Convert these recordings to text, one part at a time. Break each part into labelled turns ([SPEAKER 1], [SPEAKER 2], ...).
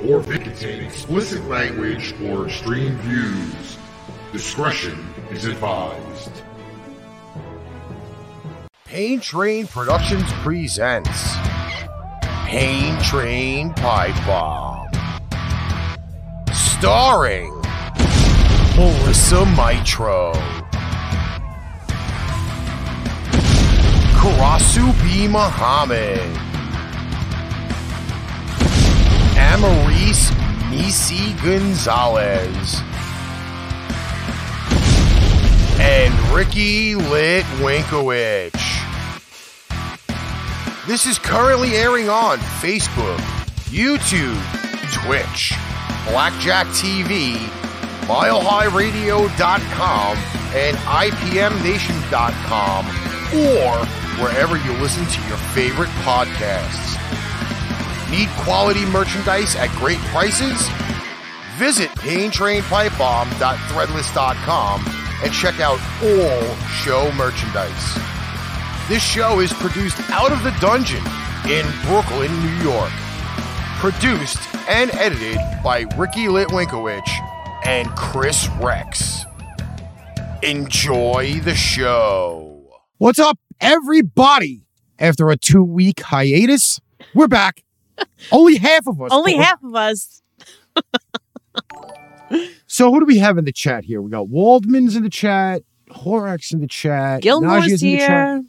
[SPEAKER 1] contain explicit language or extreme views. Discretion is advised.
[SPEAKER 2] Pain Train Productions presents Pain Train Pipe Bomb. Starring Melissa Mitro, Karasu B. Muhammad, Amaris Nisi Gonzalez, and Ricky Litwinkowicz. This is currently airing on Facebook, YouTube, Twitch, Blackjack TV, MileHighRadio.com, and IPMNation.com, or wherever you listen to your favorite podcasts. Need quality merchandise at great prices? Visit paintrainpipebomb.threadless.com and check out all show merchandise. This show is produced out of the dungeon in Brooklyn, New York. Produced and edited by Ricky Litwinkowicz and Chris Rex. Enjoy the show. What's up, everybody? After a two week hiatus, we're back. Only half of us.
[SPEAKER 3] Only
[SPEAKER 2] but we're
[SPEAKER 3] half of us.
[SPEAKER 2] So who do we have in the chat here? We got Waldman's in the chat, Horax in the chat,
[SPEAKER 3] Gilmore's
[SPEAKER 2] Najia's in the Oh. chat.
[SPEAKER 3] here.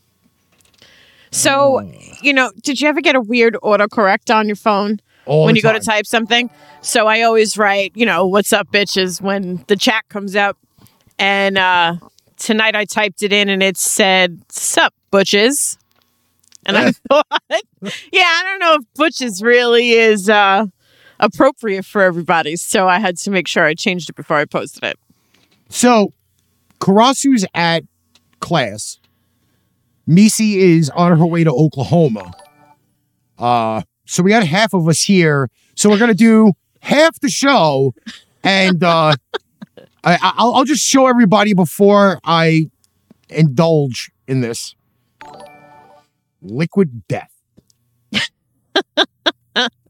[SPEAKER 3] So, you know, did you ever get a weird autocorrect on your phone
[SPEAKER 2] All
[SPEAKER 3] when
[SPEAKER 2] the
[SPEAKER 3] you go to
[SPEAKER 2] time.
[SPEAKER 3] type something? So I always write, you know, what's up, bitches, when the chat comes up. And uh, tonight I typed it in and it said, sup, butches. And I thought, yeah, I don't know if butches really is uh, appropriate for everybody. So I had to make sure I changed it before I posted it.
[SPEAKER 2] So Karasu's at class. Misi is on her way to Oklahoma. Uh, so we got half of us here. So we're gonna do half the show, and uh, I, I'll, I'll just show everybody before I indulge in this liquid death.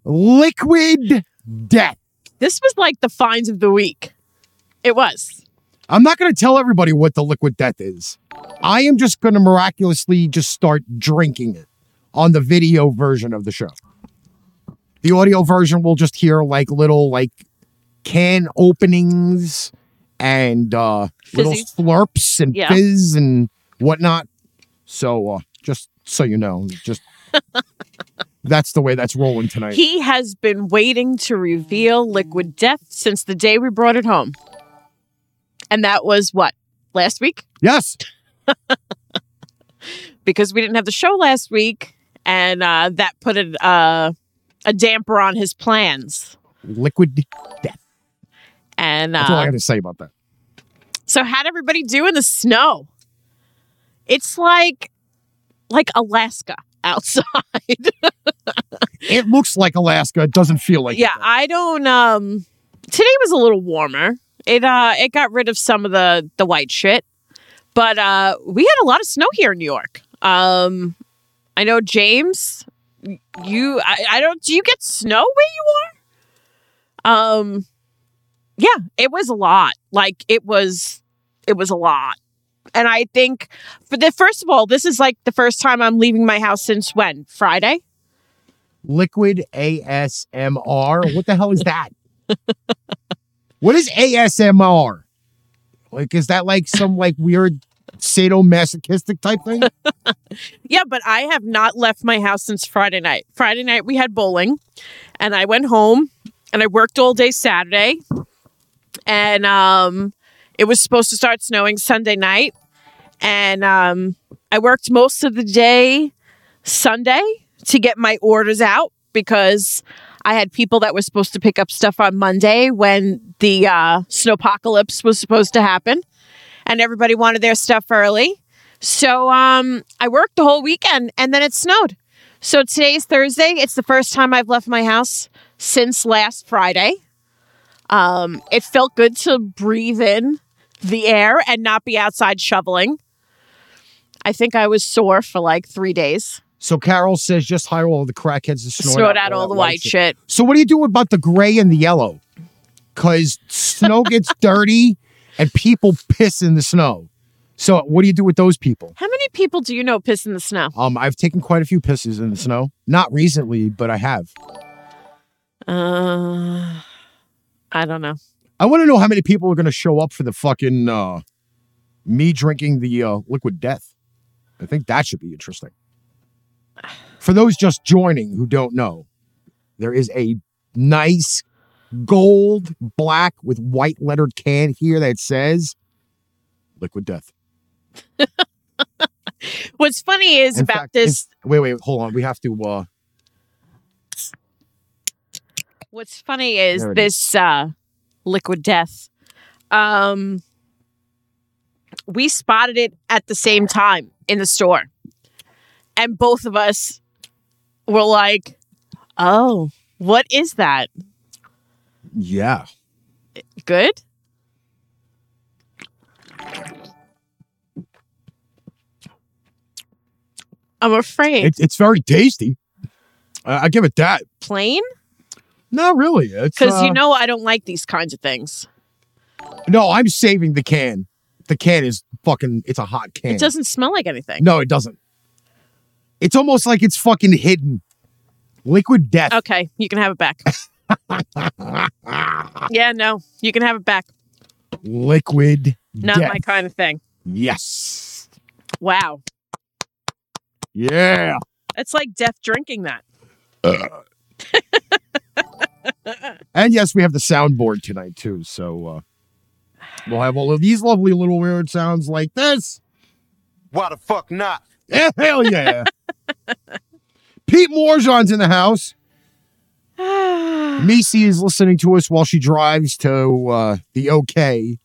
[SPEAKER 2] liquid death.
[SPEAKER 3] This was like the finds of the week. It was.
[SPEAKER 2] I'm not going to tell everybody what the liquid death is. I am just going to miraculously just start drinking it on the video version of the show. The audio version will just hear like little like can openings and uh, little
[SPEAKER 3] Fizzies.
[SPEAKER 2] slurps and
[SPEAKER 3] Yeah.
[SPEAKER 2] fizz and whatnot. So uh, just so you know, just that's the way that's rolling tonight.
[SPEAKER 3] He has been waiting to reveal Liquid Death since the day we brought it home. And that was what? Last week?
[SPEAKER 2] yes,
[SPEAKER 3] Because we didn't have the show last week. And uh, that put a, uh, a damper on his plans.
[SPEAKER 2] liquid.
[SPEAKER 3] And
[SPEAKER 2] That's all I
[SPEAKER 3] uh,
[SPEAKER 2] got to say about that.
[SPEAKER 3] so, how'd everybody do in the snow? It's like like Alaska outside.
[SPEAKER 2] It looks like Alaska. It doesn't feel like
[SPEAKER 3] yeah i don't um today was a little warmer it uh it got rid of some of the the white shit but uh we had a lot of snow here in new york um i know james you i, I don't do you get snow where you are um yeah it was a lot like it was it was a lot and i think for the first of all this is like the first time i'm leaving my house since when friday
[SPEAKER 2] Liquid ASMR. What the hell is that? what is ASMR? Like, is that like some like weird sadomasochistic type thing?
[SPEAKER 3] Yeah, but I have not left my house since Friday night. Friday night we had bowling and I went home and I worked all day Saturday. And um it was supposed to start snowing Sunday night and um I worked most of the day Sunday to get my orders out because I had people that were supposed to pick up stuff on Monday when the uh, snowpocalypse was supposed to happen, and everybody wanted their stuff early. So um, I worked the whole weekend and then it snowed. So today's Thursday. It's the first time I've left my house since last Friday. Um, it felt good to breathe in the air and not be outside shoveling. I think I was sore for like three days.
[SPEAKER 2] So Carol says just hire all the crackheads to snort,
[SPEAKER 3] Snort out all
[SPEAKER 2] that
[SPEAKER 3] the white shit.
[SPEAKER 2] So what do you do about the gray and the yellow? Because snow gets dirty and people piss in the snow. So what do you do with those people?
[SPEAKER 3] How many people do you know piss in the snow?
[SPEAKER 2] Um, I've taken quite a few pisses in the snow. Not recently, but I have.
[SPEAKER 3] Uh, I don't know.
[SPEAKER 2] I want to know how many people are going to show up for the fucking uh, me drinking the uh, liquid death. I think that should be interesting. For those just joining who don't know, there is a nice gold, black with white lettered can here that says liquid death.
[SPEAKER 3] What's funny is
[SPEAKER 2] In
[SPEAKER 3] about
[SPEAKER 2] fact, in-
[SPEAKER 3] this.
[SPEAKER 2] Wait, wait, hold on. We have to. Uh,
[SPEAKER 3] What's funny is
[SPEAKER 2] There it
[SPEAKER 3] this uh, liquid death. Um, we spotted it at the same time in the store, and both of us were like, "Oh, what is that?
[SPEAKER 2] yeah.
[SPEAKER 3] Good? I'm afraid
[SPEAKER 2] It, it's very tasty. I, I give it that.
[SPEAKER 3] plain
[SPEAKER 2] Not really. It's
[SPEAKER 3] because
[SPEAKER 2] uh,
[SPEAKER 3] you know I don't like these kinds of things.
[SPEAKER 2] No, I'm saving the can. The can is fucking. It's a hot can.
[SPEAKER 3] It doesn't smell like anything.
[SPEAKER 2] No, it doesn't. It's almost like it's fucking hidden. Liquid death.
[SPEAKER 3] Okay, you can have it back. yeah, no, you can have it back.
[SPEAKER 2] Liquid.
[SPEAKER 3] Not
[SPEAKER 2] death.
[SPEAKER 3] my kind of thing.
[SPEAKER 2] Yes.
[SPEAKER 3] Wow.
[SPEAKER 2] Yeah.
[SPEAKER 3] It's like death drinking that.
[SPEAKER 2] And yes, we have the soundboard tonight too. So uh, we'll have all of these lovely little weird sounds like this.
[SPEAKER 4] Why the fuck not?
[SPEAKER 2] Yeah, hell yeah. Pete Morjon's in the house. Misi is listening to us while she drives to uh, the OK.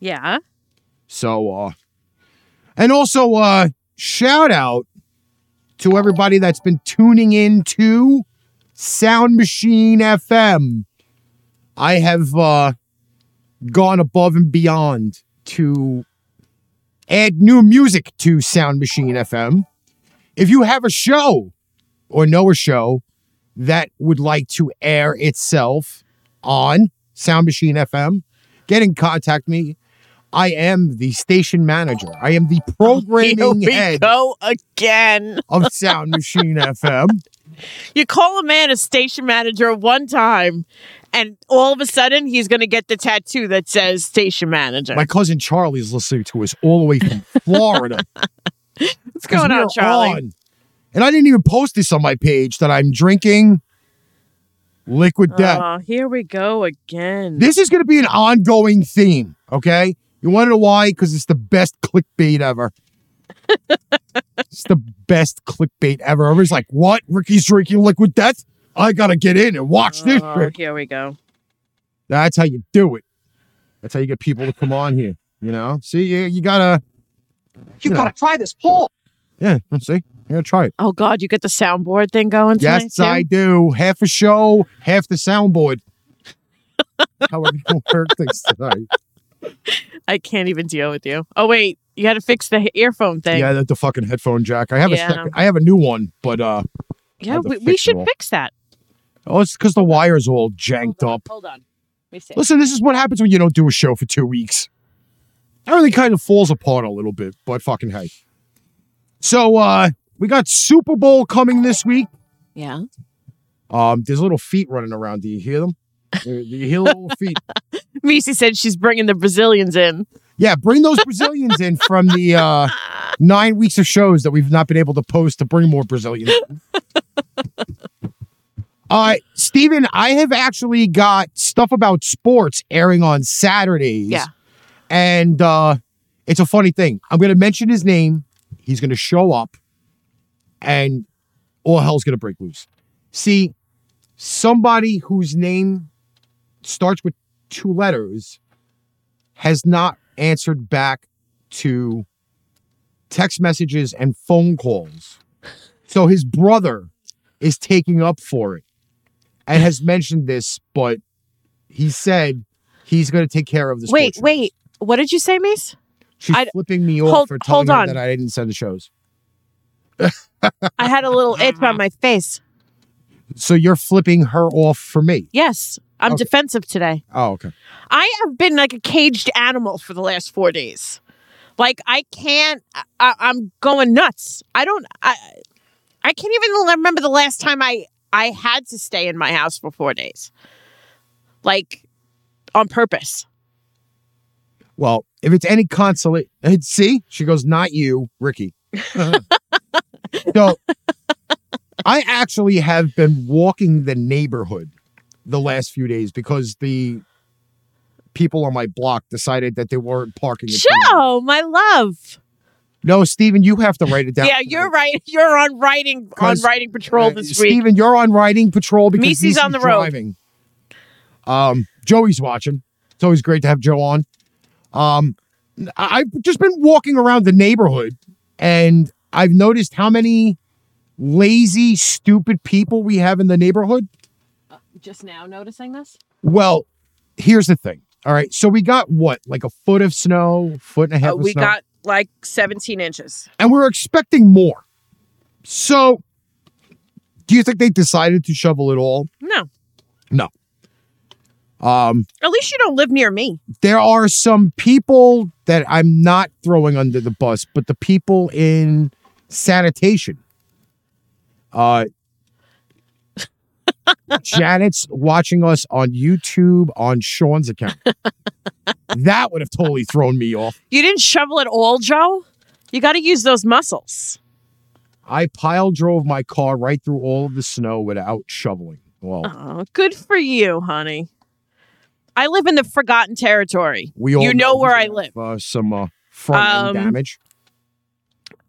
[SPEAKER 3] yeah.
[SPEAKER 2] So uh and also uh shout out to everybody that's been tuning in to Sound Machine FM. I have uh gone above and beyond to add new music to Sound Machine FM. If you have a show or know a show that would like to air itself on Sound Machine FM, get in contact me. I am the station manager. I am the
[SPEAKER 3] Here
[SPEAKER 2] programming
[SPEAKER 3] we
[SPEAKER 2] head
[SPEAKER 3] go again.
[SPEAKER 2] of Sound Machine FM.
[SPEAKER 3] You call a man a station manager one time, and all of a sudden he's going to get the tattoo that says station manager.
[SPEAKER 2] My cousin Charlie's listening to us all the way from Florida.
[SPEAKER 3] What's going on, Charlie?
[SPEAKER 2] And I didn't even post this on my page that I'm drinking liquid death.
[SPEAKER 3] Oh, here we go again.
[SPEAKER 2] This is going to be an ongoing theme, okay? You want to know why? Because it's the best clickbait ever. it's the best clickbait ever. Everybody's like, what? Ricky's drinking liquid death? I got to get in and watch this
[SPEAKER 3] oh,
[SPEAKER 2] shit.
[SPEAKER 3] here we go.
[SPEAKER 2] That's how you do it. That's how you get people to come on here, you know? See, you, you got to,
[SPEAKER 5] You
[SPEAKER 2] Yeah.
[SPEAKER 5] gotta try this poll.
[SPEAKER 2] yeah, see? Yeah, try it.
[SPEAKER 3] Oh God, you get the soundboard thing going. tonight,
[SPEAKER 2] Yes,
[SPEAKER 3] too?
[SPEAKER 2] I do. Half a show, half the soundboard. How are we going to work things tonight?
[SPEAKER 3] I can't even deal with you. Oh wait, you had to fix the he- earphone thing.
[SPEAKER 2] Yeah, the, the fucking headphone jack. I have
[SPEAKER 3] Yeah.
[SPEAKER 2] a second, I have a new one, but uh,
[SPEAKER 3] Yeah,
[SPEAKER 2] had to
[SPEAKER 3] we, we
[SPEAKER 2] fix it
[SPEAKER 3] should
[SPEAKER 2] all.
[SPEAKER 3] fix that.
[SPEAKER 2] oh, it's because the wires are all janked up.
[SPEAKER 3] Hold on. Let me see.
[SPEAKER 2] Listen, this is what happens when you don't do a show for two weeks. Everything kind of falls apart a little bit, but fucking hey. So uh, we got Super Bowl coming this week.
[SPEAKER 3] Yeah.
[SPEAKER 2] Um, there's little feet running around. Do you hear them? Do you hear little feet?
[SPEAKER 3] Misi said she's bringing the Brazilians in.
[SPEAKER 2] Yeah, bring those Brazilians in from the uh, nine weeks of shows that we've not been able to post to bring more Brazilians. in. Uh, Steven, I have actually got stuff about sports airing on Saturdays.
[SPEAKER 3] Yeah.
[SPEAKER 2] And uh, it's a funny thing. I'm going to mention his name. He's going to show up and all hell's going to break loose. See, somebody whose name starts with two letters has not answered back to text messages and phone calls. So his brother is taking up for it and has mentioned this, but he said he's going to take care of this.
[SPEAKER 3] Wait, wait. What did you say, Mace?
[SPEAKER 2] She's
[SPEAKER 3] I-
[SPEAKER 2] flipping me off
[SPEAKER 3] hold-
[SPEAKER 2] for telling
[SPEAKER 3] hold
[SPEAKER 2] her
[SPEAKER 3] on.
[SPEAKER 2] that I didn't send the shows.
[SPEAKER 3] I had a little itch on my face.
[SPEAKER 2] So you're flipping her off for me.
[SPEAKER 3] Yes, I'm
[SPEAKER 2] Okay.
[SPEAKER 3] defensive today.
[SPEAKER 2] Oh, okay.
[SPEAKER 3] I have been like a caged animal for the last four days. Like I can't. I- I, I'm going nuts. I don't. I I can't even remember the last time I I had to stay in my house for four days, like on purpose.
[SPEAKER 2] Well, if it's any consolation, see, she goes, not you, Ricky. so I actually have been walking the neighborhood the last few days because the people on my block decided that they weren't parking. in front of me.
[SPEAKER 3] Joe, my love.
[SPEAKER 2] No, Steven, you have to write it down.
[SPEAKER 3] Yeah, you're right. You're on writing on
[SPEAKER 2] 'Cause,
[SPEAKER 3] writing patrol
[SPEAKER 2] Uh,
[SPEAKER 3] this week.
[SPEAKER 2] Steven, you're on riding patrol because
[SPEAKER 3] Macy's on the road.
[SPEAKER 2] driving. Um, Joey's watching. It's always great to have Joe on. Um, I- I've just been walking around the neighborhood and I've noticed how many lazy, stupid people we have in the neighborhood.
[SPEAKER 3] Just now noticing this.
[SPEAKER 2] Well, here's the thing. All right, so we got what, like a foot of snow, foot and a half.
[SPEAKER 3] Uh,
[SPEAKER 2] of
[SPEAKER 3] we
[SPEAKER 2] snow?
[SPEAKER 3] got like 17 inches.
[SPEAKER 2] and we we're expecting more. So, do you think they decided to shovel it all?
[SPEAKER 3] No,
[SPEAKER 2] Um,
[SPEAKER 3] at least you don't live near me.
[SPEAKER 2] there are some people that I'm not throwing under the bus, but the people in sanitation. Uh Janet's watching us on YouTube on Sean's account. that would have totally thrown me off.
[SPEAKER 3] You didn't shovel at all, Joe. You got to use those muscles.
[SPEAKER 2] I pile drove my car right through all of the snow without shoveling. Well,
[SPEAKER 3] Oh, good for you, honey. I live in the forgotten territory.
[SPEAKER 2] we all
[SPEAKER 3] you know where I
[SPEAKER 2] we
[SPEAKER 3] live.
[SPEAKER 2] have, Uh, some uh, front end
[SPEAKER 3] Um,
[SPEAKER 2] damage.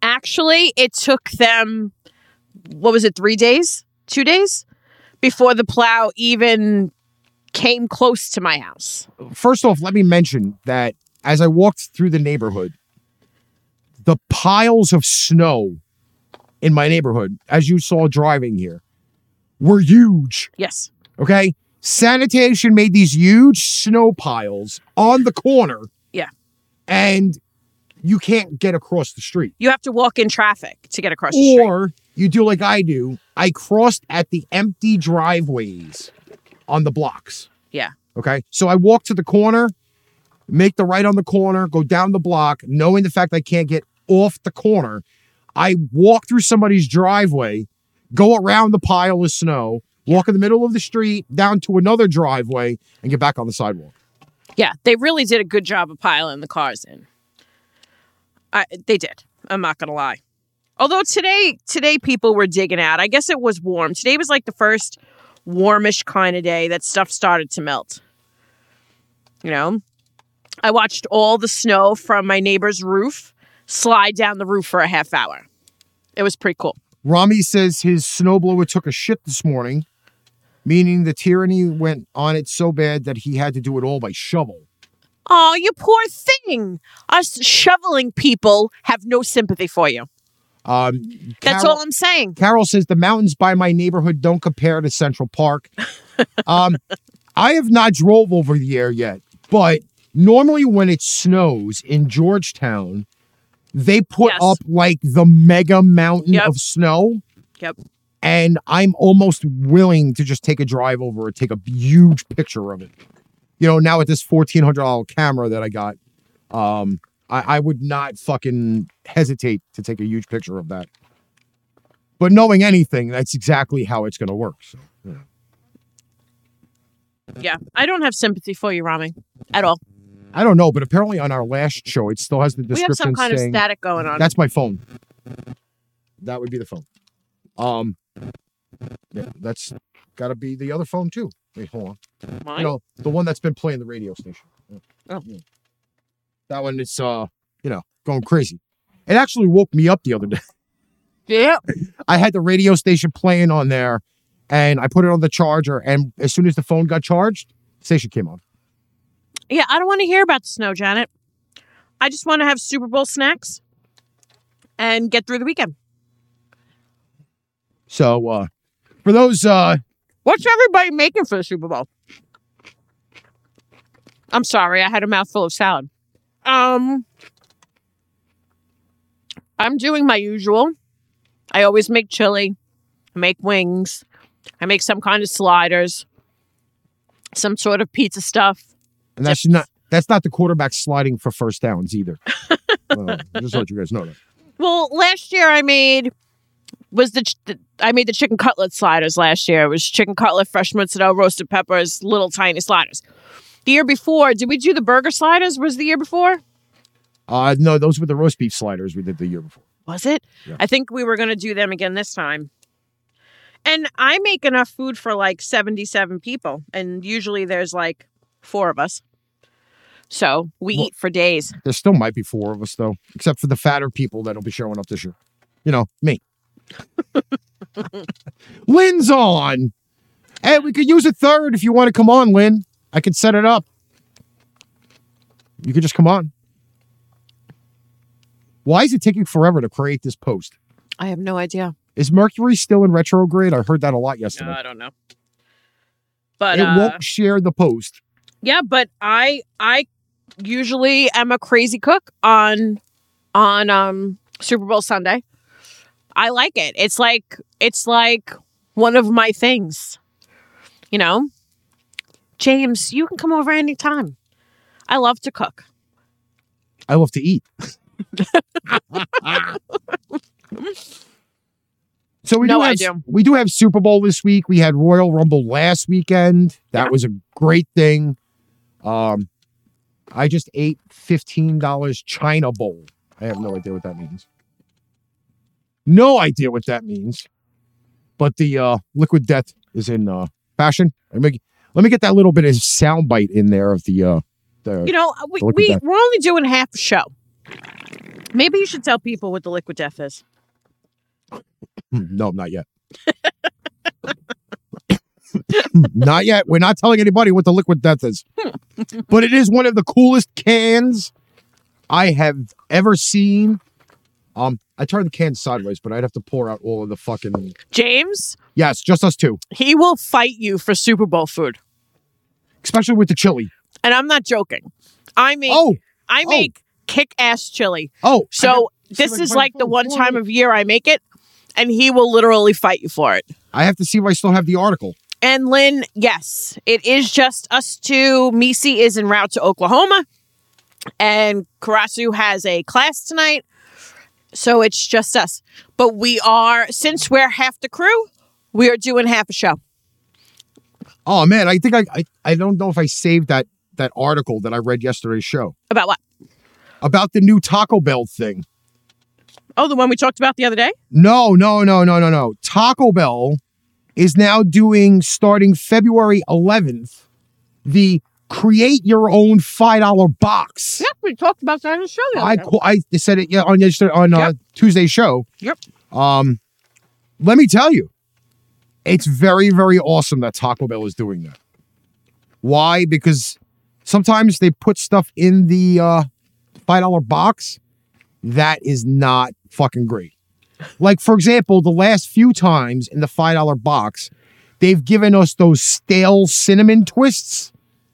[SPEAKER 3] Actually, it took them, what was it, three days, two days before the plow even came close to my house.
[SPEAKER 2] first off, let me mention that as I walked through the neighborhood, the piles of snow in my neighborhood, as you saw driving here, were huge.
[SPEAKER 3] Yes.
[SPEAKER 2] Okay. Sanitation made these huge snow piles on the corner.
[SPEAKER 3] Yeah.
[SPEAKER 2] And you can't get across the street.
[SPEAKER 3] You have to walk in traffic to get across the street.
[SPEAKER 2] Or you do like I do. I crossed at the empty driveways on the blocks.
[SPEAKER 3] Yeah.
[SPEAKER 2] Okay. So I walk to the corner, make the right on the corner, go down the block, knowing the fact I can't get off the corner. I walk through somebody's driveway, go around the pile of snow, walk in the middle of the street, down to another driveway, and get back on the sidewalk.
[SPEAKER 3] Yeah, they really did a good job of piling the cars in. I, they did. I'm not gonna lie. Although today, today people were digging out. I guess it was warm. Today was like the first warmish kind of day that stuff started to melt. You know, I watched all the snow from my neighbor's roof slide down the roof for a half hour. It was pretty cool.
[SPEAKER 2] Rami says his snowblower took a shit this morning, meaning the tyranny went on it so bad that he had to do it all by shovel.
[SPEAKER 3] Oh, you poor thing! Us shoveling people have no sympathy for you.
[SPEAKER 2] Um,
[SPEAKER 3] That's
[SPEAKER 2] Carol-
[SPEAKER 3] all I'm saying.
[SPEAKER 2] Carol says the mountains by my neighborhood don't compare to Central Park. um, I have not drove over the air yet, but normally when it snows in Georgetown, they put
[SPEAKER 3] Yes.
[SPEAKER 2] up like the mega mountain
[SPEAKER 3] Yep.
[SPEAKER 2] of snow.
[SPEAKER 3] Yep.
[SPEAKER 2] And I'm almost willing to just take a drive over and take a huge picture of it. You know, now with this fourteen hundred dollar camera that I got, um, I, I would not fucking hesitate to take a huge picture of that. But knowing anything, that's exactly how it's going to work. So.
[SPEAKER 3] Yeah, I don't have sympathy for you, Rami, at all.
[SPEAKER 2] I don't know, but apparently on our last show, it still has the
[SPEAKER 3] We
[SPEAKER 2] description
[SPEAKER 3] have some kind of
[SPEAKER 2] saying
[SPEAKER 3] static going on.
[SPEAKER 2] that's my phone. That would be the phone. Um, yeah, that's got to be the other phone too. Wait, hold on.
[SPEAKER 3] Mine?
[SPEAKER 2] You know, the one that's been playing the radio station. Yeah.
[SPEAKER 3] Oh.
[SPEAKER 2] Yeah. That one is, uh, you know, going crazy. It actually woke me up the other day.
[SPEAKER 3] yeah.
[SPEAKER 2] I had the radio station playing on there and I put it on the charger. And as soon as the phone got charged, station came on.
[SPEAKER 3] Yeah, I don't want to hear about the snow, Janet. I just want to have Super Bowl snacks and get through the weekend.
[SPEAKER 2] So, uh, for those, uh,
[SPEAKER 3] What's everybody making for the Super Bowl? I'm sorry, I had a mouthful of salad. Um I'm doing my usual. I always make chili, I make wings, I make some kind of sliders, some sort of pizza stuff.
[SPEAKER 2] And that's not that's not the quarterback sliding for first downs either. Uh, just to let you guys know that.
[SPEAKER 3] Well, last year I made was the, ch- the I made the chicken cutlet sliders last year. It was chicken cutlet, fresh mozzarella, roasted peppers, little tiny sliders. The year before, did we do the burger sliders? Was the year before?
[SPEAKER 2] Uh, no, those were the roast beef sliders we did the year before.
[SPEAKER 3] Was it?
[SPEAKER 2] Yeah.
[SPEAKER 3] I think we were going to do them again this time. And I make enough food for like 77 people, and usually there's like four of us. So we
[SPEAKER 2] Well-
[SPEAKER 3] eat for days.
[SPEAKER 2] There still might be four of us though, except for the fatter people that'll be showing up this year. You know, me. Lynn's on. Hey, we could use a third if you want to come on, Lynn. I could set it up. You could just come on. Why is it taking forever to create this post?
[SPEAKER 3] I have no idea.
[SPEAKER 2] Is Mercury still in retrograde? I heard that a lot
[SPEAKER 3] No,
[SPEAKER 2] yesterday.
[SPEAKER 3] I don't know. But
[SPEAKER 2] it
[SPEAKER 3] uh,
[SPEAKER 2] won't share the post.
[SPEAKER 3] yeah, but I I usually am a crazy cook on on um Super Bowl Sunday. I like it. It's like it's like one of my things. You know? James, you can come over anytime. I love to cook.
[SPEAKER 2] I love to eat. so we
[SPEAKER 3] No,
[SPEAKER 2] do
[SPEAKER 3] I
[SPEAKER 2] have
[SPEAKER 3] do.
[SPEAKER 2] we do have Super Bowl this week. We had Royal Rumble last weekend. That was a great thing. Um, I just ate fifteen dollars China bowl. I have no idea what that means. No idea what that means. But the uh, liquid death is in uh, fashion. Let me, let me get that little bit of soundbite in there of the uh, the
[SPEAKER 3] You know, uh, we,
[SPEAKER 2] Look at
[SPEAKER 3] we
[SPEAKER 2] that.
[SPEAKER 3] we're only doing half a show. Maybe you should tell people what the liquid death is.
[SPEAKER 2] Hmm, No, not yet. not yet. We're not telling anybody what the liquid death is. but it is one of the coolest cans I have ever seen. Um, I turned the can sideways, but I'd have to pour out all of the fucking
[SPEAKER 3] James,
[SPEAKER 2] Yes, just us two.
[SPEAKER 3] he will fight you for Super Bowl food.
[SPEAKER 2] Especially with the chili.
[SPEAKER 3] And I'm not joking. I mean
[SPEAKER 2] Oh,
[SPEAKER 3] I
[SPEAKER 2] Oh.
[SPEAKER 3] make kick ass chili.
[SPEAKER 2] oh. I got-
[SPEAKER 3] So
[SPEAKER 2] see if I
[SPEAKER 3] this
[SPEAKER 2] can
[SPEAKER 3] is
[SPEAKER 2] find
[SPEAKER 3] like the
[SPEAKER 2] food.
[SPEAKER 3] one
[SPEAKER 2] Come on,
[SPEAKER 3] time
[SPEAKER 2] wait.
[SPEAKER 3] of year I make it, and he will literally fight you for it.
[SPEAKER 2] I have to see if I still have the article.
[SPEAKER 3] And Lynn, yes, it is just us two. Misi is en route to Oklahoma, and Karasu has a class tonight. So it's just us. But we are, since we're half the crew, we are doing half a show.
[SPEAKER 2] Oh man, I think I, I I don't know if I saved that that article that I read yesterday's show
[SPEAKER 3] About what?
[SPEAKER 2] about the new Taco Bell thing.
[SPEAKER 3] Oh, the one we talked about the other day?
[SPEAKER 2] No, no, no, no, no, no. Taco Bell is now doing starting February 11th the create your own $5 box.
[SPEAKER 3] we talked about that on the show.
[SPEAKER 2] I qu- I said it yeah, on yesterday on uh,
[SPEAKER 3] Yep.
[SPEAKER 2] Tuesday's show.
[SPEAKER 3] Yep.
[SPEAKER 2] Um let me tell you. It's very very awesome that Taco Bell is doing that. Why? Because sometimes they put stuff in the uh $5 box that is not fucking great. Like for example, the last few times in the $5 box, they've given us those stale cinnamon twists.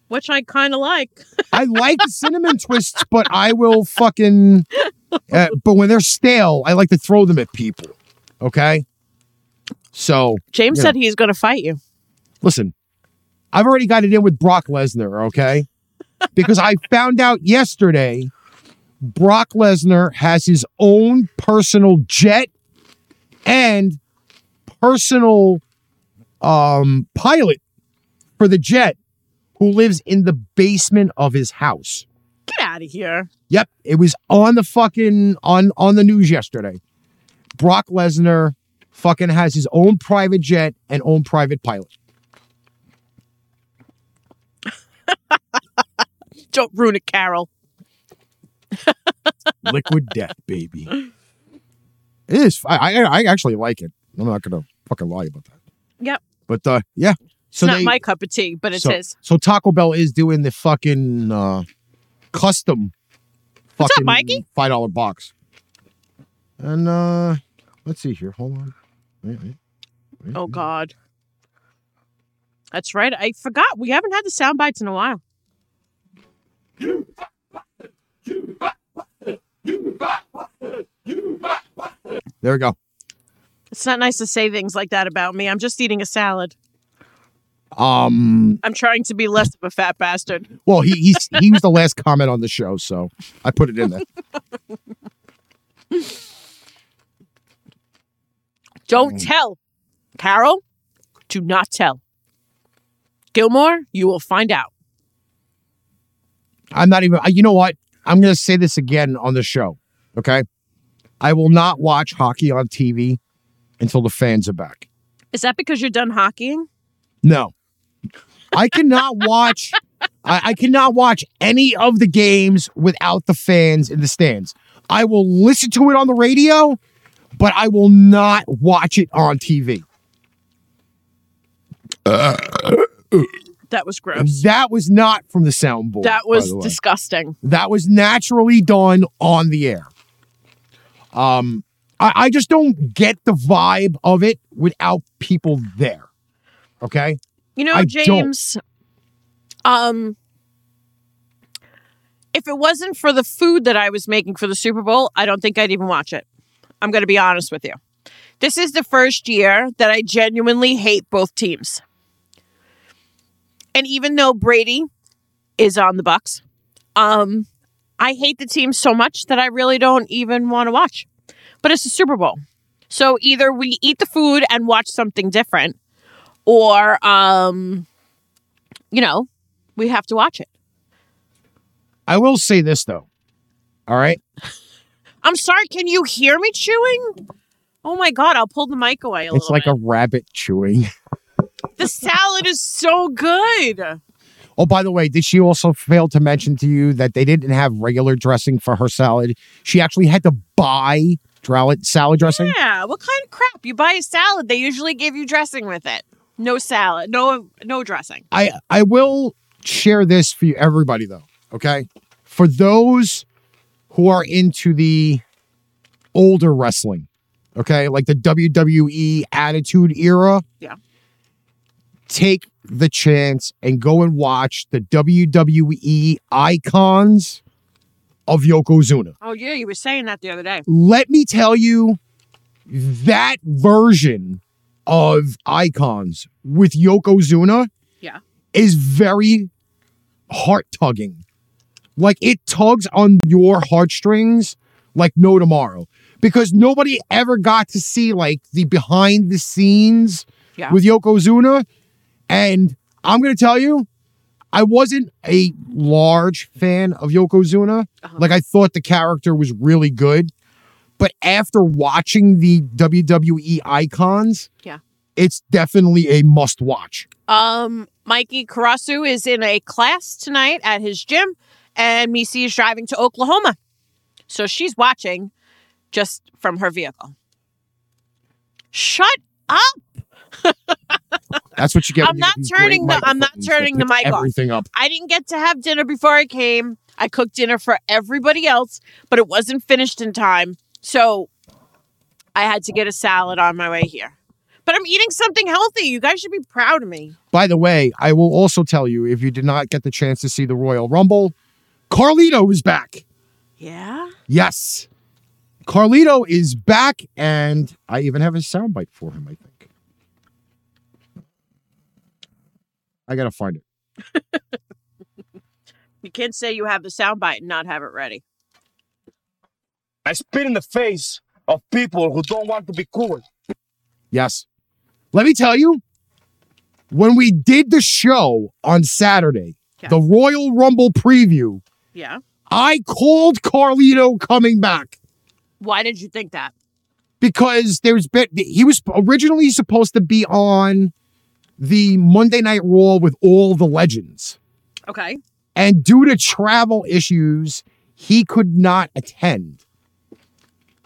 [SPEAKER 3] Which I kind of like.
[SPEAKER 2] I like the cinnamon twists, but I will fucking. Uh, but when they're stale, I like to throw them at people. Okay. So
[SPEAKER 3] James
[SPEAKER 2] Yeah.
[SPEAKER 3] said he's going to fight you.
[SPEAKER 2] listen, I've already got it in with Brock Lesnar. Okay. Because I found out yesterday, Brock Lesnar has his own personal jet and personal um, pilot for the jet who lives in the basement of his house.
[SPEAKER 3] Get out of here.
[SPEAKER 2] Yep, it was on the fucking on on the news yesterday. Brock Lesnar fucking has his own private jet and own private pilot.
[SPEAKER 3] Don't ruin it, Carol.
[SPEAKER 2] Liquid death, baby. It is. I, I I actually like it. I'm not gonna fucking lie about that.
[SPEAKER 3] Yep.
[SPEAKER 2] But uh, yeah.
[SPEAKER 3] It's
[SPEAKER 2] So
[SPEAKER 3] not
[SPEAKER 2] they-
[SPEAKER 3] my cup of tea, but it is.
[SPEAKER 2] so, So Taco Bell is doing the fucking uh, custom.
[SPEAKER 3] What's up,
[SPEAKER 2] fucking
[SPEAKER 3] Mikey?
[SPEAKER 2] Five dollar box. And uh, let's see here. Hold on. Wait, wait. Wait,
[SPEAKER 3] Oh
[SPEAKER 2] wait.
[SPEAKER 3] God. That's right. I forgot. We haven't had the sound bites in a while.
[SPEAKER 2] There we go.
[SPEAKER 3] It's not nice to say things like that about me. I'm just eating a salad.
[SPEAKER 2] Um,
[SPEAKER 3] I'm trying to be less of a fat bastard.
[SPEAKER 2] well, he he's, he was the last comment on the show, so I put it in there.
[SPEAKER 3] Don't
[SPEAKER 2] Mm.
[SPEAKER 3] tell. Carol, do not tell. Gilmore, you will find out.
[SPEAKER 2] I'm not even. I- You know what? I'm going to say this again on the show. Okay, I will not watch hockey on TV until the fans are back.
[SPEAKER 3] Is that because you're done hockeying?
[SPEAKER 2] No, I cannot watch. I, I cannot watch any of the games without the fans in the stands. I will listen to it on the radio, but I will not watch it on TV.
[SPEAKER 3] That was gross.
[SPEAKER 2] That was not from the soundboard.
[SPEAKER 3] That
[SPEAKER 2] by
[SPEAKER 3] was
[SPEAKER 2] the way.
[SPEAKER 3] disgusting.
[SPEAKER 2] that was naturally done on the air. Um, I, I just don't get the vibe of it without people there. Okay,
[SPEAKER 3] You know,
[SPEAKER 2] I don't-
[SPEAKER 3] James, um if it wasn't for the food that I was making for the Super Bowl, I don't think I'd even watch it. I'm going to be honest with you. This is the first year that I genuinely hate both teams. And even though Brady is on the Bucks, um I hate the team so much that I really don't even want to watch. But it's the Super Bowl. So either we eat the food and watch something different or um you know we have to watch it
[SPEAKER 2] I will say this though. All right,
[SPEAKER 3] i'm sorry can you hear me chewing oh my god i'll pull the mic away a
[SPEAKER 2] it's
[SPEAKER 3] little
[SPEAKER 2] like a rabbit chewing.
[SPEAKER 3] bit. the salad is so good
[SPEAKER 2] Oh, by the way, did she also fail to mention to you that they didn't have regular dressing for her salad? She actually had to buy drallet- salad dressing.
[SPEAKER 3] yeah what kind of crap you buy a salad they usually give you dressing with it no salad no no dressing
[SPEAKER 2] I I will share this for you, everybody though. Okay, for those who are into the older wrestling, okay, like the WWE Attitude Era.
[SPEAKER 3] Yeah.
[SPEAKER 2] Take the chance and go and watch the WWE icons of Yokozuna.
[SPEAKER 3] oh yeah you were saying that the other day
[SPEAKER 2] Let me tell you, that version of icons with Yokozuna
[SPEAKER 3] yeah
[SPEAKER 2] is very heart tugging. Like it tugs on your heartstrings like no tomorrow because nobody ever got to see like the behind the scenes
[SPEAKER 3] Yeah.
[SPEAKER 2] with Yokozuna. And I'm going to tell you, I wasn't a large fan of Yokozuna.
[SPEAKER 3] Uh-huh.
[SPEAKER 2] Like I thought the character was really good. But after watching the WWE icons,
[SPEAKER 3] Yeah.
[SPEAKER 2] it's definitely a must watch.
[SPEAKER 3] um mikey karasu is in a class tonight at his gym and misi is driving to oklahoma so she's watching just from her vehicle shut up
[SPEAKER 2] That's what you get. when
[SPEAKER 3] I'm
[SPEAKER 2] you
[SPEAKER 3] not
[SPEAKER 2] get these
[SPEAKER 3] turning
[SPEAKER 2] great
[SPEAKER 3] the- I'm not
[SPEAKER 2] microphones that
[SPEAKER 3] turning the
[SPEAKER 2] pick
[SPEAKER 3] mic off.
[SPEAKER 2] Everything up.
[SPEAKER 3] i didn't get to have dinner before i came i cooked dinner for everybody else but it wasn't finished in time so i had to get a salad on my way here but i'm eating something healthy you guys should be proud of me
[SPEAKER 2] By the way, I will also tell you if you did not get the chance to see the Royal Rumble, Carlito is back.
[SPEAKER 3] yeah
[SPEAKER 2] Yes, Carlito is back, and I even have a soundbite for him. I think I gotta find it.
[SPEAKER 3] you can't say you have the soundbite and not have it ready
[SPEAKER 4] I spit in the face of people who don't want to be cool.
[SPEAKER 2] Yes, let me tell you. When we did the show on Saturday,
[SPEAKER 3] Yeah.
[SPEAKER 2] the Royal Rumble preview,
[SPEAKER 3] yeah
[SPEAKER 2] I called Carlito coming back.
[SPEAKER 3] why did you think that
[SPEAKER 2] because there's been he was originally supposed to be on the Monday Night Raw with all the legends,
[SPEAKER 3] okay
[SPEAKER 2] and due to travel issues, he could not attend.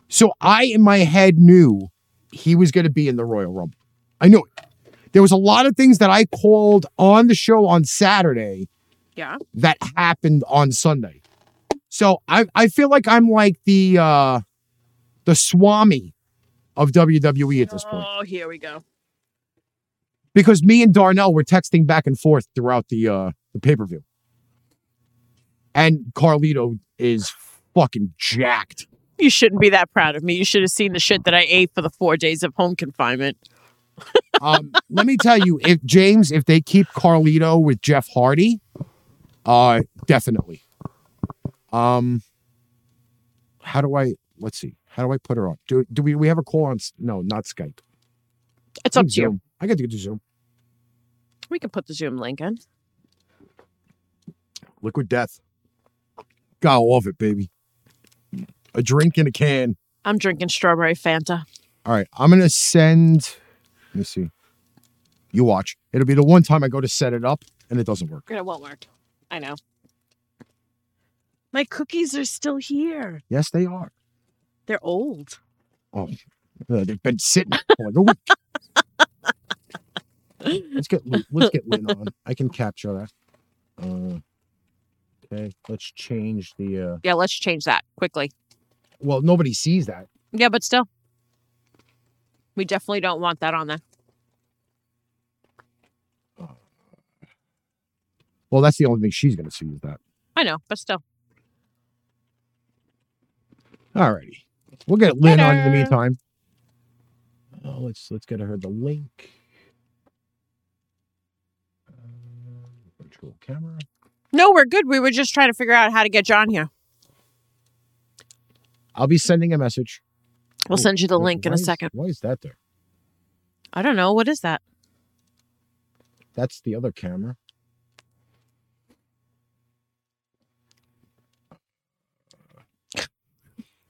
[SPEAKER 2] So I, in my head, knew he was going to be in the Royal Rumble. I knew it. There was a lot of things that I called on the show on Saturday
[SPEAKER 3] yeah
[SPEAKER 2] that happened on Sunday. So I, I feel like I'm like the uh the swami of WWE at this point.
[SPEAKER 3] oh here we go
[SPEAKER 2] Because me and Darnell were texting back and forth throughout the uh the pay-per-view. And Carlito is fucking jacked.
[SPEAKER 3] you shouldn't be that proud of me. You should have seen the shit that I ate for the four days of home confinement.
[SPEAKER 2] Um, let me tell you, if James, if they keep Carlito with Jeff Hardy, uh, definitely. Um, how do I? Let's see. How do I put her on? Do do we we have a call on? S- No, not Skype.
[SPEAKER 3] It's up
[SPEAKER 2] Do
[SPEAKER 3] to you.
[SPEAKER 2] Zoom. I got to get to Zoom.
[SPEAKER 3] We can put the Zoom link in.
[SPEAKER 2] Liquid Death. Got all of it, baby. A drink in a can.
[SPEAKER 3] I'm drinking strawberry Fanta.
[SPEAKER 2] All right, I'm gonna send. Let me see. You watch. It'll be the one time I go to set it up and it doesn't work.
[SPEAKER 3] It won't work. I know. My cookies are still here.
[SPEAKER 2] Yes, they are.
[SPEAKER 3] They're old.
[SPEAKER 2] Uh, they've been sitting for like a week. let's get Lin- let's get Lynn on. I can capture that. Uh, okay, let's change the. Uh,
[SPEAKER 3] Yeah, let's change that quickly.
[SPEAKER 2] well, nobody sees that.
[SPEAKER 3] Yeah, but still. We definitely don't want that on there.
[SPEAKER 2] Well, that's the only thing she's gonna see is that.
[SPEAKER 3] I know, but still.
[SPEAKER 2] Alrighty, we'll get Lynn on in the
[SPEAKER 3] Ta-da.
[SPEAKER 2] meantime. Uh, let's let's get her the link. Uh, virtual camera.
[SPEAKER 3] No, we're good. We were just trying to figure out how to get John here.
[SPEAKER 2] I'll be sending a message.
[SPEAKER 3] We'll
[SPEAKER 2] Oh,
[SPEAKER 3] send you the
[SPEAKER 2] wait,
[SPEAKER 3] link in
[SPEAKER 2] why
[SPEAKER 3] a
[SPEAKER 2] is-
[SPEAKER 3] second.
[SPEAKER 2] Why is that there?
[SPEAKER 3] I don't know. What is that?
[SPEAKER 2] That's the other camera.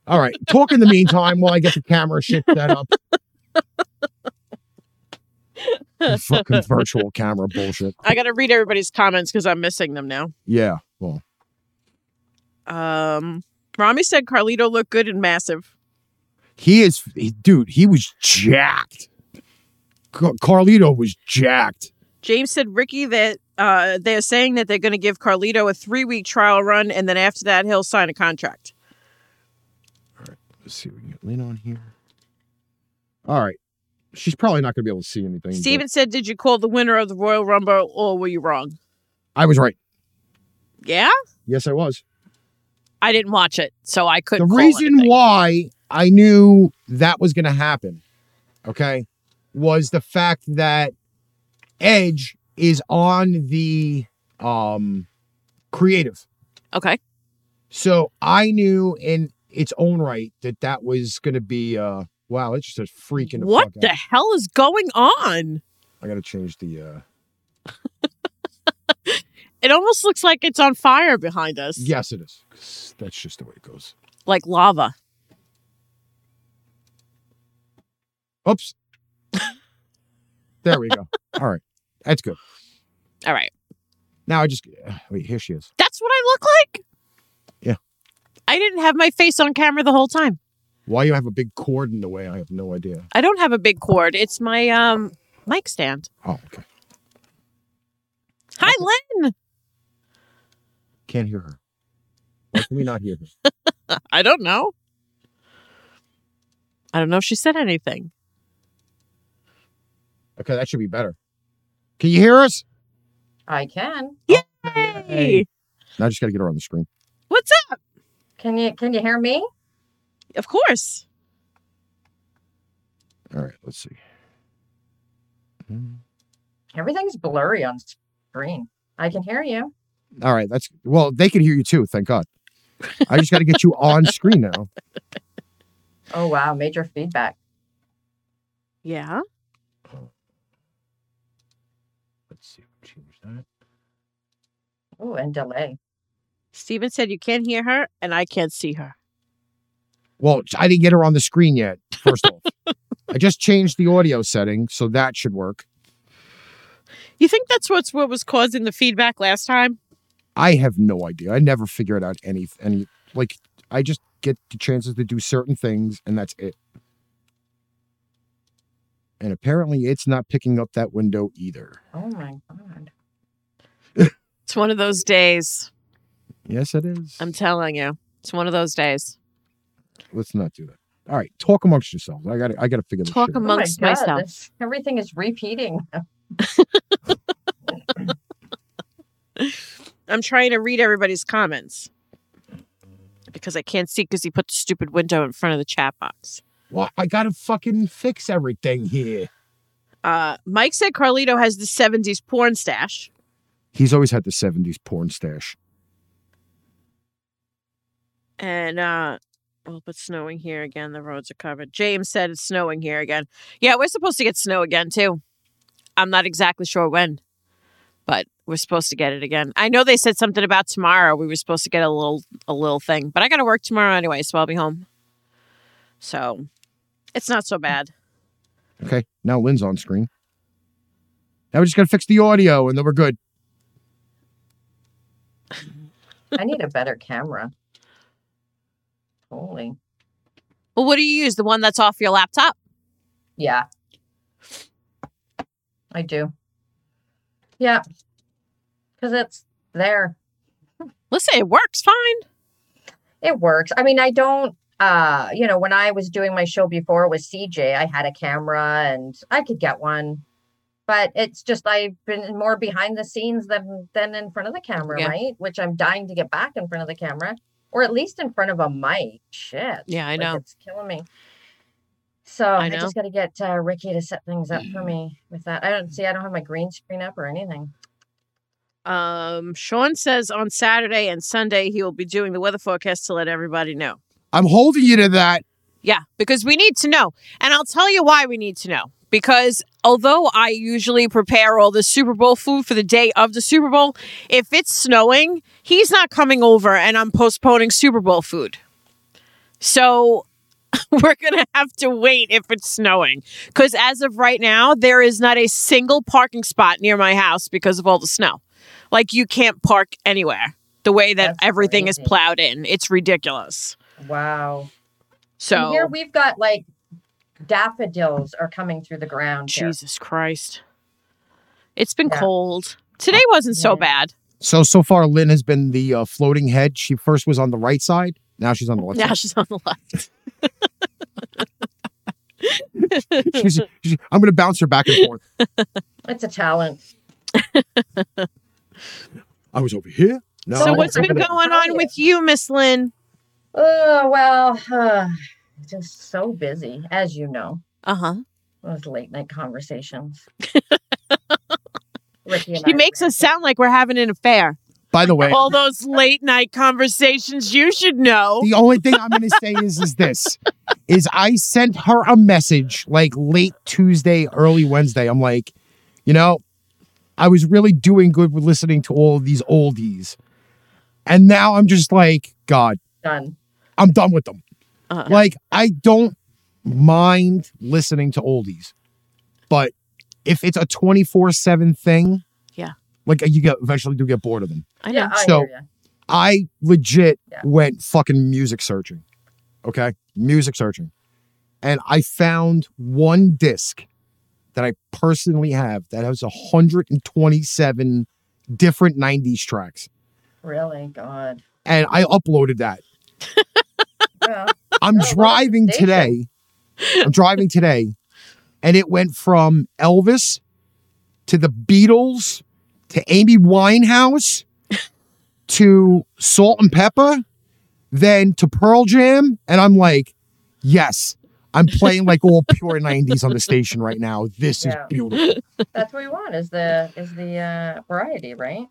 [SPEAKER 2] All right. Talk in the meantime while I get the camera shit set up. You Fucking virtual camera bullshit.
[SPEAKER 3] I got to read everybody's comments because I'm missing them now.
[SPEAKER 2] Yeah. Well,
[SPEAKER 3] Um, Rami said Carlito looked good and massive.
[SPEAKER 2] he is, he- dude, he was jacked. Ca- Carlito was jacked.
[SPEAKER 3] James said Ricky that uh, they're saying that they're going to give Carlito a three week trial run, and then after that he'll sign a contract.
[SPEAKER 2] Let's see if we can get Lena on here. All right. She's probably not going to be able to see anything. but
[SPEAKER 3] Steven said, "Did you call the winner of the Royal Rumble, or were you wrong?"
[SPEAKER 2] I was right.
[SPEAKER 3] Yeah,
[SPEAKER 2] Yes, I was.
[SPEAKER 3] I didn't watch it, so I
[SPEAKER 2] the
[SPEAKER 3] couldn't. call
[SPEAKER 2] reason
[SPEAKER 3] anything.
[SPEAKER 2] why I knew that was going to happen, okay, was the fact that Edge is on the um creative.
[SPEAKER 3] Okay,
[SPEAKER 2] So I knew in its own right that that was going to be uh wow, it's just a freaking
[SPEAKER 3] what
[SPEAKER 2] fuck
[SPEAKER 3] the
[SPEAKER 2] out.
[SPEAKER 3] hell is going on?
[SPEAKER 2] I got to change the uh
[SPEAKER 3] It almost looks like it's on fire behind us,
[SPEAKER 2] yes it is. 'Cause That's just the way it goes.
[SPEAKER 3] like lava.
[SPEAKER 2] Oops. there we go. All right. That's good.
[SPEAKER 3] All right,
[SPEAKER 2] Now I just uh, wait, here she is.
[SPEAKER 3] that's what I look like.
[SPEAKER 2] Yeah.
[SPEAKER 3] I didn't have my face on camera the whole time.
[SPEAKER 2] Why you have a big cord in the way, I have no idea.
[SPEAKER 3] I don't have a big cord. It's my um mic stand.
[SPEAKER 2] Oh, okay.
[SPEAKER 3] Hi, Lynn.
[SPEAKER 2] Can't hear her. Why can we not hear her?
[SPEAKER 3] I don't know. I don't know if she said anything.
[SPEAKER 2] Okay, that should be better. Can you hear us?
[SPEAKER 5] I can.
[SPEAKER 3] Hey,
[SPEAKER 2] Now I just gotta get her on the screen.
[SPEAKER 3] what's up?
[SPEAKER 5] Can you can you hear me?
[SPEAKER 3] Of course.
[SPEAKER 2] All right, let's see. Mm.
[SPEAKER 5] Everything's blurry on screen. I can hear you.
[SPEAKER 2] All right, that's well, they can hear you too, thank God. I just gotta get you on screen now.
[SPEAKER 5] Oh wow, major feedback.
[SPEAKER 3] Yeah.
[SPEAKER 2] Let's see, change that.
[SPEAKER 5] Oh, and delay.
[SPEAKER 3] Steven said you can't hear her and I can't see her.
[SPEAKER 2] Well, I didn't get her on the screen yet, first off. I just changed the audio setting, so that should work.
[SPEAKER 3] You think that's what's what was causing the feedback last time?
[SPEAKER 2] I have no idea. I never figured out any any like I just get the chances to do certain things and that's it. And apparently it's not picking up that window either.
[SPEAKER 5] Oh my god.
[SPEAKER 3] It's one of those days.
[SPEAKER 2] Yes, it is.
[SPEAKER 3] I'm telling you. It's one of those days.
[SPEAKER 2] Let's not do that. All right, talk amongst yourselves. I got to I got to figure this
[SPEAKER 3] Talk
[SPEAKER 2] shit out.
[SPEAKER 5] Oh my
[SPEAKER 3] Amongst
[SPEAKER 5] God,
[SPEAKER 3] myself.
[SPEAKER 5] this- everything is repeating.
[SPEAKER 3] I'm trying to read everybody's comments. because I can't see because he put the stupid window in front of the chat box.
[SPEAKER 2] Well, I gotta fucking fix everything here.
[SPEAKER 3] Uh, Mike said Carlito has the 70s porn stash.
[SPEAKER 2] He's always had the 70s porn stash.
[SPEAKER 3] And uh oh, but snowing here again. The roads are covered. James said it's snowing here again. Yeah, we're supposed to get snow again too. I'm not exactly sure when, but we're supposed to get it again. I know they said something about tomorrow. We were supposed to get a little a little thing, but I got to work tomorrow anyway, so I'll be home. So, it's not so bad.
[SPEAKER 2] Okay, now Lynn's on screen. Now we just gotta fix the audio and then we're good.
[SPEAKER 5] I need a better camera. Holy.
[SPEAKER 3] Well, what do you use? The one that's off your laptop?
[SPEAKER 5] Yeah. I do. Yeah. Because it's there.
[SPEAKER 3] Listen, it works fine.
[SPEAKER 5] It works. I mean, I don't, uh, you know, when I was doing my show before with CJ, I had a camera and I could get one. But it's just I've been more behind the scenes than than in front of the camera,
[SPEAKER 3] Yeah.
[SPEAKER 5] right? Which I'm dying to get back in front of the camera. Or at least in front of a mic. Shit.
[SPEAKER 3] Yeah, I
[SPEAKER 5] Like,
[SPEAKER 3] know.
[SPEAKER 5] it's killing me. So
[SPEAKER 3] I
[SPEAKER 5] I,
[SPEAKER 3] know.
[SPEAKER 5] just got to get uh, Ricky to set things up for me with that. I don't see. I don't have my green screen up or anything.
[SPEAKER 3] Um, Sean says on Saturday and Sunday he will be doing the weather forecast to let everybody know.
[SPEAKER 2] I'm holding you to that.
[SPEAKER 3] Yeah, because we need to know. And I'll tell you why we need to know. Because although I usually prepare all the Super Bowl food for the day of the Super Bowl, if it's snowing, he's not coming over and I'm postponing Super Bowl food. So we're going to have to wait if it's snowing. Because as of right now, there is not a single parking spot near my house because of all the snow. Like you can't park anywhere the way that
[SPEAKER 5] That's
[SPEAKER 3] everything is
[SPEAKER 5] crazy.
[SPEAKER 3] plowed in. It's ridiculous.
[SPEAKER 5] Wow. And
[SPEAKER 3] So
[SPEAKER 5] here we've got like daffodils are coming through the ground. here.
[SPEAKER 3] Jesus Christ. It's been
[SPEAKER 5] Yeah.
[SPEAKER 3] cold. Today wasn't so
[SPEAKER 5] Yeah.
[SPEAKER 3] bad.
[SPEAKER 2] So so far, Lynn has been the uh, floating head. She first was on the right side. Now she's on the left.
[SPEAKER 3] Now she's on the left.
[SPEAKER 2] side. She's- she's- I'm gonna bounce her back and forth.
[SPEAKER 5] It's a talent.
[SPEAKER 2] I was over here. No.
[SPEAKER 5] So
[SPEAKER 3] So
[SPEAKER 5] Oh,
[SPEAKER 3] what's
[SPEAKER 5] I'm
[SPEAKER 3] been
[SPEAKER 5] gonna
[SPEAKER 3] going
[SPEAKER 5] tell
[SPEAKER 3] on
[SPEAKER 5] you.
[SPEAKER 3] with you, Miss Lynn?
[SPEAKER 5] Oh well, just so busy, as you know.
[SPEAKER 3] Uh-huh.
[SPEAKER 5] Those late night conversations. Ricky and
[SPEAKER 3] She
[SPEAKER 5] I
[SPEAKER 3] makes
[SPEAKER 5] rant.
[SPEAKER 3] us sound like we're having an affair.
[SPEAKER 2] By the way,
[SPEAKER 3] All those late night conversations you should know.
[SPEAKER 2] the only thing I'm gonna say is is this is I sent her a message like late Tuesday, early Wednesday. I'm like, you know, I was really doing good with listening to all of these oldies, and now I'm just like, God,
[SPEAKER 5] done.
[SPEAKER 2] I'm done with them.
[SPEAKER 3] Uh-huh.
[SPEAKER 2] Like I don't mind listening to oldies, but if it's a 24/7 thing,
[SPEAKER 3] Yeah.
[SPEAKER 2] Like you get eventually do get bored of them.
[SPEAKER 3] I
[SPEAKER 5] Yeah,
[SPEAKER 3] know.
[SPEAKER 5] I
[SPEAKER 2] So-
[SPEAKER 5] hear ya.
[SPEAKER 2] I legit
[SPEAKER 5] Yeah.
[SPEAKER 2] went fucking music searching. Okay? Music searching. And I found one disc that I personally have that has 127 different 90s tracks.
[SPEAKER 5] Really, God.
[SPEAKER 2] And I uploaded that.
[SPEAKER 5] Well,
[SPEAKER 2] I'm
[SPEAKER 5] Oh, what a
[SPEAKER 2] driving
[SPEAKER 5] station.
[SPEAKER 2] today. I'm driving today, and it went from Elvis to the Beatles to Amy Winehouse to Salt and Pepper, then to Pearl Jam, and I'm like, yes, I'm playing like all pure '90s on the station right now. This
[SPEAKER 5] Yeah.
[SPEAKER 2] is beautiful.
[SPEAKER 5] that's what we want is the is the uh, variety, right?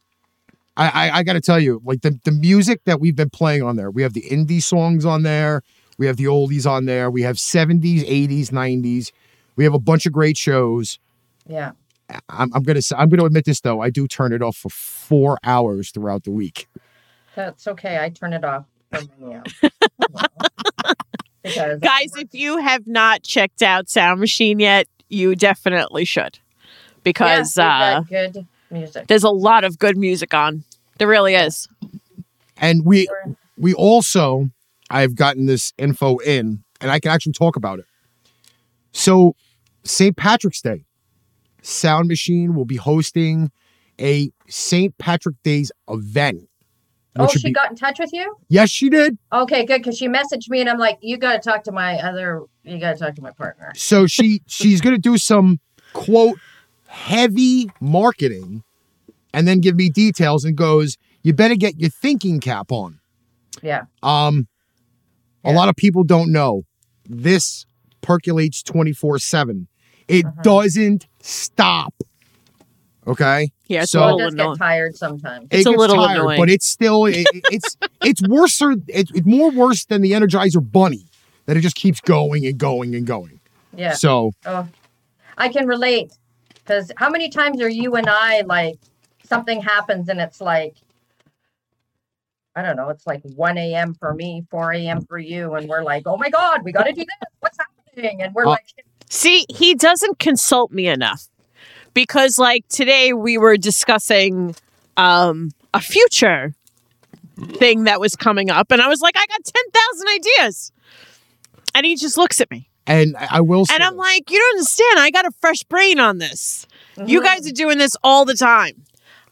[SPEAKER 2] I, I I got to tell you, like the the music that we've been playing on there. We have the indie songs on there. We have the oldies on there. We have 70s, 80s, 90s. We have a bunch of great shows.
[SPEAKER 5] Yeah.
[SPEAKER 2] I'm, I'm gonna s- I'm gonna admit this though. I do turn it off for four hours throughout the week.
[SPEAKER 5] That's okay. I turn it off for many hours. because
[SPEAKER 3] Guys, if you have not checked out Sound Machine yet, you definitely should. Because uh
[SPEAKER 5] yeah, we've got good music.
[SPEAKER 3] there's a lot of good music on. There really is.
[SPEAKER 2] And we
[SPEAKER 5] We're-
[SPEAKER 2] we also I've gotten this info in, and I can actually talk about it. So, St. Patrick's Day, Sound Machine will be hosting a St. Patrick Day's event.
[SPEAKER 5] Oh,
[SPEAKER 2] which would
[SPEAKER 5] she
[SPEAKER 2] be-
[SPEAKER 5] got in touch with you?
[SPEAKER 2] yes, she did.
[SPEAKER 5] Okay, good. Because she messaged me, and I'm like, you got to talk to my other. You got to talk to my partner.
[SPEAKER 2] So she she's gonna do some quote heavy marketing, and then give me details and goes, "You better get your thinking cap on."
[SPEAKER 5] Yeah.
[SPEAKER 2] Um, A lot of people don't know this percolates 24 7. It doesn't stop. Okay?
[SPEAKER 3] Yeah, it's
[SPEAKER 2] So-
[SPEAKER 3] a
[SPEAKER 5] Well, it
[SPEAKER 3] little
[SPEAKER 5] does get
[SPEAKER 3] annoying.
[SPEAKER 5] tired sometimes.
[SPEAKER 3] It's a
[SPEAKER 2] gets
[SPEAKER 3] little annoying.
[SPEAKER 2] but it's still it, it- it's it's worse. It's it's more worse than the Energizer Bunny that it just keeps going and going and going.
[SPEAKER 5] Yeah.
[SPEAKER 2] So
[SPEAKER 5] Oh, I can relate. Because how many times are you and I like something happens and it's like, I don't know, it's like 1 a.m. for me, 4 a.m. for you. And we're like, oh my God, we got to do this. What's happening? And we're
[SPEAKER 2] Oh.
[SPEAKER 3] Uh,
[SPEAKER 5] like,
[SPEAKER 3] See, he doesn't consult me enough because, like, today we were discussing um, a future thing that was coming up, and I was like, I got 10,000 ideas. And he just looks at me.
[SPEAKER 2] and I I will say
[SPEAKER 3] And I'm
[SPEAKER 2] this.
[SPEAKER 3] like, you don't understand. I got a fresh brain on this. You
[SPEAKER 5] Mhm.
[SPEAKER 3] guys are doing this all the time.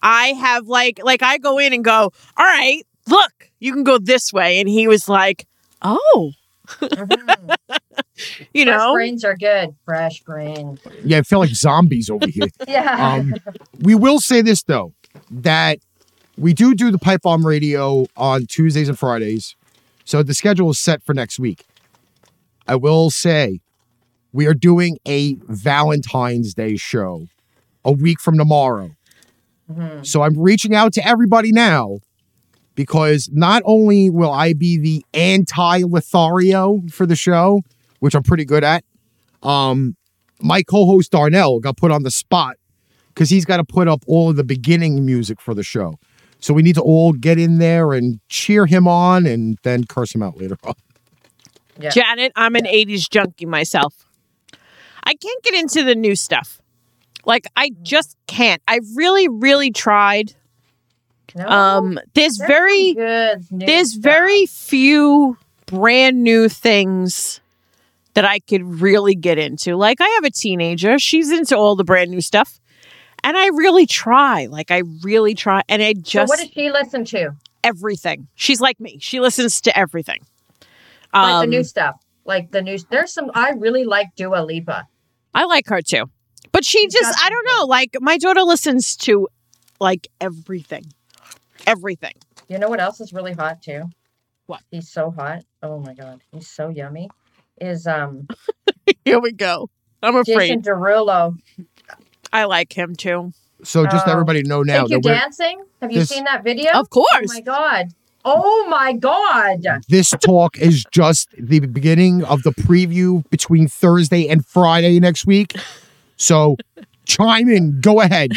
[SPEAKER 3] I have like like I go in and go, all right, look, you can go this way. And he was like, Oh,
[SPEAKER 5] "Mhm,
[SPEAKER 3] you
[SPEAKER 5] fresh
[SPEAKER 3] know.
[SPEAKER 5] brains are good. Fresh brains.
[SPEAKER 2] yeah, I feel like zombies over here.
[SPEAKER 5] Yeah.
[SPEAKER 2] Um, we will say this though that we do do the pipe bomb radio on Tuesdays and Fridays, so the schedule is set for next week. I will say we are doing a Valentine's Day show a week from tomorrow.
[SPEAKER 5] Mhm.
[SPEAKER 2] So I'm reaching out to everybody now because not only will I be the anti Lothario for the show, which I'm pretty good at, um, my co host Darnell got put on the spot because he's got to put up all of the beginning music for the show. So we need to all get in there and cheer him on and then curse him out later on.
[SPEAKER 5] Yeah.
[SPEAKER 3] Janet, I'm an 80s junkie myself. I can't get into the new stuff. Like I just can't. I really, really tried.
[SPEAKER 5] No,
[SPEAKER 3] Um there's
[SPEAKER 5] Oh, there's some
[SPEAKER 3] very
[SPEAKER 5] good new
[SPEAKER 3] there's
[SPEAKER 5] stuff.
[SPEAKER 3] very few brand new things that I could really get into. Like I have a teenager, she's into all the brand new stuff. And I really try. Like I really try and I
[SPEAKER 5] So
[SPEAKER 3] just
[SPEAKER 5] what does she listen to?
[SPEAKER 3] everything. She's like me. She listens to everything.
[SPEAKER 5] Like the
[SPEAKER 3] Um,
[SPEAKER 5] new stuff. Like the new. There's some. I really like Dua Lipa.
[SPEAKER 3] I like her too. But she
[SPEAKER 5] She's
[SPEAKER 3] just
[SPEAKER 5] got
[SPEAKER 3] I don't know, like my daughter listens to like everything. Everything.
[SPEAKER 5] You know what else is really hot too?
[SPEAKER 3] What?
[SPEAKER 5] He's so hot. Oh my god, he's so yummy. Is um
[SPEAKER 3] Here we go. I'm afraid.
[SPEAKER 5] Jason Derulo?
[SPEAKER 3] I like him too.
[SPEAKER 2] So just
[SPEAKER 5] Oh.
[SPEAKER 2] everybody know now
[SPEAKER 5] Thank you
[SPEAKER 2] that we're,
[SPEAKER 5] dancing. Have you
[SPEAKER 2] this-
[SPEAKER 5] seen that video?
[SPEAKER 3] Of
[SPEAKER 5] oh
[SPEAKER 3] course.
[SPEAKER 5] my god. Oh my god.
[SPEAKER 2] this talk is just the beginning of the preview between Thursday and Friday next week. So chime in, go ahead.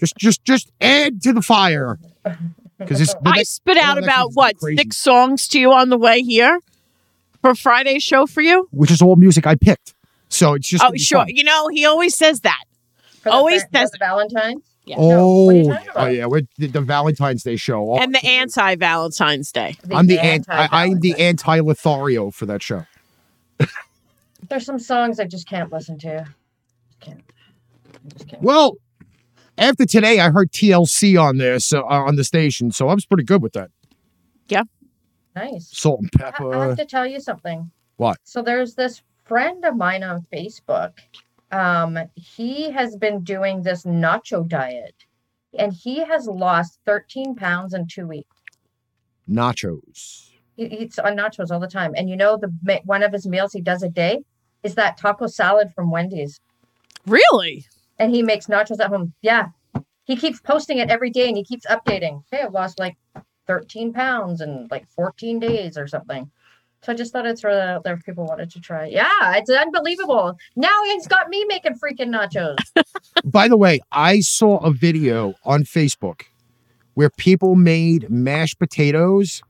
[SPEAKER 2] just just just add to the fire. Cuz it's the
[SPEAKER 3] I
[SPEAKER 2] next-
[SPEAKER 3] spit
[SPEAKER 2] the
[SPEAKER 3] out
[SPEAKER 2] next
[SPEAKER 3] about
[SPEAKER 2] one's
[SPEAKER 3] what
[SPEAKER 2] crazy.
[SPEAKER 3] six songs to you on the way here for Friday's show for you.
[SPEAKER 2] which is all music I picked. So it's just
[SPEAKER 3] Oh,
[SPEAKER 2] gonna be
[SPEAKER 3] sure.
[SPEAKER 2] fun.
[SPEAKER 3] You know he always says that.
[SPEAKER 5] For
[SPEAKER 3] Always
[SPEAKER 5] the, Fran-
[SPEAKER 3] says-
[SPEAKER 5] for the Valentine's. No,
[SPEAKER 2] Oh,
[SPEAKER 5] what are you talking
[SPEAKER 2] oh
[SPEAKER 5] about?
[SPEAKER 2] yeah, we're the, the Valentine's Day show.
[SPEAKER 3] and the anti Valentine's Day.
[SPEAKER 2] I'm the anti, I, am the
[SPEAKER 5] anti-Valentine's.
[SPEAKER 2] anti Lothario for that show.
[SPEAKER 5] There's some songs I just can't listen to. Can't. I just can't.
[SPEAKER 2] Well, after today, I heard TLC on there, so uh, on the station, so I was pretty good with that.
[SPEAKER 5] Nice.
[SPEAKER 2] Salt and
[SPEAKER 5] I- I
[SPEAKER 2] pepper.
[SPEAKER 5] have to tell you something.
[SPEAKER 2] What?
[SPEAKER 5] So there's this friend of mine on Facebook. Um, he has been doing this nacho diet, and he has lost 13 pounds in two weeks.
[SPEAKER 2] nachos.
[SPEAKER 5] He eats on nachos all the time, and you know the ma- one of his meals he does a day is that taco salad from Wendy's,
[SPEAKER 3] Really?
[SPEAKER 5] and he makes nachos at home. Yeah, he keeps posting it every day, and he keeps updating. Hey, I've lost like 13 pounds in like 14 days or something. So I just thought I'd throw that out there if people wanted to try. it. Yeah, it's unbelievable. Now he's got me making freaking nachos.
[SPEAKER 2] By the way, I saw a video on Facebook where people made mashed potatoes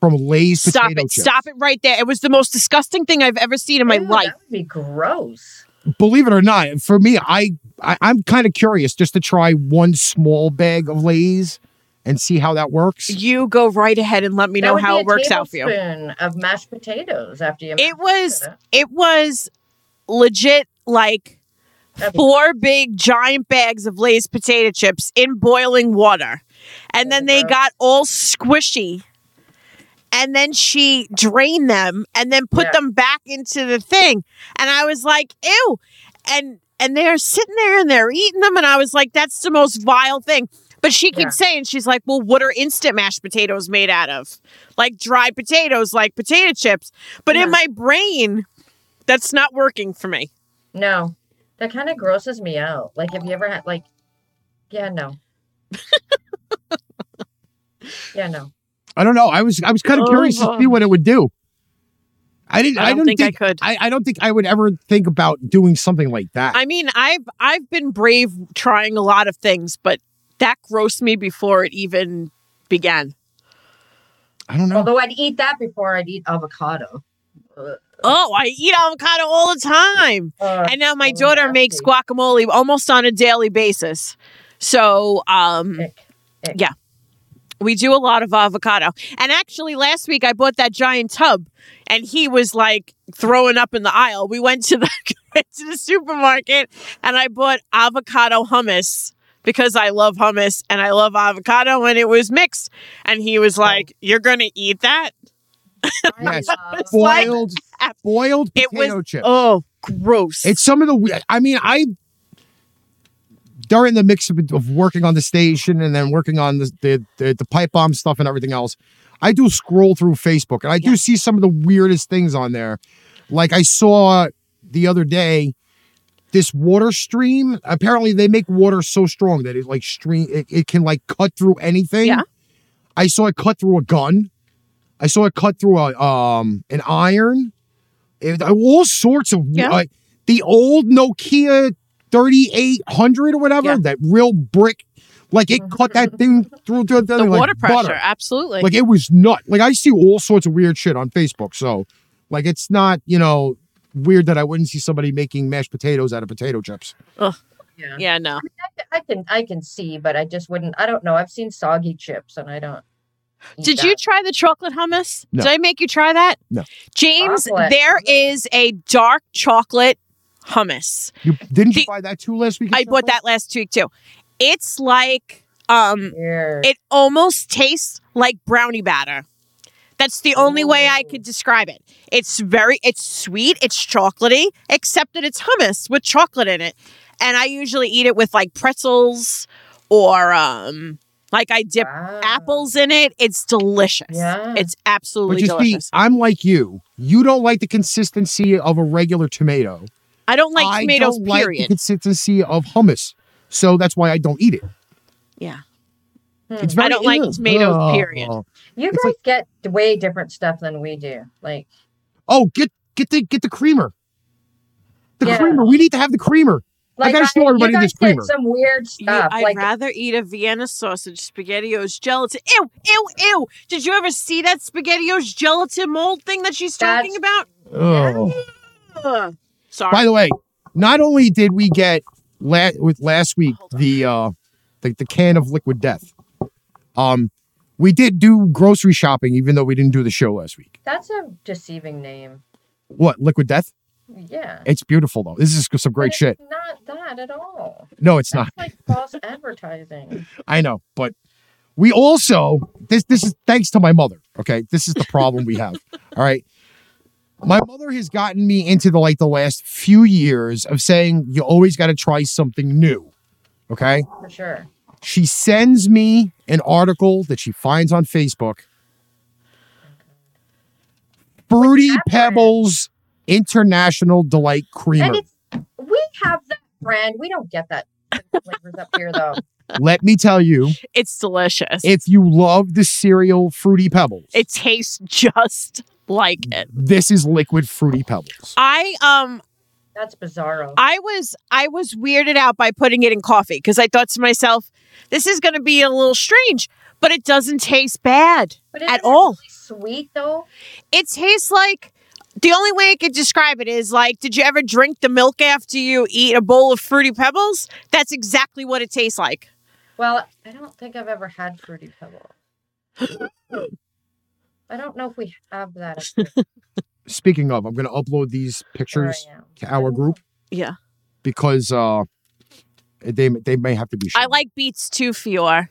[SPEAKER 2] from Lay's
[SPEAKER 3] Stop
[SPEAKER 2] potato
[SPEAKER 3] it!
[SPEAKER 2] chips.
[SPEAKER 3] Stop it right there! It was the most disgusting thing I've ever seen in my
[SPEAKER 5] Ew,
[SPEAKER 3] life.
[SPEAKER 5] That would be gross.
[SPEAKER 2] Believe it or not, for me, I, I I'm kind of curious just to try one small bag of Lay's and see how that works.
[SPEAKER 3] You go right ahead and let me
[SPEAKER 5] That
[SPEAKER 3] know
[SPEAKER 5] would
[SPEAKER 3] how
[SPEAKER 5] be a
[SPEAKER 3] it works out for you.
[SPEAKER 5] tablespoon Of mashed potatoes after you.
[SPEAKER 3] It
[SPEAKER 5] mash
[SPEAKER 3] was
[SPEAKER 5] it.
[SPEAKER 3] it was legit like
[SPEAKER 5] That'd be-
[SPEAKER 3] four big giant bags of Lay's potato chips in boiling water. And then they
[SPEAKER 5] Gross.
[SPEAKER 3] got all squishy. And then she drained them and then put
[SPEAKER 5] Yeah.
[SPEAKER 3] them back into the thing. And I was like, ew. And and they're sitting there and they're eating them. And I was like, that's the most vile thing. But she keeps
[SPEAKER 5] Yeah.
[SPEAKER 3] saying, she's like, well, what are instant mashed potatoes made out of? Like dried potatoes, like potato chips. But
[SPEAKER 5] Yeah.
[SPEAKER 3] in my brain, that's not working for me.
[SPEAKER 5] No, that kind of grosses me out. Like, have you ever had like, yeah, no, yeah, no.
[SPEAKER 2] I don't know. I was I was kind of curious to
[SPEAKER 3] Oh.
[SPEAKER 2] see what it would do. I didn't.
[SPEAKER 3] I don't, think, I could.
[SPEAKER 2] I, I don't think I would ever think about doing something like that.
[SPEAKER 3] I mean, I've I've been brave trying a lot of things, but that grossed me before it even began.
[SPEAKER 2] I don't know.
[SPEAKER 5] Although I'd eat that before I'd eat avocado. Ugh.
[SPEAKER 3] Oh, I eat avocado all the time.
[SPEAKER 5] Ugh.
[SPEAKER 3] And now my
[SPEAKER 5] Uh, so
[SPEAKER 3] daughter makes
[SPEAKER 5] nasty.
[SPEAKER 3] guacamole almost on a daily basis. So, um
[SPEAKER 5] Ick. Ick.
[SPEAKER 3] yeah. We do a lot of avocado. And actually last week I bought that giant tub and he was like throwing up in the aisle. We went to the went to the supermarket and I bought avocado hummus because I love hummus and I love avocado and it was mixed and he
[SPEAKER 2] Oh.
[SPEAKER 3] was like, "You're going to eat that?"
[SPEAKER 5] I
[SPEAKER 2] Yes.
[SPEAKER 5] love-
[SPEAKER 3] like-
[SPEAKER 2] boiled boiled
[SPEAKER 3] It was-
[SPEAKER 2] potato chips.
[SPEAKER 3] Oh, gross.
[SPEAKER 2] It's some of the. we- I mean, I during the mix of, of working on the station and then working on the the, the the pipe bomb stuff and everything else, I do scroll through Facebook and I do see some of the weirdest things on there. Like I saw the other day this water stream. Apparently, they make water so strong that it like stream it, it can like cut through anything.
[SPEAKER 3] Yeah.
[SPEAKER 2] I saw it cut through a gun. I saw it cut through a um an iron. It- uh, all sorts of
[SPEAKER 3] Yeah.
[SPEAKER 2] like the old Nokia 3800 or whatever,
[SPEAKER 3] Yeah.
[SPEAKER 2] that real brick, like it cut that thing through to
[SPEAKER 3] the
[SPEAKER 2] like
[SPEAKER 3] water pressure,
[SPEAKER 2] butter.
[SPEAKER 3] absolutely.
[SPEAKER 2] Like it was nut. Like I see all sorts of weird shit on Facebook. So, like it's not you know weird that I wouldn't see somebody making mashed potatoes out of potato chips.
[SPEAKER 5] yeah.
[SPEAKER 3] yeah, no.
[SPEAKER 5] I can I can see, but I just wouldn't. I don't know. I've seen soggy chips, and I don't. eat
[SPEAKER 3] Did you
[SPEAKER 5] that.
[SPEAKER 3] try the chocolate hummus?
[SPEAKER 2] No.
[SPEAKER 3] Did I make you try that?
[SPEAKER 2] No.
[SPEAKER 3] James,
[SPEAKER 5] Chocolate.
[SPEAKER 3] there is a dark chocolate hummus.
[SPEAKER 2] You didn't you
[SPEAKER 3] The-
[SPEAKER 2] buy that too last week?
[SPEAKER 3] I bought that last week too. It's like um
[SPEAKER 5] Weird.
[SPEAKER 3] it almost tastes like brownie batter. That's the only way I could describe it. It's very it's sweet, it's chocolatey, except that it's hummus with chocolate in it. And I usually eat it with like pretzels or um like I dip
[SPEAKER 5] Wow.
[SPEAKER 3] apples in it. It's delicious.
[SPEAKER 5] Yeah.
[SPEAKER 3] It's
[SPEAKER 2] But
[SPEAKER 3] absolutely
[SPEAKER 2] you see,
[SPEAKER 3] delicious.
[SPEAKER 2] I'm like you. You don't like the consistency of a regular tomato.
[SPEAKER 3] I don't like
[SPEAKER 2] I
[SPEAKER 3] tomatoes,
[SPEAKER 2] don't like the
[SPEAKER 3] period.
[SPEAKER 2] consistency of hummus. So that's why I don't eat it.
[SPEAKER 3] yeah.
[SPEAKER 2] It's
[SPEAKER 5] Hmm.
[SPEAKER 2] very
[SPEAKER 3] Mm. I don't like
[SPEAKER 2] ugh,
[SPEAKER 3] tomatoes,
[SPEAKER 2] ugh.
[SPEAKER 3] period.
[SPEAKER 5] You guys
[SPEAKER 2] it's like-
[SPEAKER 5] get way different stuff than we do. Like
[SPEAKER 2] Oh, get get the get the creamer. The
[SPEAKER 5] Yeah.
[SPEAKER 2] creamer. We need to have the creamer.
[SPEAKER 5] Like
[SPEAKER 2] gotta show
[SPEAKER 5] you
[SPEAKER 2] everybody
[SPEAKER 5] guys
[SPEAKER 2] this
[SPEAKER 5] get
[SPEAKER 2] creamer.
[SPEAKER 5] Some weird
[SPEAKER 3] You-
[SPEAKER 5] stuff.
[SPEAKER 3] I'd
[SPEAKER 5] like
[SPEAKER 3] rather eat a Vienna sausage, SpaghettiOs gelatin. Ew, ew, ew. Did you ever see that SpaghettiOs gelatin mold thing that she's talking about?
[SPEAKER 2] Oh.
[SPEAKER 3] Ugh. Sorry.
[SPEAKER 2] By the way, not only did we get la- with last week the uh the, the can of liquid death. Um we did do grocery shopping even though we didn't do the show last week.
[SPEAKER 5] that's a deceiving name.
[SPEAKER 2] What, liquid death?
[SPEAKER 5] Yeah.
[SPEAKER 2] It's beautiful though. This is some
[SPEAKER 5] But
[SPEAKER 2] great
[SPEAKER 5] it's
[SPEAKER 2] shit.
[SPEAKER 5] Not that at all.
[SPEAKER 2] No, it's not.
[SPEAKER 5] That's like false advertising.
[SPEAKER 2] I know, but we also this this is thanks to my mother. Okay, this is the problem we have. All right, my mother has gotten me into the like the last few years of saying you always got to try something new. Okay,
[SPEAKER 5] For sure.
[SPEAKER 2] she sends me an article that she finds on Facebook. Fruity
[SPEAKER 5] that brand?
[SPEAKER 2] Pebbles International Delight
[SPEAKER 5] And
[SPEAKER 2] Creamer.
[SPEAKER 5] it's we have that brand. We don't get that flavors up here though.
[SPEAKER 2] Let me tell you,
[SPEAKER 3] it's delicious. It,
[SPEAKER 2] if you love the cereal Fruity Pebbles,
[SPEAKER 3] tastes just like it.
[SPEAKER 2] this is liquid Fruity Pebbles.
[SPEAKER 3] I um
[SPEAKER 5] That's bizarro.
[SPEAKER 3] I was I was weirded out by putting it in coffee because I thought to myself, this is gonna be a little strange, but it doesn't taste bad.
[SPEAKER 5] but
[SPEAKER 3] at
[SPEAKER 5] isn't it
[SPEAKER 3] all.
[SPEAKER 5] really sweet though.
[SPEAKER 3] it tastes like the only way I could describe it is like, did you ever drink the milk after you eat a bowl of fruity pebbles? That's exactly what it tastes like.
[SPEAKER 5] Well, I don't think I've ever had fruity pebble. I don't know if we have that up here
[SPEAKER 2] speaking of, I'm going to upload these
[SPEAKER 5] where I
[SPEAKER 2] pictures
[SPEAKER 5] am.
[SPEAKER 2] to our group
[SPEAKER 3] Yeah.
[SPEAKER 2] because uh, they they may have to be.
[SPEAKER 3] I
[SPEAKER 2] shared.
[SPEAKER 3] like beets too, Fior.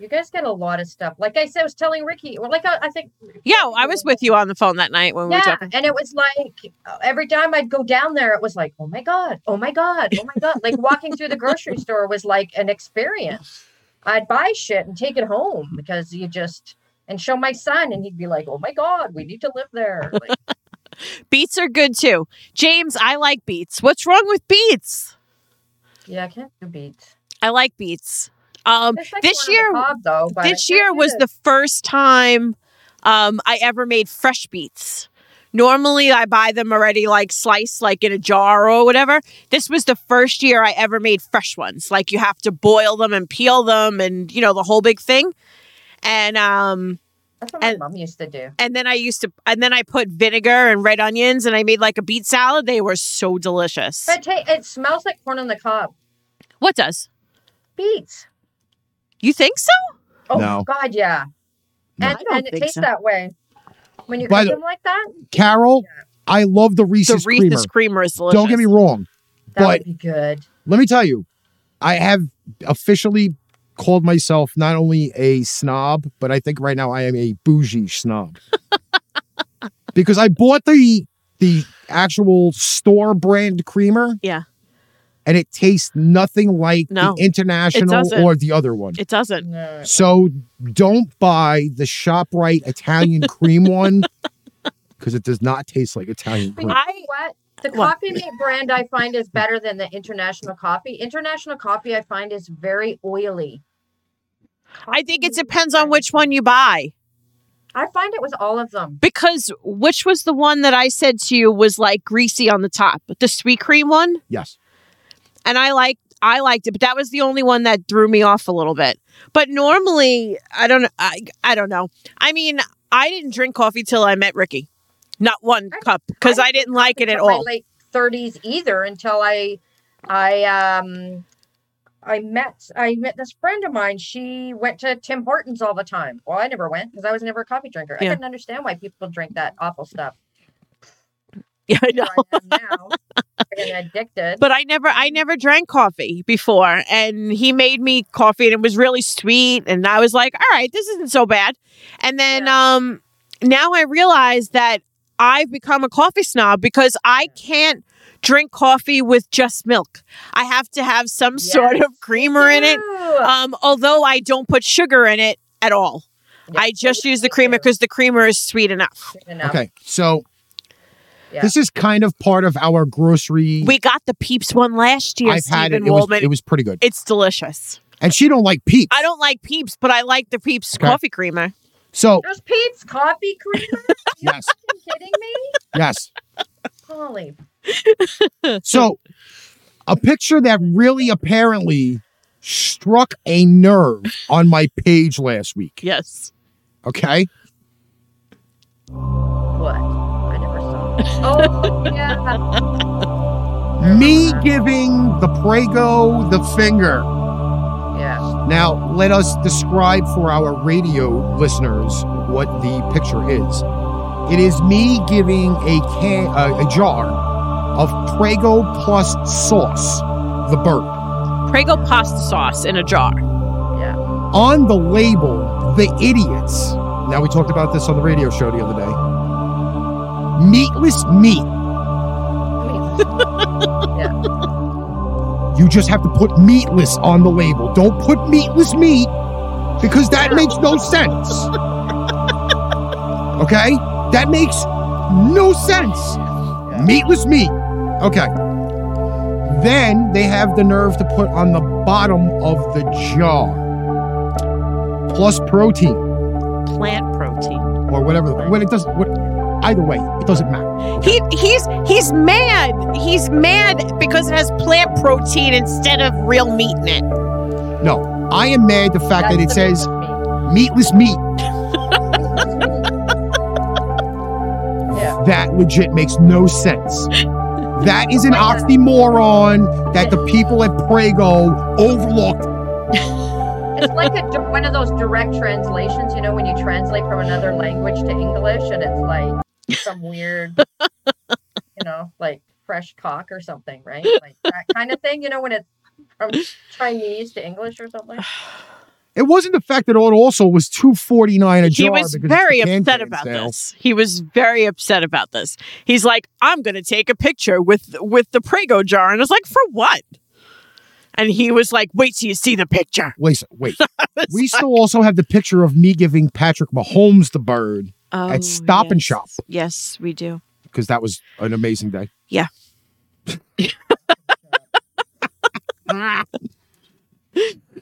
[SPEAKER 5] You guys get a lot of stuff. Like I said, I was telling Ricky. Well, like I, I think
[SPEAKER 3] Yeah, I was with you on the phone that night when we were
[SPEAKER 5] Yeah,
[SPEAKER 3] talking.
[SPEAKER 5] and it was like uh, every time I'd go down there, it was like, oh my god, oh my god, oh my god. Like walking through the grocery store was like an experience. I'd buy shit and take it home because you just and show my son, and he'd be like, "Oh my god, we need to live there." Like,
[SPEAKER 3] Beets are good too. James, I like beets. What's wrong with beets?
[SPEAKER 5] yeah, I can't do beats.
[SPEAKER 3] I like beets. Um,
[SPEAKER 5] It's like
[SPEAKER 3] this
[SPEAKER 5] corn on
[SPEAKER 3] year,
[SPEAKER 5] the cob, though, but I
[SPEAKER 3] this
[SPEAKER 5] can't
[SPEAKER 3] year
[SPEAKER 5] do
[SPEAKER 3] was
[SPEAKER 5] it.
[SPEAKER 3] the first time um, I ever made fresh beets. Normally, I buy them already, like sliced, like in a jar or whatever. This was the first year I ever made fresh ones. Like you have to boil them and peel them, and you know the whole big thing. And um,
[SPEAKER 5] That's what my
[SPEAKER 3] and-
[SPEAKER 5] mom used to do.
[SPEAKER 3] and then I used to, and then I put vinegar and red onions, and I made like a beet salad. They were so delicious.
[SPEAKER 5] But ta it smells like corn on the cob.
[SPEAKER 3] What does
[SPEAKER 5] Beets.
[SPEAKER 3] you think so?
[SPEAKER 5] Oh
[SPEAKER 2] No.
[SPEAKER 5] God, yeah.
[SPEAKER 2] No.
[SPEAKER 5] And,
[SPEAKER 3] I don't
[SPEAKER 5] and it
[SPEAKER 3] think
[SPEAKER 5] tastes
[SPEAKER 3] so.
[SPEAKER 5] that way when you
[SPEAKER 2] By
[SPEAKER 5] cook
[SPEAKER 2] the-
[SPEAKER 5] them like that.
[SPEAKER 2] Carol, I love the Reese's
[SPEAKER 3] the wreath
[SPEAKER 2] creamer.
[SPEAKER 3] is creamer is delicious.
[SPEAKER 2] Don't get me wrong.
[SPEAKER 5] That
[SPEAKER 2] But-
[SPEAKER 5] would be good.
[SPEAKER 2] Let me tell you, I have officially called myself not only a snob, but I think right now I am a bougie snob. because I bought the the actual store brand creamer.
[SPEAKER 3] Yeah.
[SPEAKER 2] And it tastes nothing like
[SPEAKER 3] No,
[SPEAKER 2] the international
[SPEAKER 3] doesn't.
[SPEAKER 2] or the other one.
[SPEAKER 3] It doesn't.
[SPEAKER 5] No.
[SPEAKER 2] So don't buy the ShopRite Italian cream one because it does not taste like Italian cream.
[SPEAKER 3] I
[SPEAKER 5] What? The
[SPEAKER 3] What?
[SPEAKER 5] coffee meat brand I find is better than the international coffee. International coffee I find is very oily.
[SPEAKER 3] I think it
[SPEAKER 5] Coffee meat
[SPEAKER 3] depends on
[SPEAKER 5] brand.
[SPEAKER 3] which one you buy.
[SPEAKER 5] I find it was all of them.
[SPEAKER 3] Because which was the one that I said to you was like greasy on the top, the sweet cream one,
[SPEAKER 2] Yes.
[SPEAKER 3] and I like I liked it, but that was the only one that threw me off a little bit. But normally, I don't I I don't know. I mean, I didn't drink coffee till I met Ricky, not one
[SPEAKER 5] I-
[SPEAKER 3] cup because
[SPEAKER 5] I
[SPEAKER 3] I didn't like it at
[SPEAKER 5] until my
[SPEAKER 3] all.
[SPEAKER 5] late thirties either until I, I um, I met I met this friend of mine. She went to Tim Hortons all the time. Well, I never went because I was never a coffee drinker.
[SPEAKER 3] Yeah.
[SPEAKER 5] I couldn't understand why people drink that awful stuff.
[SPEAKER 3] Yeah, I know.
[SPEAKER 5] Here I am now, freaking addicted.
[SPEAKER 3] But I never I never drank coffee before, and he made me coffee, and it was really sweet, and I was like, all right, this isn't so bad. And then um, now I realize that I've become a coffee snob because I can't drink coffee with just milk. I have to have some sort
[SPEAKER 5] Yes.
[SPEAKER 3] of creamer in it.
[SPEAKER 5] Ew.
[SPEAKER 3] Um, although I don't put sugar in it at all.
[SPEAKER 5] Yeah,
[SPEAKER 3] I just
[SPEAKER 5] me
[SPEAKER 3] use the creamer
[SPEAKER 5] too.
[SPEAKER 3] because the creamer is sweet enough.
[SPEAKER 5] You know,
[SPEAKER 2] Okay. So
[SPEAKER 5] Yeah.
[SPEAKER 2] this is kind of part of our grocery.
[SPEAKER 3] We got the Peeps one last year,
[SPEAKER 2] Mm. I've had it.
[SPEAKER 3] Stephen
[SPEAKER 2] It was,
[SPEAKER 3] Waldman.
[SPEAKER 2] it was pretty good.
[SPEAKER 3] it's delicious.
[SPEAKER 2] And she don't like peeps.
[SPEAKER 3] I don't like Peeps, but I like the Peeps
[SPEAKER 2] Okay.
[SPEAKER 3] coffee creamer.
[SPEAKER 2] So
[SPEAKER 5] There's Pete's coffee creamer. Are
[SPEAKER 2] yes,
[SPEAKER 5] you kidding me?
[SPEAKER 2] yes.
[SPEAKER 5] Holy
[SPEAKER 2] So a picture that really apparently struck a nerve on my page last week.
[SPEAKER 3] Yes.
[SPEAKER 2] Okay.
[SPEAKER 5] what? I never saw. it. Oh yeah.
[SPEAKER 2] Me giving the Prego the finger.
[SPEAKER 5] Yeah.
[SPEAKER 2] Now, let us describe for our radio listeners what the picture is. It is me giving a can, uh, a jar of Prego Plus sauce, the bird.
[SPEAKER 3] Prego pasta sauce in a jar.
[SPEAKER 5] Yeah.
[SPEAKER 2] On the label, the idiots. Now, we talked about this on the radio show the other day. Meatless meat.
[SPEAKER 5] I mean,
[SPEAKER 2] You just have to put meatless on the label. Don't put meatless meat because that makes no sense. Okay? That makes no sense. Meatless meat. Okay. Then they have the nerve to put on the bottom of the jar plus protein
[SPEAKER 3] Plant protein.
[SPEAKER 2] or whatever. the- When it doesn't, what, either way, it doesn't matter.
[SPEAKER 3] He he's he's mad. He's mad because it has plant protein instead of real meat in it.
[SPEAKER 2] No, I am mad the fact that it
[SPEAKER 5] that's the
[SPEAKER 2] says
[SPEAKER 5] difference with me.
[SPEAKER 2] meatless meat.
[SPEAKER 5] Yeah.
[SPEAKER 2] That legit makes no sense. That is an
[SPEAKER 5] Yeah.
[SPEAKER 2] oxymoron that the people at Prego overlooked.
[SPEAKER 5] It's like a, di- one of those direct translations, you know, when you translate from another language to English and it's like some weird, you know, like fresh cock or something, right? Like that kind of thing, you know, when it's from Chinese to English or something.
[SPEAKER 2] It wasn't the fact that it also was two forty nine a jar.
[SPEAKER 3] He was
[SPEAKER 2] because it's
[SPEAKER 3] very
[SPEAKER 2] the
[SPEAKER 3] upset
[SPEAKER 2] Canton
[SPEAKER 3] about
[SPEAKER 2] sale.
[SPEAKER 3] this. He was very upset about this. He's like, I'm gonna take a picture with with the Prego jar. And I was like, for what? And he was like, wait till you see the picture.
[SPEAKER 2] Wait, wait. we still also have the picture of me giving Patrick Mahomes the bird
[SPEAKER 3] Oh,
[SPEAKER 2] at Stop and
[SPEAKER 3] yes.
[SPEAKER 2] Shop
[SPEAKER 3] Yes, we do.
[SPEAKER 2] because that was an amazing day.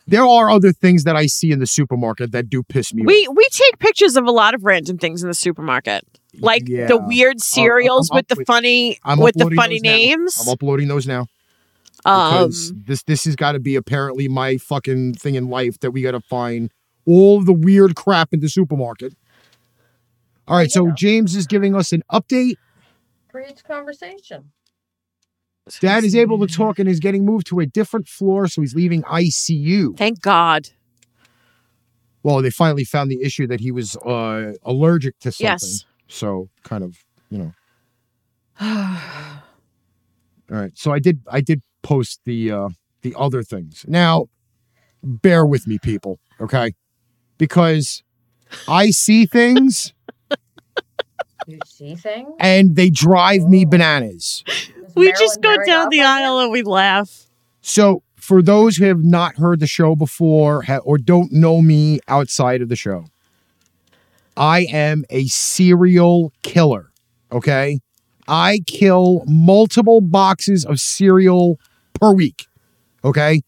[SPEAKER 2] There are other things that I see in the supermarket that do piss me
[SPEAKER 3] We we take pictures of a lot of random things in the supermarket,
[SPEAKER 2] off.
[SPEAKER 3] like
[SPEAKER 2] Yeah.
[SPEAKER 3] the weird cereals
[SPEAKER 2] I'm
[SPEAKER 3] with
[SPEAKER 2] up
[SPEAKER 3] the
[SPEAKER 2] with-
[SPEAKER 3] funny
[SPEAKER 2] I'm
[SPEAKER 3] with the
[SPEAKER 2] uploading
[SPEAKER 3] funny
[SPEAKER 2] those now.
[SPEAKER 3] names.
[SPEAKER 2] I'm uploading those now
[SPEAKER 3] Um,
[SPEAKER 2] because this this has got to be apparently my fucking thing in life that we got to find all the weird crap in the supermarket. All right, so
[SPEAKER 5] Yeah.
[SPEAKER 2] James is giving us an update.
[SPEAKER 5] Creates conversation.
[SPEAKER 2] Dad is able to talk and is getting moved to a different floor, so he's leaving ICU.
[SPEAKER 3] Thank God.
[SPEAKER 2] Well, they finally found the issue that he was uh, allergic to something.
[SPEAKER 3] Yes.
[SPEAKER 2] So kind of, you know. All right. So I did I did post the uh the other things. Now, bear with me, people, okay? Because I see things
[SPEAKER 5] You see things.
[SPEAKER 2] and they drive me bananas.
[SPEAKER 5] Is
[SPEAKER 3] we just
[SPEAKER 5] Marilyn
[SPEAKER 3] go
[SPEAKER 5] very
[SPEAKER 3] down
[SPEAKER 5] off
[SPEAKER 3] the
[SPEAKER 5] on you?
[SPEAKER 3] aisle and we laugh.
[SPEAKER 2] So for those who have not heard the show before ha- or don't know me outside of the show, I am a serial killer. Okay. I kill multiple boxes of cereal per week. Okay.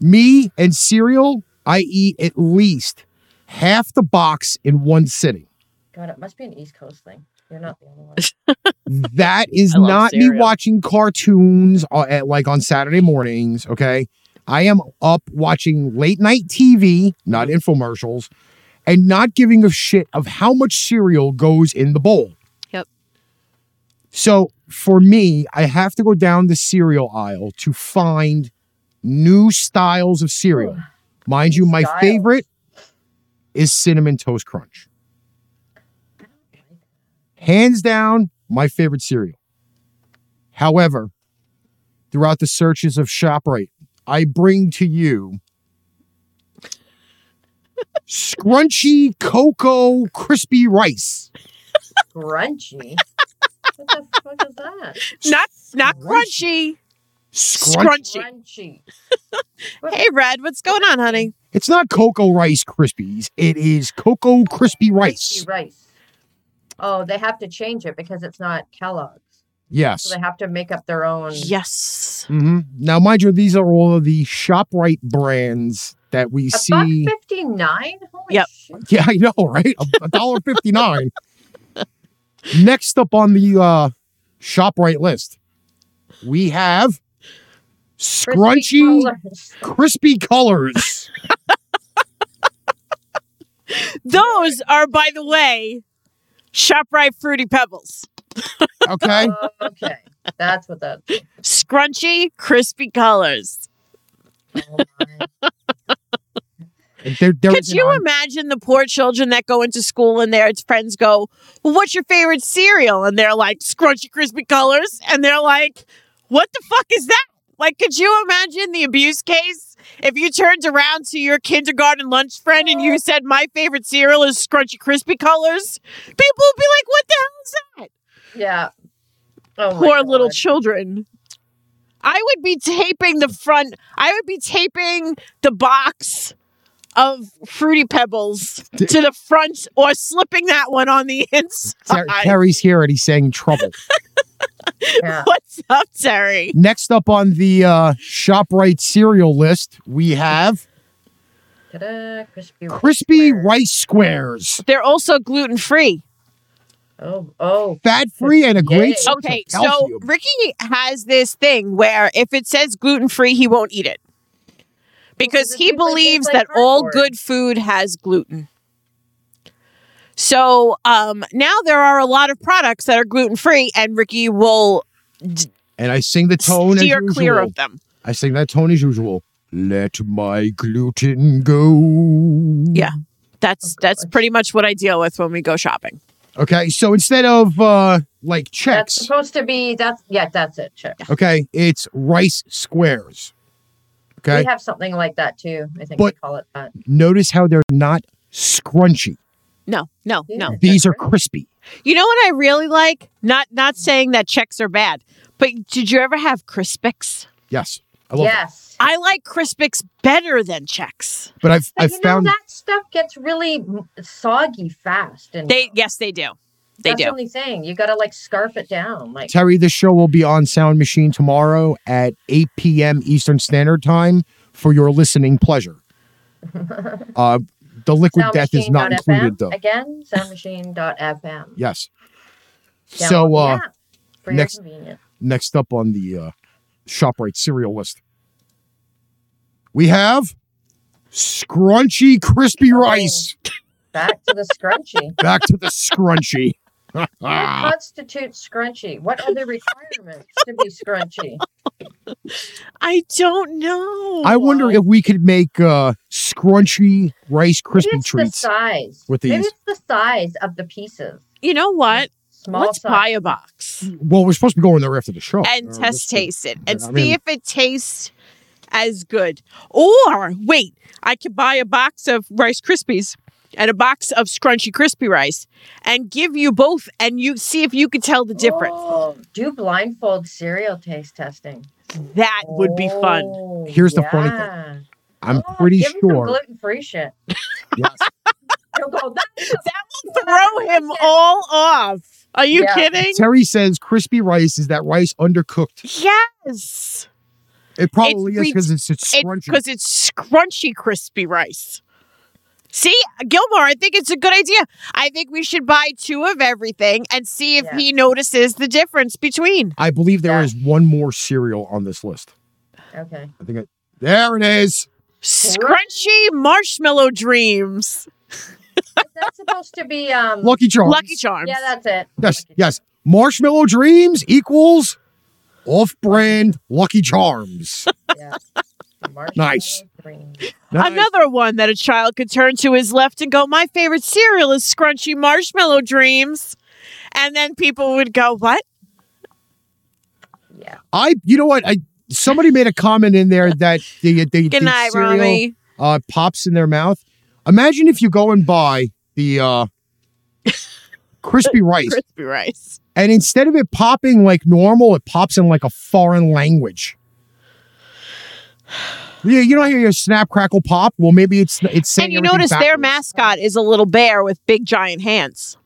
[SPEAKER 2] Me and cereal, I eat at least half the box in one sitting.
[SPEAKER 5] God, it must be an East Coast thing. You're not the only one.
[SPEAKER 2] That is
[SPEAKER 3] I love
[SPEAKER 2] not me
[SPEAKER 3] cereal.
[SPEAKER 2] watching cartoons uh, at, like on Saturday mornings. Okay. I am up watching late night TV,
[SPEAKER 3] Mm-hmm.
[SPEAKER 2] not infomercials, and not giving a shit of how much cereal goes in the bowl.
[SPEAKER 3] Yep.
[SPEAKER 2] So for me, I have to go down the cereal aisle to find new styles of cereal. Mind you, my
[SPEAKER 5] Styles.
[SPEAKER 2] favorite is Cinnamon Toast Crunch. Hands down, my favorite cereal. However, throughout the searches of ShopRite, I bring to you scrunchy cocoa crispy rice.
[SPEAKER 5] Crunchy. what the fuck is that?
[SPEAKER 3] Not not
[SPEAKER 2] Scrunchy.
[SPEAKER 3] crunchy.
[SPEAKER 2] Scrunch-
[SPEAKER 3] Scrunchy.
[SPEAKER 5] Crunchy.
[SPEAKER 3] Hey Red, what's going on, honey?
[SPEAKER 2] it's not cocoa rice crispies, it is cocoa crispy rice.
[SPEAKER 5] Crunchy rice. Oh, they have to change it because it's not Kellogg's.
[SPEAKER 2] Yes.
[SPEAKER 5] So they have to make up their own.
[SPEAKER 3] Yes.
[SPEAKER 2] hmm Now, mind you, these are all of the ShopRite brands that we
[SPEAKER 5] A buck
[SPEAKER 2] see.
[SPEAKER 5] fifty nine. Holy
[SPEAKER 3] Yep.
[SPEAKER 5] shit!
[SPEAKER 2] Yeah, I know, right? A a dollar fifty nine. Next up on the uh ShopRite list, we have
[SPEAKER 5] Crispy
[SPEAKER 2] scrunchy
[SPEAKER 5] colours.
[SPEAKER 2] crispy colors.
[SPEAKER 3] Those are, by the way, ShopRite Fruity Pebbles.
[SPEAKER 2] Okay.
[SPEAKER 5] okay, that's what that.
[SPEAKER 3] Scrunchy, crispy colors.
[SPEAKER 5] Oh my.
[SPEAKER 2] There, there
[SPEAKER 3] Could
[SPEAKER 2] is an
[SPEAKER 3] you
[SPEAKER 2] on-
[SPEAKER 3] imagine the poor children that go into school and their friends go, Well, what's your favorite cereal? And they're like, Scrunchy, crispy colors. And they're like, What the fuck is that? Like, could you imagine the abuse case if you turned around to your kindergarten lunch friend and
[SPEAKER 2] Oh.
[SPEAKER 3] you said, My favorite cereal is Scrunchy, crispy colors? People would be like, What the hell is that?
[SPEAKER 5] Yeah. Oh my
[SPEAKER 3] poor little
[SPEAKER 5] God.
[SPEAKER 3] children. I would be taping the front. I would be taping the box of fruity pebbles to the front, or slipping that one on the
[SPEAKER 2] Ter-
[SPEAKER 3] inside.
[SPEAKER 2] Terry's here and he's saying trouble.
[SPEAKER 5] Yeah.
[SPEAKER 3] What's up, Terry?
[SPEAKER 2] Next up on the uh ShopRite cereal list, we have
[SPEAKER 5] Ta-da, crispy. rice
[SPEAKER 2] crispy
[SPEAKER 5] squares.
[SPEAKER 2] rice squares.
[SPEAKER 3] They're also gluten free.
[SPEAKER 5] Oh, oh,
[SPEAKER 2] Fat free and a
[SPEAKER 5] Yay.
[SPEAKER 2] great source of
[SPEAKER 3] Okay, so
[SPEAKER 2] calcium.
[SPEAKER 3] Ricky has this thing where if it says gluten free, he won't eat it because
[SPEAKER 5] Because it
[SPEAKER 3] he
[SPEAKER 5] tastes like-
[SPEAKER 3] believes
[SPEAKER 5] tastes like
[SPEAKER 3] that all
[SPEAKER 5] cardboard.
[SPEAKER 3] good food has gluten. So um, now there are a lot of products that are gluten free, and Ricky will
[SPEAKER 2] and I sing the tone as
[SPEAKER 3] steer
[SPEAKER 2] usual.
[SPEAKER 3] clear of them.
[SPEAKER 2] I sing that tone as usual. Let my gluten go.
[SPEAKER 3] Yeah. That's that's
[SPEAKER 5] gosh.
[SPEAKER 3] pretty much what I deal with when we go shopping.
[SPEAKER 2] Okay. So instead of uh like
[SPEAKER 5] that's
[SPEAKER 2] checks,
[SPEAKER 5] supposed to be. That's yeah. That's it. Sure.
[SPEAKER 2] okay, it's rice squares. Okay.
[SPEAKER 5] We have something like that too. I think we
[SPEAKER 2] But-
[SPEAKER 5] call it that.
[SPEAKER 2] Notice how they're not scrunchy.
[SPEAKER 3] No, no, no.
[SPEAKER 5] Yeah.
[SPEAKER 2] These are crispy.
[SPEAKER 3] You know what I really like? Not not saying that checks are bad, but did you ever have Crispix?
[SPEAKER 2] Yes. I love that.
[SPEAKER 5] yes.
[SPEAKER 3] I like Crispix better than Chex.
[SPEAKER 2] But I've
[SPEAKER 5] But
[SPEAKER 2] I've
[SPEAKER 5] you
[SPEAKER 2] found
[SPEAKER 5] know that stuff gets really m- soggy fast, and
[SPEAKER 3] They yes, they do. They
[SPEAKER 5] that's
[SPEAKER 3] do.
[SPEAKER 5] the only thing you got to like scarf it down. Like
[SPEAKER 2] Terry, this show will be on Sound Machine tomorrow at 8 p.m. Eastern Standard Time for your listening pleasure. uh, the liquid death is not
[SPEAKER 5] soundmachine.fm.
[SPEAKER 2] included, though.
[SPEAKER 5] Again, soundmachine.fm.
[SPEAKER 2] Yes.
[SPEAKER 5] Yeah,
[SPEAKER 2] so
[SPEAKER 5] well,
[SPEAKER 2] uh,
[SPEAKER 5] yeah, for
[SPEAKER 2] next-
[SPEAKER 5] your convenience.
[SPEAKER 2] next up on the uh, ShopRite cereal list, we have Scrunchy Crispy
[SPEAKER 5] Oh.
[SPEAKER 2] Rice.
[SPEAKER 5] Back to the scrunchie.
[SPEAKER 2] Back to the Scrunchy.
[SPEAKER 3] Ah.
[SPEAKER 5] What constitutes scrunchie? What are the requirements to be scrunchy?
[SPEAKER 3] I don't know.
[SPEAKER 2] I wonder if we could make uh, Scrunchy Rice Crispy
[SPEAKER 5] Maybe it's
[SPEAKER 2] treats.
[SPEAKER 5] the size.
[SPEAKER 2] with
[SPEAKER 5] Maybe
[SPEAKER 2] these.
[SPEAKER 5] it's the size of the pieces.
[SPEAKER 3] you know what?
[SPEAKER 5] Small
[SPEAKER 3] Let's
[SPEAKER 5] size.
[SPEAKER 3] buy a box
[SPEAKER 2] Well, we're supposed to be going there after the show.
[SPEAKER 3] and
[SPEAKER 2] Uh, let's
[SPEAKER 3] test
[SPEAKER 2] see.
[SPEAKER 3] taste it and
[SPEAKER 2] I
[SPEAKER 3] see
[SPEAKER 2] mean-
[SPEAKER 3] if it tastes as good. Or wait, I could buy a box of Rice Krispies and a box of Scrunchy Crispy Rice and give you both and you see if you could tell the difference.
[SPEAKER 5] Oh, do blindfold cereal taste testing.
[SPEAKER 3] That would be fun.
[SPEAKER 5] Oh,
[SPEAKER 2] Here's the funny thing.
[SPEAKER 5] yeah.
[SPEAKER 2] I'm
[SPEAKER 5] Oh,
[SPEAKER 2] pretty
[SPEAKER 5] give him some
[SPEAKER 2] sure.
[SPEAKER 5] gluten-free shit.
[SPEAKER 2] Yes.
[SPEAKER 5] He'll go, "That's
[SPEAKER 3] That will throw him all off. Are you
[SPEAKER 5] Yeah.
[SPEAKER 3] kidding?
[SPEAKER 2] Terry says crispy rice is that rice undercooked.
[SPEAKER 3] Yes.
[SPEAKER 2] It probably is
[SPEAKER 3] re-
[SPEAKER 2] because it's, it's scrunchy.
[SPEAKER 3] because it's scrunchy crispy rice. See, Gilmore, I think it's a good idea. I think we should buy two of everything and see if
[SPEAKER 5] Yeah.
[SPEAKER 3] he notices the difference between.
[SPEAKER 2] I believe there
[SPEAKER 5] Yeah.
[SPEAKER 2] is one more cereal on this list.
[SPEAKER 5] Okay.
[SPEAKER 2] I think it, there it is.
[SPEAKER 3] Scrunchy marshmallow dreams.
[SPEAKER 5] That's supposed to be um
[SPEAKER 2] Lucky Charms.
[SPEAKER 3] Lucky Charms.
[SPEAKER 5] Yeah, that's it.
[SPEAKER 2] Yes,
[SPEAKER 5] Lucky
[SPEAKER 2] yes. Marshmallow Dreams equals off-brand Lucky Charms.
[SPEAKER 5] Charms, yeah. Marshmallow
[SPEAKER 2] Nice.
[SPEAKER 5] cream.
[SPEAKER 2] Nice.
[SPEAKER 3] Another one that a child could turn to his left and go, My favorite cereal is Scrunchy Marshmallow Dreams. And then people would go, What?
[SPEAKER 5] Yeah.
[SPEAKER 2] I. You know what? I. Somebody made a comment in there that the the,
[SPEAKER 3] Good
[SPEAKER 2] the
[SPEAKER 3] night,
[SPEAKER 2] cereal
[SPEAKER 3] Rami.
[SPEAKER 2] uh, pops in their mouth. Imagine if you go and buy the uh, crispy rice.
[SPEAKER 3] Crispy rice.
[SPEAKER 2] And instead of it popping like normal, it pops in like a foreign language. Yeah, you don't hear your snap crackle pop. Well, maybe it's it's saying.
[SPEAKER 3] and you
[SPEAKER 2] everything
[SPEAKER 3] notice their
[SPEAKER 2] backwards.
[SPEAKER 3] mascot is a little bear with big giant hands.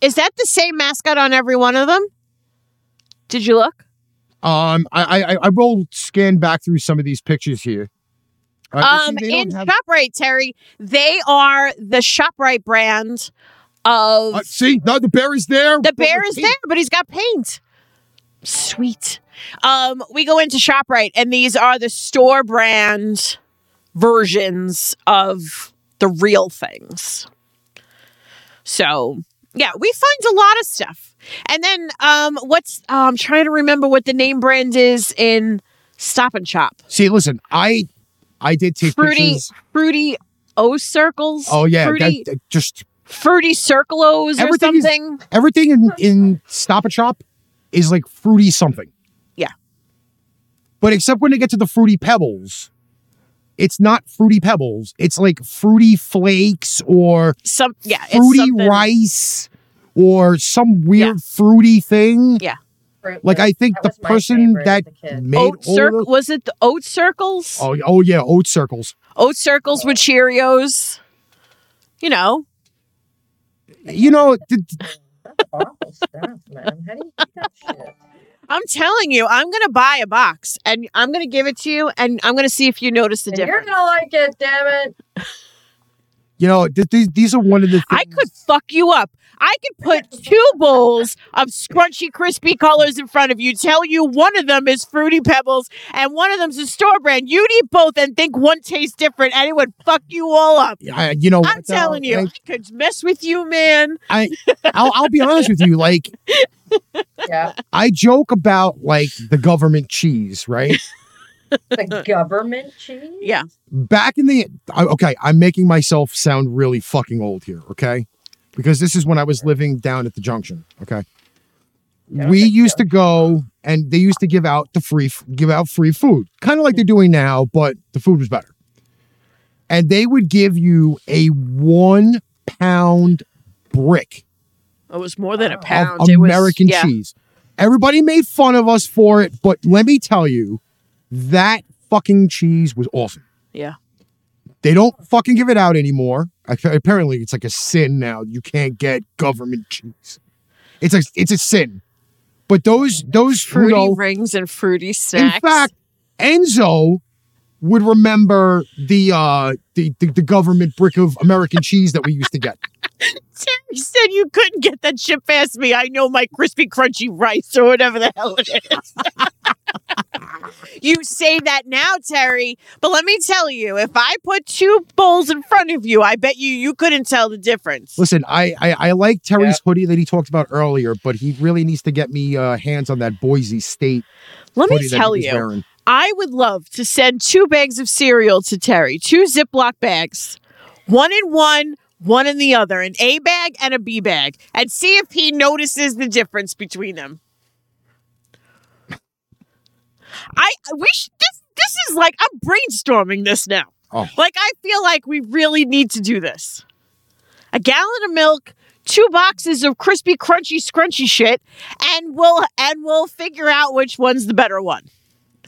[SPEAKER 3] Is that the same mascot on every one of them? Did you look?
[SPEAKER 2] Um, I I I- I will scan back through some of these pictures here. Uh, you see,
[SPEAKER 3] um,
[SPEAKER 2] they
[SPEAKER 3] in
[SPEAKER 2] don't have-
[SPEAKER 3] Shoprite, Terry, they are the Shoprite brand of
[SPEAKER 2] Uh, see, no, the bear is there.
[SPEAKER 3] the
[SPEAKER 2] but with
[SPEAKER 3] bear is
[SPEAKER 2] teeth.
[SPEAKER 3] there, but he's got paint. Sweet. Um, we go into Shoprite, and these are the store brand versions of the real things. So yeah, we find a lot of stuff. And then um, what's uh, I'm trying to remember what the name brand is in Stop and Shop.
[SPEAKER 2] See, listen, I I did take
[SPEAKER 3] Fruity,
[SPEAKER 2] pictures.
[SPEAKER 3] fruity O circles.
[SPEAKER 2] Oh yeah, that-
[SPEAKER 3] fruity,
[SPEAKER 2] that just
[SPEAKER 3] fruity circlos or
[SPEAKER 2] Everything is-
[SPEAKER 3] something.
[SPEAKER 2] everything in in Stop and Shop is like fruity something.
[SPEAKER 3] Yeah.
[SPEAKER 2] But except when they get to the fruity pebbles, it's not fruity pebbles. It's like fruity flakes or
[SPEAKER 3] Some yeah, it's
[SPEAKER 2] fruity
[SPEAKER 3] something-
[SPEAKER 2] rice or some weird fruity thing.
[SPEAKER 5] Fruit
[SPEAKER 2] Like
[SPEAKER 5] Loops.
[SPEAKER 2] I think
[SPEAKER 5] That
[SPEAKER 2] the
[SPEAKER 5] was my
[SPEAKER 2] person
[SPEAKER 5] favorite as
[SPEAKER 2] that
[SPEAKER 5] a kid.
[SPEAKER 2] made
[SPEAKER 3] oat
[SPEAKER 2] all
[SPEAKER 3] circ-
[SPEAKER 2] of-
[SPEAKER 3] was it the oat circles?
[SPEAKER 2] oh, oh yeah, oat circles.
[SPEAKER 3] Oat circles with Cheerios. You know,
[SPEAKER 2] You know, th- th-
[SPEAKER 5] That's awful stuff, man. How do you eat that shit?
[SPEAKER 3] I'm telling you, I'm gonna buy a box and I'm gonna give it to you, and I'm gonna see if you notice the
[SPEAKER 5] And you're
[SPEAKER 3] difference.
[SPEAKER 5] gonna like it, damn it.
[SPEAKER 2] you know, th- these these are one of the. Things.
[SPEAKER 3] I could fuck you up. I could put two bowls of scrunchy, crispy colors in front of you. Tell you one of them is fruity pebbles and one of them's a store brand. You'd eat both and think one tastes different, and it would fuck you all up.
[SPEAKER 2] I, you know,
[SPEAKER 3] I'm
[SPEAKER 2] what, though?
[SPEAKER 3] telling you, I
[SPEAKER 2] Like,
[SPEAKER 3] could mess with you, man.
[SPEAKER 2] I'll, I'll be honest with you. Like,
[SPEAKER 5] Yeah.
[SPEAKER 2] I joke about like the government cheese, right?
[SPEAKER 5] The government cheese?
[SPEAKER 3] Yeah.
[SPEAKER 2] Back in the I- okay, I'm making myself sound really fucking old here, okay? Because this is when I was living down at the junction, okay?
[SPEAKER 5] Yeah,
[SPEAKER 2] We
[SPEAKER 5] okay,
[SPEAKER 2] used to go and they used to give out the free f- give out free food, kind of like they're doing now, but the food was better. And they would give you a one pound brick
[SPEAKER 3] It was more than a
[SPEAKER 2] of
[SPEAKER 3] pound. It was-
[SPEAKER 2] American
[SPEAKER 3] yeah.
[SPEAKER 2] cheese. Everybody made fun of us for it, but let me tell you, That fucking cheese was awesome.
[SPEAKER 3] Yeah.
[SPEAKER 2] They don't fucking give it out anymore. I- Apparently, it's like a sin now. You can't get government cheese. It's a it's a sin. But those those
[SPEAKER 3] Fruity
[SPEAKER 2] Fruto-
[SPEAKER 3] rings and fruity snacks.
[SPEAKER 2] in fact, Enzo would remember the uh the, the the government brick of American cheese that we used to get.
[SPEAKER 3] Terry said you couldn't get that shit past me. I know my crispy, crunchy rice or whatever the hell it is. you say that now, Terry, but let me tell you, if I put two bowls in front of you, I bet you you couldn't tell the difference.
[SPEAKER 2] Listen, I I, I like Terry's hoodie that he talked about earlier, but he really needs to get me uh, hands on that Boise State
[SPEAKER 3] Let
[SPEAKER 2] hoodie
[SPEAKER 3] me
[SPEAKER 2] that
[SPEAKER 3] tell
[SPEAKER 2] he was
[SPEAKER 3] you,
[SPEAKER 2] wearing.
[SPEAKER 3] I would love to send two bags of cereal to Terry, two Ziploc bags, one in one, one in the other, an A bag and a B bag, and see if he notices the difference between them. I we sh- this this is like I'm brainstorming this now.
[SPEAKER 2] Oh.
[SPEAKER 3] Like I feel like we really need to do this. A gallon of milk, two boxes of crispy, crunchy, scrunchy shit, and we'll and we'll figure out which one's the better one.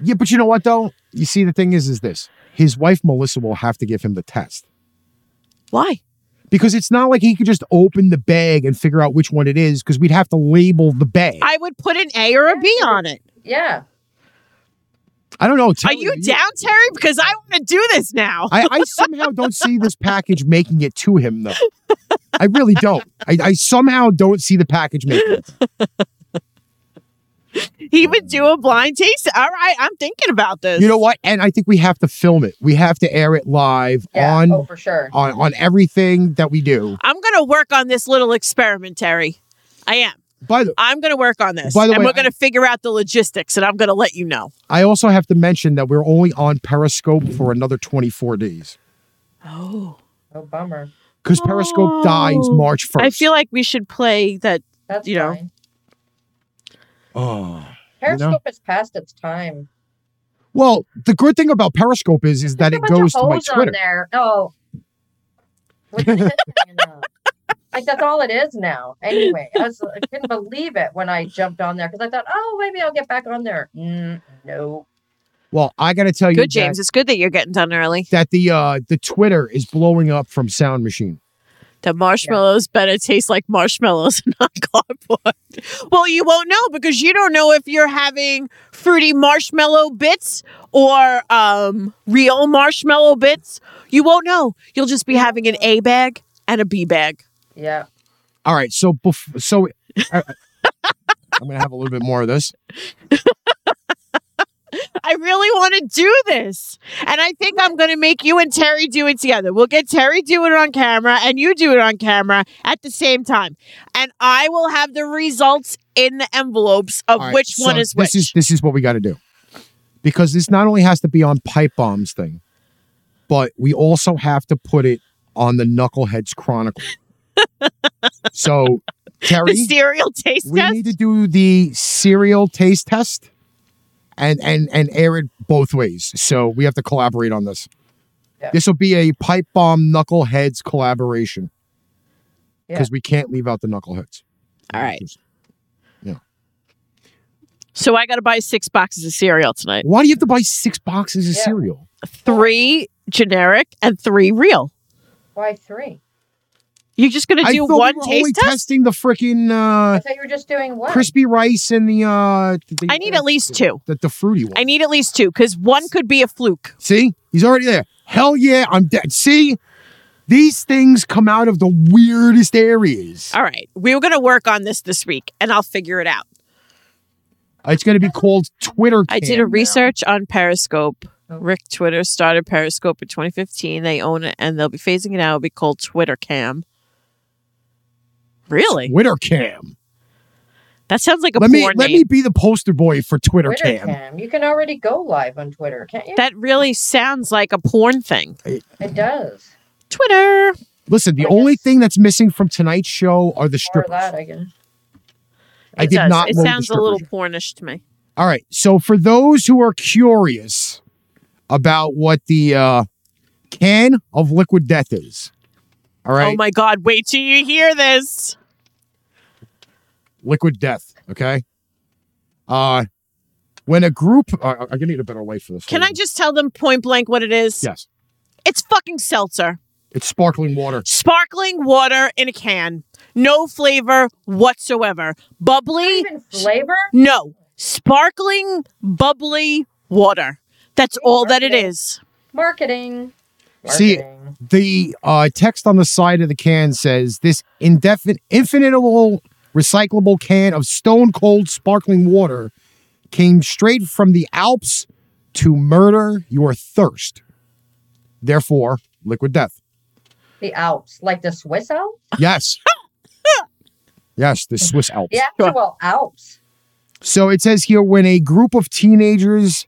[SPEAKER 2] Yeah, but you know what though? You see, the thing is, is this: his wife Melissa will have to give him the test
[SPEAKER 3] Why?
[SPEAKER 2] because it's not like he could just open the bag and figure out which one it is because we'd have to label the bag. I,
[SPEAKER 3] I would put an A or a B on it.
[SPEAKER 5] Yeah.
[SPEAKER 2] don't know.
[SPEAKER 3] Are
[SPEAKER 2] Terry,
[SPEAKER 3] you down, Terry? Because I want to do this now.
[SPEAKER 2] I, I somehow don't see this package making it to him though. I really don't. I, I somehow don't see the package making it.
[SPEAKER 3] He would do a blind taste. All right, I'm thinking about this.
[SPEAKER 2] You know what? And I think we have to film it. We have to air it live
[SPEAKER 5] Yeah.
[SPEAKER 2] on,
[SPEAKER 5] oh, for sure.
[SPEAKER 2] on on everything that we do.
[SPEAKER 3] I'm gonna work on this little experiment, Terry. I am.
[SPEAKER 2] By the,
[SPEAKER 3] I'm gonna work on this,
[SPEAKER 2] By the
[SPEAKER 3] and
[SPEAKER 2] way,
[SPEAKER 3] we're gonna figure out the logistics, and I'm gonna let you know.
[SPEAKER 2] I also have to mention that we're only on Periscope for another 24 days
[SPEAKER 3] Oh,
[SPEAKER 5] Oh, bummer.
[SPEAKER 2] because Periscope dies
[SPEAKER 3] Oh.
[SPEAKER 2] March 1st.
[SPEAKER 3] I feel like we should play that.
[SPEAKER 5] That's
[SPEAKER 3] You know.
[SPEAKER 5] fine.
[SPEAKER 2] Oh.
[SPEAKER 5] Periscope is past its time.
[SPEAKER 2] Well, the good thing about Periscope is is that
[SPEAKER 5] There's
[SPEAKER 2] it
[SPEAKER 5] a bunch
[SPEAKER 2] goes
[SPEAKER 5] of
[SPEAKER 2] to my
[SPEAKER 5] hoes on
[SPEAKER 2] Twitter.
[SPEAKER 5] there. Oh. With the head hanging out. uh, like that's all it is now. Anyway, I, was, I couldn't believe it when I jumped on there because I thought, oh, maybe I'll get back on there. Mm, no.
[SPEAKER 2] Well, I got to tell you that-
[SPEAKER 3] Good, James. It's good that you're getting done early.
[SPEAKER 2] that the uh the Twitter is blowing up from Sound Machine.
[SPEAKER 3] The marshmallows better taste like marshmallows, not cardboard. Well, you won't know because you don't know if you're having fruity marshmallow bits or um, real marshmallow bits. You won't know. You'll just be having an A bag and a B bag.
[SPEAKER 5] Yeah.
[SPEAKER 2] All right, so bef- so I, am gonna have a little bit more of this.
[SPEAKER 3] I really want to do this. And I think I'm going to make you and Terry do it together. We'll get Terry do it on camera and you do it on camera at the same time. And I will have the results in the envelopes of
[SPEAKER 2] All right,
[SPEAKER 3] which one
[SPEAKER 2] so
[SPEAKER 3] is which.
[SPEAKER 2] this is this is what we got to do because this not only has to be on pipe bombs thing, but we also have to put it on the Knuckleheads Chronicle. so Terry,
[SPEAKER 3] the cereal taste
[SPEAKER 2] we
[SPEAKER 3] test.
[SPEAKER 2] need to do the cereal taste test and and and air it both ways so we have to collaborate on this
[SPEAKER 5] Yeah.
[SPEAKER 2] this will be a pipe bomb knuckleheads collaboration
[SPEAKER 5] Yeah.
[SPEAKER 2] because we can't leave out the knuckleheads
[SPEAKER 3] All right. So I got to buy six boxes of cereal tonight.
[SPEAKER 2] why do you have to buy six boxes of
[SPEAKER 5] Yeah.
[SPEAKER 2] cereal
[SPEAKER 3] Three generic and three real.
[SPEAKER 5] Why three?
[SPEAKER 3] You're just going to do
[SPEAKER 2] i thought
[SPEAKER 3] one
[SPEAKER 2] we were only
[SPEAKER 3] taste test?
[SPEAKER 2] testing the freaking
[SPEAKER 5] I
[SPEAKER 2] uh
[SPEAKER 5] thought you were just doing what?
[SPEAKER 2] crispy rice and the uh the,
[SPEAKER 3] I need at least two.
[SPEAKER 2] the, the fruity one
[SPEAKER 3] I need at least two because one could be a fluke.
[SPEAKER 2] see he's already there hell yeah i'm dead see these things come out of the weirdest areas
[SPEAKER 3] All right. We were going to work on this this week and I'll figure it out.
[SPEAKER 2] It's going to be called Twitter.
[SPEAKER 3] Uh, I did
[SPEAKER 2] Cam
[SPEAKER 3] a
[SPEAKER 2] now.
[SPEAKER 3] research on Periscope.
[SPEAKER 5] Oh.
[SPEAKER 3] Rick Twitter started Periscope in 2015. They own it and they'll be phasing it out. It'll be called Twitter Cam. Really?
[SPEAKER 2] Twitter Cam.
[SPEAKER 3] That sounds like a
[SPEAKER 2] Let
[SPEAKER 3] porn
[SPEAKER 2] me
[SPEAKER 3] name.
[SPEAKER 2] let me be the poster boy for Twitter,
[SPEAKER 5] Twitter
[SPEAKER 2] Cam.
[SPEAKER 5] cam. You can already go live on Twitter, can't you?
[SPEAKER 3] That really sounds like a porn thing.
[SPEAKER 5] it does.
[SPEAKER 3] Twitter.
[SPEAKER 2] Listen, the
[SPEAKER 5] I
[SPEAKER 2] only
[SPEAKER 5] guess-
[SPEAKER 2] thing that's missing from tonight's show are the
[SPEAKER 5] Or
[SPEAKER 2] strippers.
[SPEAKER 5] that, I guess.
[SPEAKER 2] I
[SPEAKER 3] It
[SPEAKER 2] did
[SPEAKER 3] does.
[SPEAKER 2] not.
[SPEAKER 3] It
[SPEAKER 2] load the
[SPEAKER 3] sounds a little
[SPEAKER 2] strippers.
[SPEAKER 3] pornish to me.
[SPEAKER 2] All right. So for those who are curious about what the uh, can of liquid death is, all
[SPEAKER 3] Oh
[SPEAKER 2] right,
[SPEAKER 3] my God! Wait till you hear this.
[SPEAKER 2] liquid death. Okay. Uh, When a group, uh, I'm gonna need a better light for this.
[SPEAKER 3] Can
[SPEAKER 2] Hold
[SPEAKER 3] I
[SPEAKER 2] on.
[SPEAKER 3] just tell them point blank what it is?
[SPEAKER 2] Yes,
[SPEAKER 3] It's fucking seltzer.
[SPEAKER 2] it's sparkling water.
[SPEAKER 3] Sparkling water in a can. No flavor whatsoever. Bubbly.
[SPEAKER 5] Even flavor?
[SPEAKER 3] No. Sparkling, bubbly water. That's all that it
[SPEAKER 5] marketing.
[SPEAKER 3] is.
[SPEAKER 5] Marketing.
[SPEAKER 2] See-
[SPEAKER 5] Marketing.
[SPEAKER 2] The uh, text on the side of the can says, "This indefinite, infinitable, recyclable can of stone cold sparkling water came straight from the Alps to murder your thirst. Therefore, liquid death."
[SPEAKER 5] The Alps, like the Swiss Alps?
[SPEAKER 2] Yes. yes, the Swiss Alps.
[SPEAKER 5] The actual Alps.
[SPEAKER 2] So it says here when a group of teenagers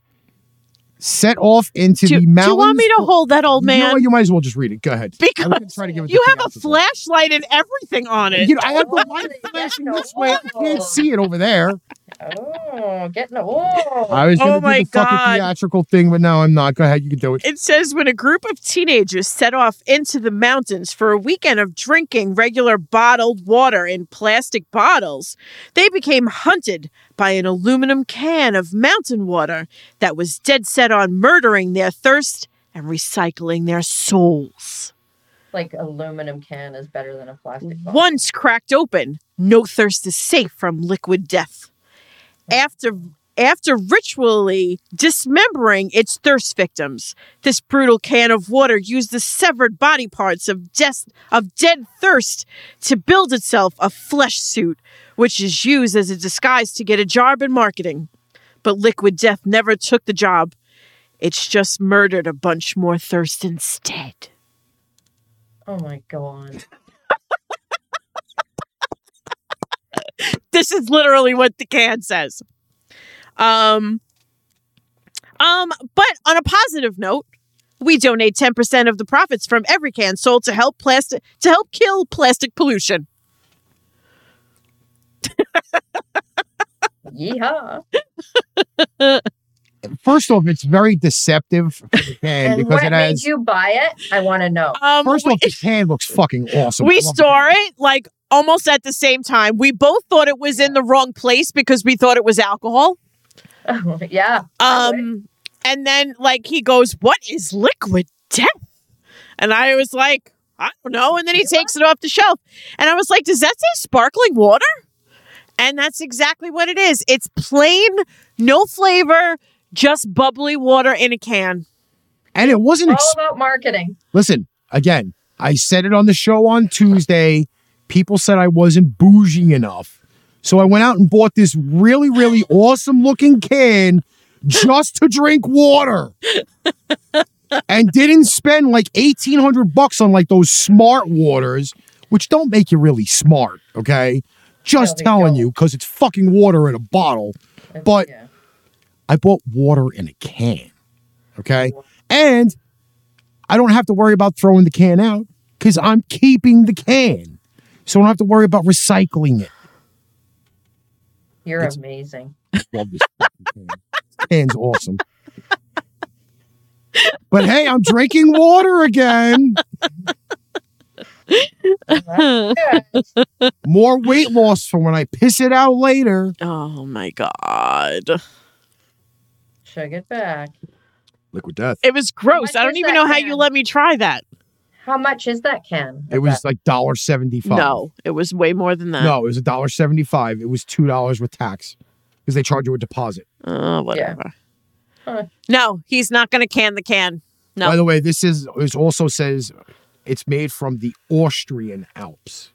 [SPEAKER 2] set off into
[SPEAKER 3] Do,
[SPEAKER 2] the
[SPEAKER 3] do
[SPEAKER 2] mountains.
[SPEAKER 3] you want me to hold that old
[SPEAKER 2] You know
[SPEAKER 3] man?
[SPEAKER 2] what, you might as well just read it. Go ahead. I was gonna
[SPEAKER 3] because
[SPEAKER 2] try to give it
[SPEAKER 3] you
[SPEAKER 2] to
[SPEAKER 3] have a
[SPEAKER 2] Fiance.
[SPEAKER 3] flashlight and everything on it.
[SPEAKER 2] You know, I have the
[SPEAKER 5] Oh,
[SPEAKER 2] light
[SPEAKER 5] yeah,
[SPEAKER 2] flashing
[SPEAKER 5] no.
[SPEAKER 2] this way. I can't see it over there.
[SPEAKER 5] Oh, getting a. Oh.
[SPEAKER 2] I was
[SPEAKER 3] Oh
[SPEAKER 2] gonna do
[SPEAKER 3] my
[SPEAKER 2] the fucking
[SPEAKER 3] God.
[SPEAKER 2] theatrical thing, but now I'm not. Go ahead, you can do it.
[SPEAKER 3] It says when a group of teenagers set off into the mountains for a weekend of drinking regular bottled water in plastic bottles, they became hunted by an aluminum can of mountain water that was dead set on murdering their thirst and recycling their souls.
[SPEAKER 5] like aluminum can is better than a plastic bottle.
[SPEAKER 3] Once cracked open, no thirst is safe from liquid death. After after ritually dismembering its thirst victims, this brutal can of water used the severed body parts of des- of dead thirst to build itself a flesh suit, which is used as a disguise to get a job in marketing. But liquid death never took the job. It's just murdered a bunch more thirst instead.
[SPEAKER 5] Oh my god.
[SPEAKER 3] this is literally what the can says. Um, um, but on a positive note, we donate 10% of the profits from every can sold to help plastic to help kill plastic pollution.
[SPEAKER 5] Yeehaw.
[SPEAKER 2] First off, it's very deceptive for the can
[SPEAKER 5] And
[SPEAKER 2] because
[SPEAKER 5] what
[SPEAKER 2] it
[SPEAKER 5] made
[SPEAKER 2] has
[SPEAKER 5] you buy it? I want to know.
[SPEAKER 3] Um,
[SPEAKER 2] first
[SPEAKER 3] we,
[SPEAKER 2] off the can looks fucking awesome. I
[SPEAKER 3] we
[SPEAKER 2] love
[SPEAKER 3] store it like almost at the same time. We both thought it was in the wrong place because we thought it was alcohol.
[SPEAKER 5] yeah. I would.
[SPEAKER 3] Um, and then like he goes, "What is liquid death?" And I was like, "I don't know." And then he takes it off the shelf, and I was like, "Does that say sparkling water?" And that's exactly what it is. It's plain, no flavor, just bubbly water in a can.
[SPEAKER 2] it. And it wasn't
[SPEAKER 5] All
[SPEAKER 2] ex-
[SPEAKER 5] about marketing.
[SPEAKER 2] Listen, again, I said it on the show on Tuesday. People said I wasn't bougie enough. So I went out and bought this really, really awesome looking can just to drink water. and didn't spend like 1800 bucks on like those smart waters, which don't make you really smart, okay? Just
[SPEAKER 5] No, they
[SPEAKER 2] telling
[SPEAKER 5] don't.
[SPEAKER 2] you cuz it's fucking water in a bottle.
[SPEAKER 5] It's-
[SPEAKER 2] But-
[SPEAKER 5] yeah.
[SPEAKER 2] I bought water in a can. Okay. And I don't have to worry about throwing the can out because I'm keeping the can. So I don't have to worry about recycling it.
[SPEAKER 5] you're
[SPEAKER 2] it's-
[SPEAKER 5] amazing.
[SPEAKER 2] Love this fucking can. Can's awesome. But hey, I'm drinking water again.
[SPEAKER 5] Well, that's good.
[SPEAKER 2] More weight loss for when I piss it out later.
[SPEAKER 3] Oh my god,
[SPEAKER 5] Chug it back.
[SPEAKER 2] Liquid death.
[SPEAKER 3] it was gross.
[SPEAKER 5] much
[SPEAKER 3] I don't
[SPEAKER 5] is
[SPEAKER 3] even
[SPEAKER 5] that
[SPEAKER 3] know how you
[SPEAKER 5] can?
[SPEAKER 3] let me try that.
[SPEAKER 5] How much is that can?
[SPEAKER 2] It was like dollar seventy five.
[SPEAKER 3] No, it was way more than that.
[SPEAKER 2] No, it was a dollar seventy five. It was two dollars with tax. Because they charge you a deposit.
[SPEAKER 3] Oh, whatever.
[SPEAKER 5] Huh.
[SPEAKER 3] No, he's not going to can the can. No.
[SPEAKER 2] By the way, this is this also says it's made from the Austrian Alps.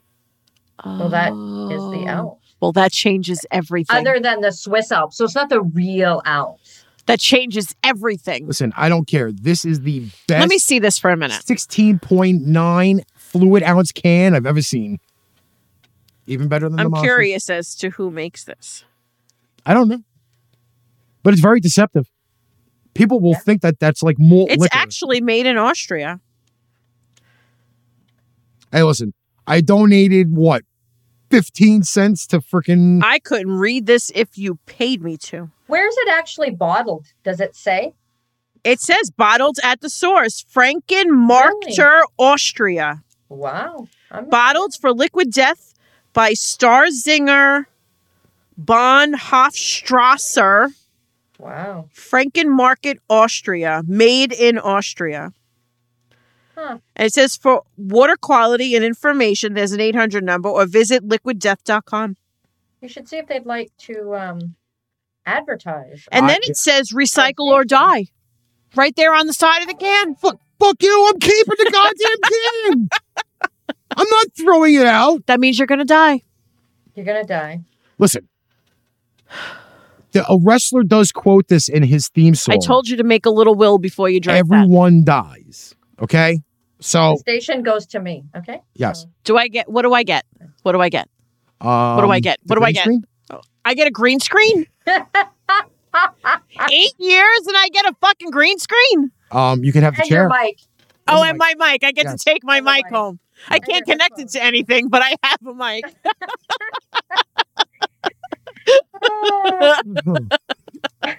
[SPEAKER 5] Well, that is the
[SPEAKER 2] Oh.
[SPEAKER 5] Alps.
[SPEAKER 3] Well, that changes everything.
[SPEAKER 5] Other than the Swiss Alps. So it's not the real Alps.
[SPEAKER 3] that changes everything.
[SPEAKER 2] Listen, I don't care. This is the best
[SPEAKER 3] Let me see this for a minute.
[SPEAKER 2] 16.9 fluid ounce can I've ever seen. Even better than the
[SPEAKER 3] I'm
[SPEAKER 2] monster.
[SPEAKER 3] curious as to who makes this.
[SPEAKER 2] I don't know. But it's very deceptive. People will think that that's like malt
[SPEAKER 3] It's
[SPEAKER 2] liquor.
[SPEAKER 3] actually made in Austria.
[SPEAKER 2] hey, listen, I donated what? 15 cents to freaking
[SPEAKER 3] I couldn't read this if you paid me to.
[SPEAKER 5] Where is it actually bottled? Does it say?
[SPEAKER 3] It says bottled at the source, Frankenmarkter, Austria.
[SPEAKER 5] Wow. I'm not-
[SPEAKER 3] Bottled for liquid death by Starzinger Bonhofstrasser
[SPEAKER 5] Wow.
[SPEAKER 3] Frankenmarket, Austria, made in Austria.
[SPEAKER 5] Huh.
[SPEAKER 3] And it says for water quality and information, there's an 800 number or visit liquiddeath.com.
[SPEAKER 5] You should see if they'd like to um advertise. Uh,
[SPEAKER 3] And
[SPEAKER 2] I-
[SPEAKER 3] then it says recycle or die right there on the side of the can.
[SPEAKER 2] Fuck, fuck you. I'm keeping the goddamn can. I'm not throwing it out.
[SPEAKER 3] That means you're going to die.
[SPEAKER 5] You're gonna die.
[SPEAKER 2] Listen, the, a wrestler does quote this in his theme song.
[SPEAKER 3] I told you to make a little will before you drink that.
[SPEAKER 2] everyone dies. Okay, so
[SPEAKER 5] The station goes to me. Okay.
[SPEAKER 2] yes.
[SPEAKER 3] Do I get, what do I get? What do I get?
[SPEAKER 2] Um,
[SPEAKER 3] do I get? What
[SPEAKER 2] the
[SPEAKER 3] do I
[SPEAKER 2] green
[SPEAKER 3] get?
[SPEAKER 2] screen?
[SPEAKER 3] I get a green screen. Eight years and I get a fucking green screen.
[SPEAKER 2] Um, you can have the
[SPEAKER 5] And
[SPEAKER 2] chair.
[SPEAKER 5] your mic.
[SPEAKER 3] Oh,
[SPEAKER 2] And
[SPEAKER 3] and my mic. I get
[SPEAKER 2] Yes.
[SPEAKER 3] to take my
[SPEAKER 5] And the
[SPEAKER 3] mic
[SPEAKER 5] mic.
[SPEAKER 3] home. I
[SPEAKER 5] And
[SPEAKER 3] can't
[SPEAKER 5] your
[SPEAKER 3] connect it
[SPEAKER 5] headphones.
[SPEAKER 3] to anything, but I have a mic.
[SPEAKER 5] Ah,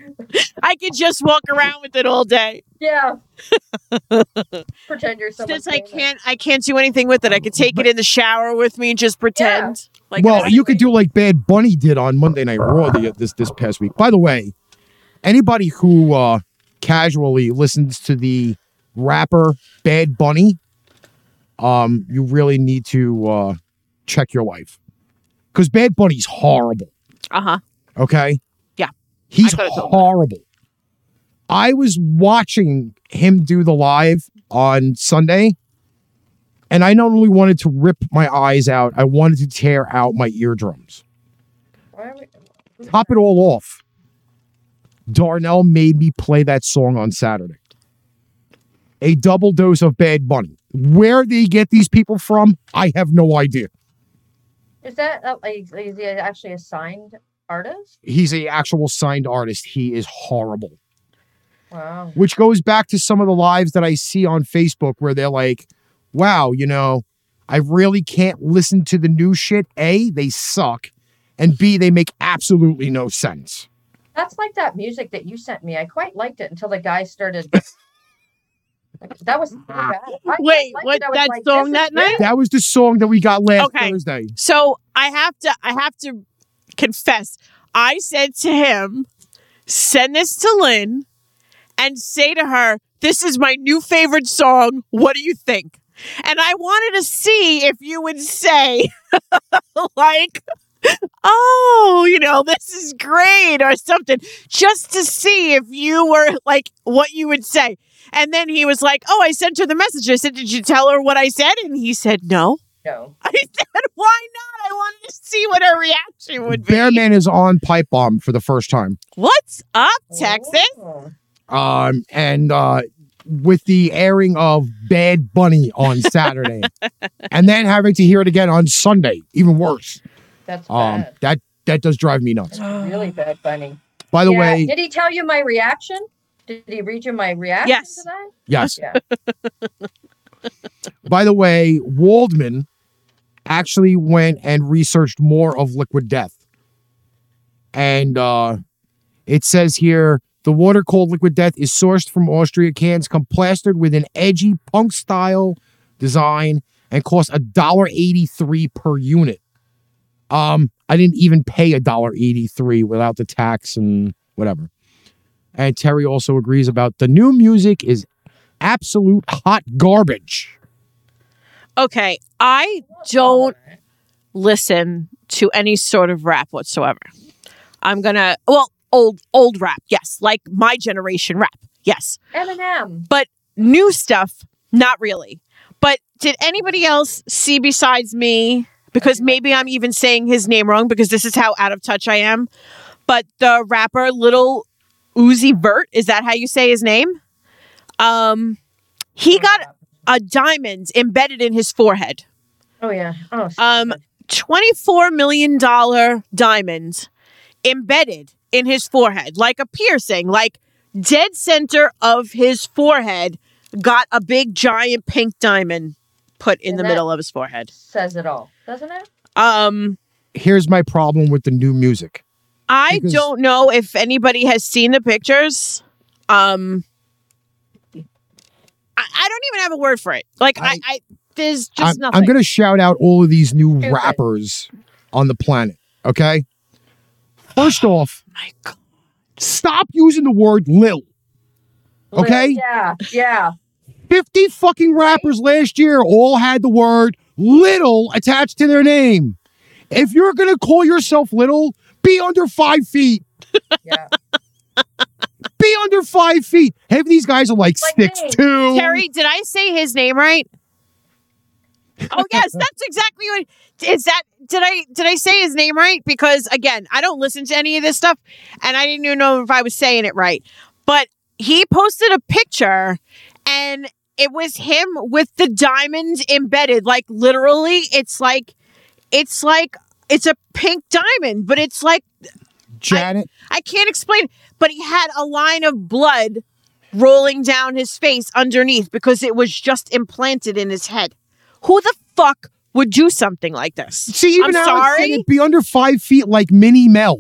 [SPEAKER 3] I could just walk around with it all day.
[SPEAKER 5] yeah. Pretend you're someone.
[SPEAKER 3] Since I can't, I can't do anything with it. I could take it in the shower with me and just pretend. Like,
[SPEAKER 2] well, you could do like Bad Bunny did on Monday Night Raw the, this this past week. By the way, anybody who uh, casually listens to the rapper Bad Bunny, um, you really need to uh, check your life because Bad Bunny's horrible.
[SPEAKER 3] Uh huh.
[SPEAKER 2] Okay.
[SPEAKER 3] Yeah.
[SPEAKER 2] He's
[SPEAKER 3] I could've told that.
[SPEAKER 2] horrible. I was watching him do the live on Sunday, and I not only wanted to rip my eyes out, I wanted to tear out my eardrums.
[SPEAKER 5] Why are we- who's
[SPEAKER 2] Top it all off. Darnell made me play that song on Saturday. A double dose of Bad Bunny. Where they get these people from, I have no idea.
[SPEAKER 5] that? Is that uh, like, is he actually a signed artist?
[SPEAKER 2] He's a actual signed artist. He is horrible.
[SPEAKER 5] Wow.
[SPEAKER 2] which goes back to some of the lives that I see on Facebook where they're like, wow, you know, I really can't listen to the new shit. A, they suck. And B, they make absolutely no sense.
[SPEAKER 5] That's like that music that you sent me. I quite liked it until the guy started. that was so bad. I quite
[SPEAKER 3] Wait,
[SPEAKER 5] liked
[SPEAKER 3] what-
[SPEAKER 5] it. I was
[SPEAKER 3] that
[SPEAKER 5] like,
[SPEAKER 3] song
[SPEAKER 5] this is
[SPEAKER 3] that
[SPEAKER 5] good.
[SPEAKER 3] night?
[SPEAKER 2] That was the song that we got last
[SPEAKER 3] Okay.
[SPEAKER 2] Thursday.
[SPEAKER 3] So I have to, I have to confess. I said to him, "Send this to Lynn, and say to her, this is my new favorite song. What do you think?" And I wanted to see if you would say, like, "Oh, you know, this is great," or something, just to see if you were like what you would say. And then he was like, "Oh, I sent her the message. I said, did you tell her what I said?" And he said, "No."
[SPEAKER 5] No.
[SPEAKER 3] I said, why not? I wanted to see what her reaction would be.
[SPEAKER 2] Bearman is on Pipe Bomb for the first time.
[SPEAKER 3] What's up, Texas?
[SPEAKER 5] Oh.
[SPEAKER 2] Um, and uh, with the airing of Bad Bunny on Saturday, and then having to hear it again on Sunday, even worse.
[SPEAKER 5] That's
[SPEAKER 2] Um,
[SPEAKER 5] bad.
[SPEAKER 2] that that does drive me nuts.
[SPEAKER 5] That's really bad, Bunny.
[SPEAKER 2] By the
[SPEAKER 5] Yeah,
[SPEAKER 2] way,
[SPEAKER 5] did he tell you my reaction? Did he read you my reaction
[SPEAKER 3] Yes.
[SPEAKER 5] to that?
[SPEAKER 2] yes.
[SPEAKER 5] Yeah.
[SPEAKER 2] By the way, Waldman actually went and researched more of liquid death. And uh, it says here the water called liquid death is sourced from Austria cans, come plastered with an edgy punk style design and costs $1.83 per unit. Um, I didn't even pay $1.83 without the tax and whatever. And Terry also agrees about the new music is absolute hot garbage.
[SPEAKER 3] Okay, I don't listen to any sort of rap whatsoever. I'm gonna well, old old rap, yes, like my generation rap, yes.
[SPEAKER 5] Eminem.
[SPEAKER 3] New stuff, not really. But did anybody else see besides me? Because maybe I'm even saying his name wrong because this is how out of touch I am. But the rapper Little Uzi Vert, is that how you say his name? Um he got a diamond embedded in his forehead.
[SPEAKER 5] Oh yeah. Oh.
[SPEAKER 3] Um, $24 million diamond embedded in his forehead, like a piercing, like dead center of his forehead, got a big giant pink diamond put in
[SPEAKER 5] And
[SPEAKER 3] the
[SPEAKER 5] that-
[SPEAKER 3] middle of his forehead.
[SPEAKER 5] says it all, doesn't it?
[SPEAKER 3] Um,
[SPEAKER 2] here's my problem with the new music.
[SPEAKER 3] I
[SPEAKER 2] Because-
[SPEAKER 3] don't know if anybody has seen the pictures. Um, I, I don't even have a word for it. Like, I,
[SPEAKER 2] I-
[SPEAKER 3] I, there's
[SPEAKER 2] I'm,
[SPEAKER 3] just nothing.
[SPEAKER 2] I'm going to shout out all of these new
[SPEAKER 5] Stupid.
[SPEAKER 2] rappers on the planet. Okay. First off,
[SPEAKER 3] My God.
[SPEAKER 2] Stop using the word lil. Okay?
[SPEAKER 5] Yeah. Yeah.
[SPEAKER 2] 50 fucking rappers last year all had the word little attached to their name. If you're going to call yourself little, be under five feet.
[SPEAKER 5] Yeah.
[SPEAKER 2] Be under five feet. Half of these guys are like,
[SPEAKER 5] Like
[SPEAKER 2] six
[SPEAKER 5] me.
[SPEAKER 2] two.
[SPEAKER 3] Terry, did I say his name right? Oh yes, that's exactly what is that did I did I say his name right? Because again, I don't listen to any of this stuff and I didn't even know if I was saying it right. But he posted a picture and it was him with the diamond embedded. Like literally, it's like it's like it's a pink diamond, but it's like
[SPEAKER 2] Janet.
[SPEAKER 3] I can't explain, but he had a line of blood rolling down his face underneath because it was just implanted in his head. Who the fuck would do something like this?
[SPEAKER 2] See, even
[SPEAKER 3] I'm
[SPEAKER 2] now it's saying
[SPEAKER 3] sorry?
[SPEAKER 2] it, be under five feet like Minnie Mel.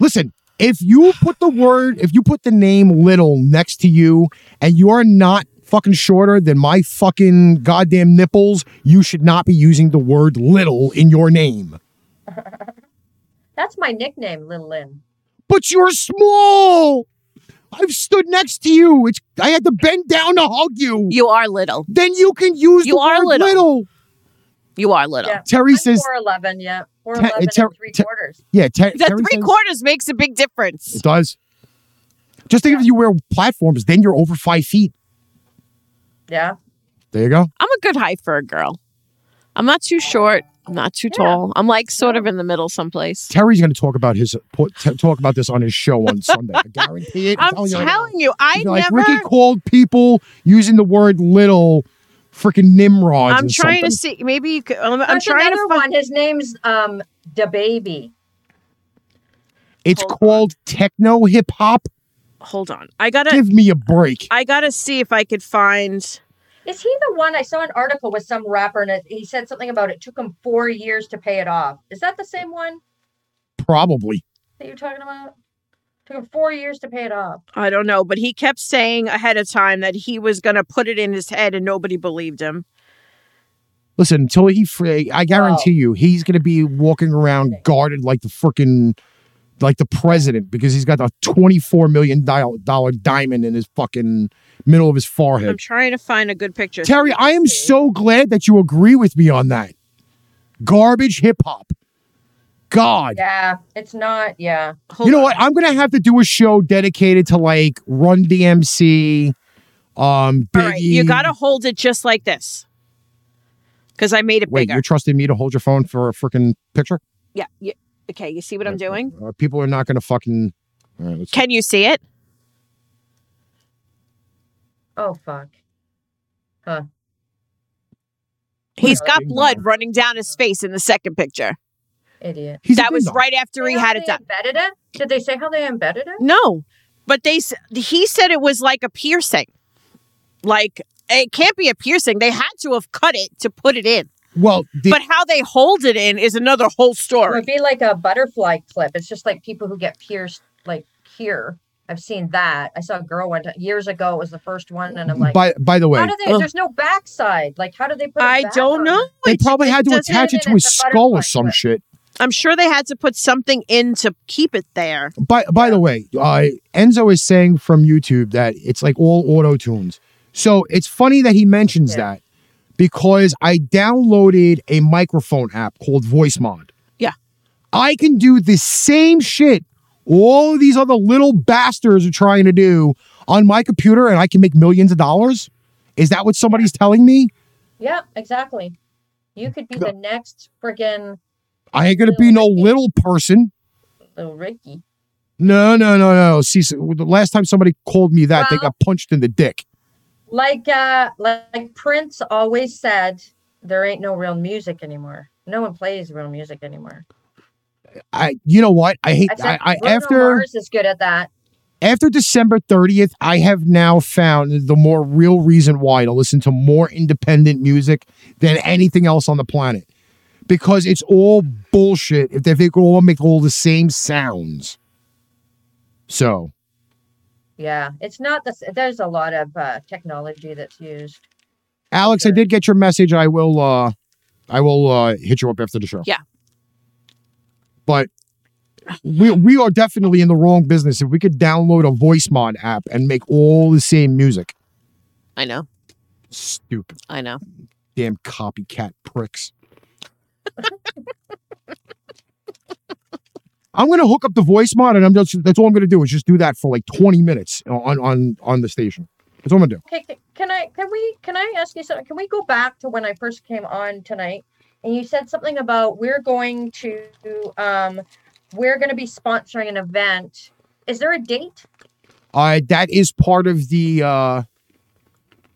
[SPEAKER 2] Listen, if you put the word, if you put the name little next to you and you're not fucking shorter than my fucking goddamn nipples, you should not be using the word little in your name.
[SPEAKER 5] That's my nickname, Little Lynn.
[SPEAKER 2] But you're small. I've stood next to you. It's I had to bend down to hug you.
[SPEAKER 3] You are little.
[SPEAKER 2] Then you can use
[SPEAKER 3] You
[SPEAKER 2] the
[SPEAKER 3] are
[SPEAKER 2] word
[SPEAKER 3] little.
[SPEAKER 2] little.
[SPEAKER 3] You are little.
[SPEAKER 5] Yeah.
[SPEAKER 2] Terry
[SPEAKER 5] I'm
[SPEAKER 2] says,
[SPEAKER 5] 4'11, yeah. 4'11
[SPEAKER 2] Ter-
[SPEAKER 5] and three
[SPEAKER 2] Ter-
[SPEAKER 5] quarters.
[SPEAKER 2] yeah, Ter-
[SPEAKER 3] The
[SPEAKER 2] Terry
[SPEAKER 3] three
[SPEAKER 2] says-
[SPEAKER 3] quarters makes a big difference.
[SPEAKER 2] It does. Just think if you wear platforms, then you're over five feet.
[SPEAKER 5] Yeah.
[SPEAKER 2] There you go.
[SPEAKER 3] I'm a good height for a girl. I'm not too short. I'm not too
[SPEAKER 5] Yeah.
[SPEAKER 3] tall. I'm like sort of in the middle someplace.
[SPEAKER 2] Terry's going to talk about his po- t- talk about this on his show on Sunday. I guarantee it.
[SPEAKER 3] I'm
[SPEAKER 2] telling you right now.
[SPEAKER 3] telling you, I
[SPEAKER 2] He's like
[SPEAKER 3] never.
[SPEAKER 2] Ricky called people using the word little, freaking nimrods.
[SPEAKER 3] I'm
[SPEAKER 2] or
[SPEAKER 3] trying to
[SPEAKER 2] something.
[SPEAKER 3] see. Maybe you could, I'm, I'm
[SPEAKER 5] That's
[SPEAKER 3] trying to
[SPEAKER 5] another
[SPEAKER 3] find.
[SPEAKER 5] one. His name's um the baby.
[SPEAKER 2] It's
[SPEAKER 5] hold on.
[SPEAKER 2] called techno hip hop.
[SPEAKER 3] Hold on. I gotta.
[SPEAKER 2] Give me a break.
[SPEAKER 3] I gotta see if I could find.
[SPEAKER 5] Is he the one I saw an article with some rapper and it, he said something about it took him four years to pay it off? Is that the same one
[SPEAKER 2] Probably.
[SPEAKER 5] that you're talking about? Took him four years to pay it off.
[SPEAKER 3] I don't know, but he kept saying ahead of time that he was going to put it in his head and nobody believed him.
[SPEAKER 2] Listen, until he free, I
[SPEAKER 3] Oh.
[SPEAKER 2] guarantee you, he's going to be walking around guarded like the freaking, like the president because he's got a twenty-four million dollar diamond in his fucking middle of his
[SPEAKER 3] I'm
[SPEAKER 2] forehead.
[SPEAKER 3] trying to find a good picture.
[SPEAKER 2] Terry, I am
[SPEAKER 5] see.
[SPEAKER 2] so glad that you agree with me on that. Garbage hip hop. God,
[SPEAKER 5] Yeah, it's not. Yeah.
[SPEAKER 3] Hold
[SPEAKER 2] you know
[SPEAKER 3] on.
[SPEAKER 2] what? I'm going to have to do a show dedicated to like Run DMC. Um, Biggie.
[SPEAKER 3] All right, you got to hold it just like this because I made it
[SPEAKER 2] wait.
[SPEAKER 3] bigger.
[SPEAKER 2] You're trusting me to hold your phone for a freaking picture?
[SPEAKER 3] Yeah. You, okay. You see what I'm doing?
[SPEAKER 2] Uh, people are not going to fucking. All right, let's.
[SPEAKER 3] Can you see it?
[SPEAKER 5] Oh fuck.
[SPEAKER 3] He's
[SPEAKER 5] that
[SPEAKER 3] got
[SPEAKER 2] thing
[SPEAKER 3] blood
[SPEAKER 2] on.
[SPEAKER 3] running down his face in the second picture.
[SPEAKER 5] Idiot.
[SPEAKER 2] He's a
[SPEAKER 3] that was
[SPEAKER 2] ding-dong.
[SPEAKER 3] right after he
[SPEAKER 5] How
[SPEAKER 3] had it
[SPEAKER 5] they
[SPEAKER 3] done.
[SPEAKER 5] Embedded it? Did they say how they embedded it?
[SPEAKER 3] No, but they s- he said it was like a piercing. Like it can't be a piercing. They had to have cut it to put it in.
[SPEAKER 2] Well, the,
[SPEAKER 3] but how they hold it in is another whole
[SPEAKER 5] It
[SPEAKER 3] story.
[SPEAKER 5] would be like a butterfly clip. It's just like people who get pierced like here. I've seen that. I saw a girl one time years ago. It was the first one, and I'm like,
[SPEAKER 2] by by the way, uh,
[SPEAKER 5] how do they?
[SPEAKER 3] Ugh.
[SPEAKER 5] There's no backside. Like, how do they put? it
[SPEAKER 3] I
[SPEAKER 5] back
[SPEAKER 3] don't
[SPEAKER 5] on?
[SPEAKER 3] know.
[SPEAKER 2] they
[SPEAKER 3] It's-
[SPEAKER 2] probably had to
[SPEAKER 3] doesn't-
[SPEAKER 2] attach it to
[SPEAKER 5] Even
[SPEAKER 2] his
[SPEAKER 5] if it's a
[SPEAKER 2] skull or
[SPEAKER 5] butterfly
[SPEAKER 2] some
[SPEAKER 5] clip.
[SPEAKER 2] shit.
[SPEAKER 3] I'm sure they had to put something in to keep it there.
[SPEAKER 2] By by the way, uh, Enzo is saying from YouTube that it's like all auto tunes. So it's funny that he mentions
[SPEAKER 5] Yeah.
[SPEAKER 2] that because I downloaded a microphone app called Voice Mod.
[SPEAKER 3] Yeah.
[SPEAKER 2] I can do the same shit all these other little bastards are trying to do on my computer, and I can make millions of dollars. Is that what somebody's telling me?
[SPEAKER 5] Yeah, exactly. You could be the next friggin'
[SPEAKER 2] I ain't gonna be no little person.
[SPEAKER 5] little Ricky.
[SPEAKER 2] No, no, no, no. See, so the last time somebody called me that, they
[SPEAKER 5] Well-
[SPEAKER 2] got punched in the dick.
[SPEAKER 5] Like, uh, like Prince always said, there ain't no real music anymore. No one plays real music anymore.
[SPEAKER 2] I, you know what? I hate.
[SPEAKER 5] I
[SPEAKER 2] I,
[SPEAKER 5] said
[SPEAKER 2] I,
[SPEAKER 5] Bruno
[SPEAKER 2] after
[SPEAKER 5] Mars is good at that.
[SPEAKER 2] after December thirtieth, I have now found the more real reason why to listen to more independent music than anything else on the planet, because it's all bullshit. If they think we all make all the same sounds, so
[SPEAKER 5] Yeah, it's not the. s- There's a lot of uh, technology that's used.
[SPEAKER 2] Alex, I
[SPEAKER 5] Sure.
[SPEAKER 2] did get your message. I will. uh I will uh hit you up after the show.
[SPEAKER 3] Yeah.
[SPEAKER 2] But we we are definitely in the wrong business. If we could download a VoiceMon app and make all the same music,
[SPEAKER 3] I know.
[SPEAKER 2] stupid
[SPEAKER 3] I know.
[SPEAKER 2] damn copycat pricks. I'm gonna hook up the voice mod, and I'm just that's all I'm gonna do is just do that for like 20 minutes on on on the station. That's all I'm gonna do.
[SPEAKER 5] Okay, c- can I can we can I ask you something? Can we go back to when I first came on tonight and you said something about we're going to um we're going to be sponsoring an event. Is there a date?
[SPEAKER 2] Uh, that is part of the uh,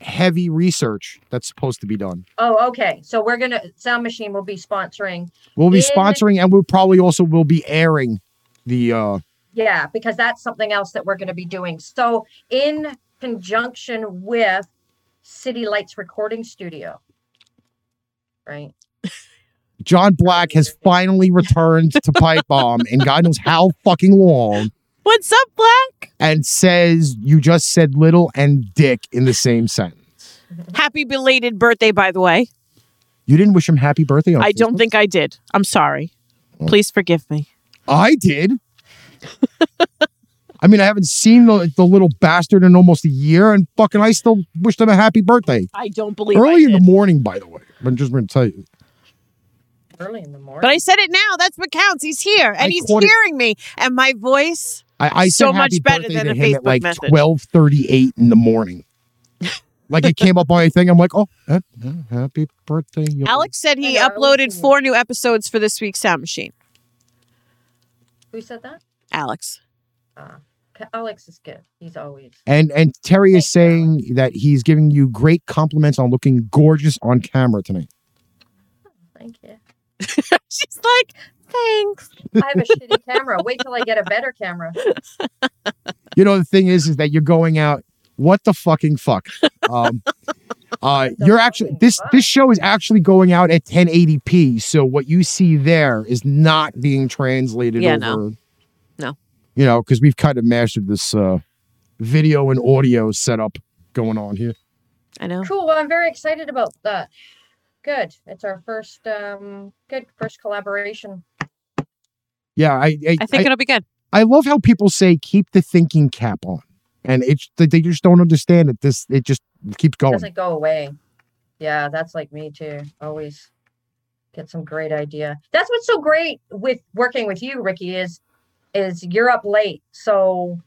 [SPEAKER 2] heavy research that's supposed to be done.
[SPEAKER 5] Oh, okay. So we're going to Sound Machine will be sponsoring.
[SPEAKER 2] We'll be
[SPEAKER 5] In-
[SPEAKER 2] sponsoring, and we'll probably also will be airing the uh,
[SPEAKER 5] Yeah, because that's something else that we're going to be doing. So in conjunction with City Lights Recording Studio. Right?
[SPEAKER 2] John Black has finally returned to Pipe Bomb, and God knows how fucking long.
[SPEAKER 3] What's up, Black?
[SPEAKER 2] and says you just said little and dick in the same sentence.
[SPEAKER 3] Happy belated birthday, by the way.
[SPEAKER 2] You didn't wish him happy birthday. On
[SPEAKER 3] I don't
[SPEAKER 2] Facebook?
[SPEAKER 3] think I did. I'm sorry.
[SPEAKER 2] Oh.
[SPEAKER 3] Please forgive me.
[SPEAKER 2] I did. I mean, I haven't seen the, the little bastard in almost a year, and fucking, I still wish him a happy birthday.
[SPEAKER 3] I don't believe I
[SPEAKER 2] Early in the
[SPEAKER 3] did.
[SPEAKER 2] morning, by the way. I'm just going to tell you.
[SPEAKER 5] Early in the morning.
[SPEAKER 3] But I said it now. That's what counts. He's here and
[SPEAKER 2] I
[SPEAKER 3] he's
[SPEAKER 2] caught it-
[SPEAKER 3] hearing me. And my voice,
[SPEAKER 2] I, I
[SPEAKER 3] So
[SPEAKER 2] said
[SPEAKER 3] much
[SPEAKER 2] happy
[SPEAKER 3] better
[SPEAKER 2] birthday
[SPEAKER 3] than
[SPEAKER 2] to
[SPEAKER 3] a
[SPEAKER 2] him at
[SPEAKER 3] Facebook
[SPEAKER 2] like
[SPEAKER 3] message.
[SPEAKER 2] 12:38 in the morning. like it came up on my thing. I'm like, oh, eh, eh, happy birthday. yo.
[SPEAKER 3] Alex said he
[SPEAKER 5] I know, I was
[SPEAKER 3] uploaded
[SPEAKER 5] thinking-
[SPEAKER 3] four new episodes for this week's Sound Machine.
[SPEAKER 5] Who said that?
[SPEAKER 3] Alex.
[SPEAKER 5] Uh, Ca- Alex is good. He's always
[SPEAKER 2] And and Terry is
[SPEAKER 5] Thanks, Alex.
[SPEAKER 2] saying that he's giving you great compliments on looking gorgeous on camera tonight.
[SPEAKER 5] Thank you.
[SPEAKER 3] She's like, thanks.
[SPEAKER 5] I have a shitty camera. Wait till I get a better camera.
[SPEAKER 2] You know the thing is, is that you're going out. What the fucking fuck? Um, uh,
[SPEAKER 5] the
[SPEAKER 2] you're actually
[SPEAKER 5] fucking
[SPEAKER 2] this
[SPEAKER 5] fuck?
[SPEAKER 2] this show is actually going out at 1080p. So what you see there is not being translated
[SPEAKER 3] Yeah, no.
[SPEAKER 2] over.
[SPEAKER 3] No.
[SPEAKER 2] You know, because we've kind of mastered this uh, video and audio setup going on here.
[SPEAKER 3] I know.
[SPEAKER 5] Cool. Well, I'm very excited about that. Good. It's our first um good first collaboration.
[SPEAKER 2] Yeah, I I,
[SPEAKER 3] I think it'll be good.
[SPEAKER 2] I love how people say keep the thinking cap on, and it's they they just don't understand it. This it just keeps
[SPEAKER 5] It
[SPEAKER 2] going.
[SPEAKER 5] doesn't go away. Yeah, that's like me too. Always get some great idea. That's what's so great with working with you, Ricky, is is you're up late. So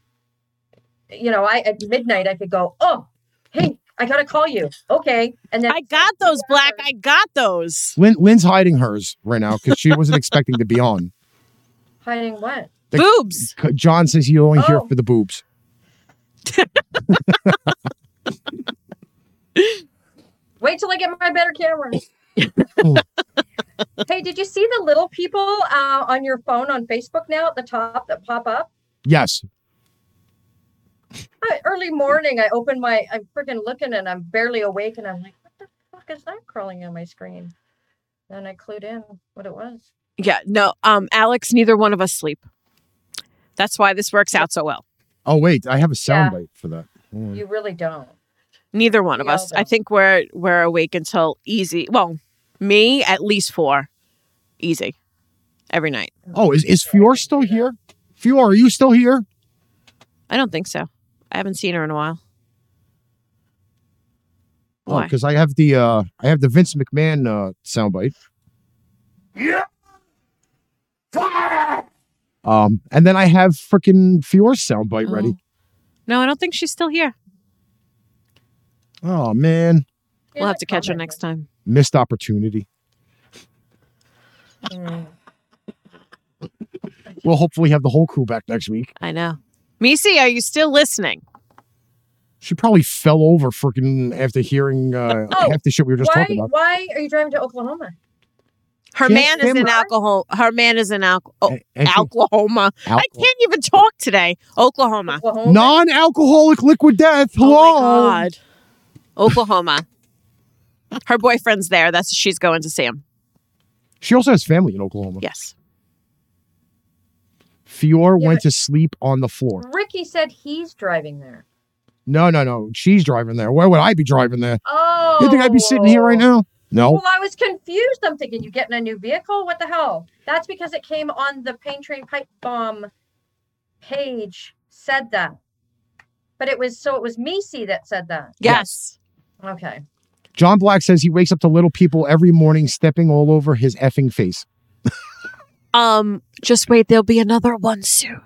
[SPEAKER 5] you know, I at midnight I could go, Oh, hey, I gotta call you. Okay. And then
[SPEAKER 3] I got those, Black. I got those.
[SPEAKER 2] Lynn, Lynn's hiding hers right now because she wasn't expecting to be on.
[SPEAKER 5] hiding what?
[SPEAKER 2] The-
[SPEAKER 3] Boobs.
[SPEAKER 2] C- John says he's only here
[SPEAKER 5] Oh.
[SPEAKER 2] for the boobs.
[SPEAKER 5] Wait till I get my better camera. hey, did you see the little people uh, on your phone on Facebook now at the top that pop up?
[SPEAKER 2] Yes,
[SPEAKER 5] Uh, early morning, I open my, I'm freaking looking and I'm barely awake and I'm like, what the fuck is that crawling on my screen? Then I clued in what it was.
[SPEAKER 3] Yeah, no. Um, Alex, neither one of us sleep. That's why this works out so well.
[SPEAKER 2] Oh wait, I have a soundbite for that. Oh, Hold on.
[SPEAKER 5] You really don't.
[SPEAKER 3] Neither one of
[SPEAKER 5] We all
[SPEAKER 3] us. I
[SPEAKER 5] don't.
[SPEAKER 3] think we're we're awake until easy. Well, me at least four. Easy. Every night.
[SPEAKER 2] Oh, is is
[SPEAKER 5] Yeah, I
[SPEAKER 2] Fior
[SPEAKER 5] can
[SPEAKER 2] still
[SPEAKER 5] do that.
[SPEAKER 2] here? Fior, are you still here?
[SPEAKER 3] I don't think so. I haven't seen her in a while.
[SPEAKER 2] Oh,
[SPEAKER 3] Why?
[SPEAKER 2] because Oh, I have the uh I have the Vince McMahon uh soundbite. Um, and then I have freaking Fior's soundbite ready.
[SPEAKER 3] No, I don't think she's still here.
[SPEAKER 2] Oh man,
[SPEAKER 3] We'll have to catch her next time.
[SPEAKER 2] missed opportunity.
[SPEAKER 5] time.
[SPEAKER 2] We'll hopefully have the whole crew back next week.
[SPEAKER 3] I know. Misi, are you still listening?
[SPEAKER 2] She probably fell over freaking after hearing uh,
[SPEAKER 5] Oh,
[SPEAKER 2] half the shit we were just
[SPEAKER 5] Why,
[SPEAKER 2] talking about.
[SPEAKER 5] why are you driving to Oklahoma?
[SPEAKER 3] Her
[SPEAKER 2] Yes,
[SPEAKER 3] man is in
[SPEAKER 2] Emma.
[SPEAKER 3] alcohol. Her man is in alcohol.
[SPEAKER 2] And- and she-
[SPEAKER 3] Oklahoma. Oh, I
[SPEAKER 2] alcohol.
[SPEAKER 3] can't even talk today. Oklahoma.
[SPEAKER 5] Oklahoma?
[SPEAKER 2] Non-alcoholic liquid death. Hello.
[SPEAKER 3] Oh my God. Oklahoma. Her boyfriend's there. That's she's going to see him.
[SPEAKER 2] She also has family in Oklahoma.
[SPEAKER 3] Yes.
[SPEAKER 2] Fior
[SPEAKER 5] Yeah,
[SPEAKER 2] went
[SPEAKER 5] but-
[SPEAKER 2] to sleep on the floor.
[SPEAKER 5] Ricky said he's driving there.
[SPEAKER 2] No, no, no. She's driving there. Why would I be driving there?
[SPEAKER 5] Oh.
[SPEAKER 3] Oh.
[SPEAKER 2] You think I'd be sitting here right now? No.
[SPEAKER 5] Well, I was confused. I'm thinking, you getting a new vehicle? What the hell? That's because it came on the Pain Train Pipe Bomb page, said that. But it was so it was Macy that said that.
[SPEAKER 3] Yes.
[SPEAKER 5] Okay.
[SPEAKER 2] John Black says he wakes up to little people every morning stepping all over his effing face.
[SPEAKER 3] Um, just wait, there'll be another one soon.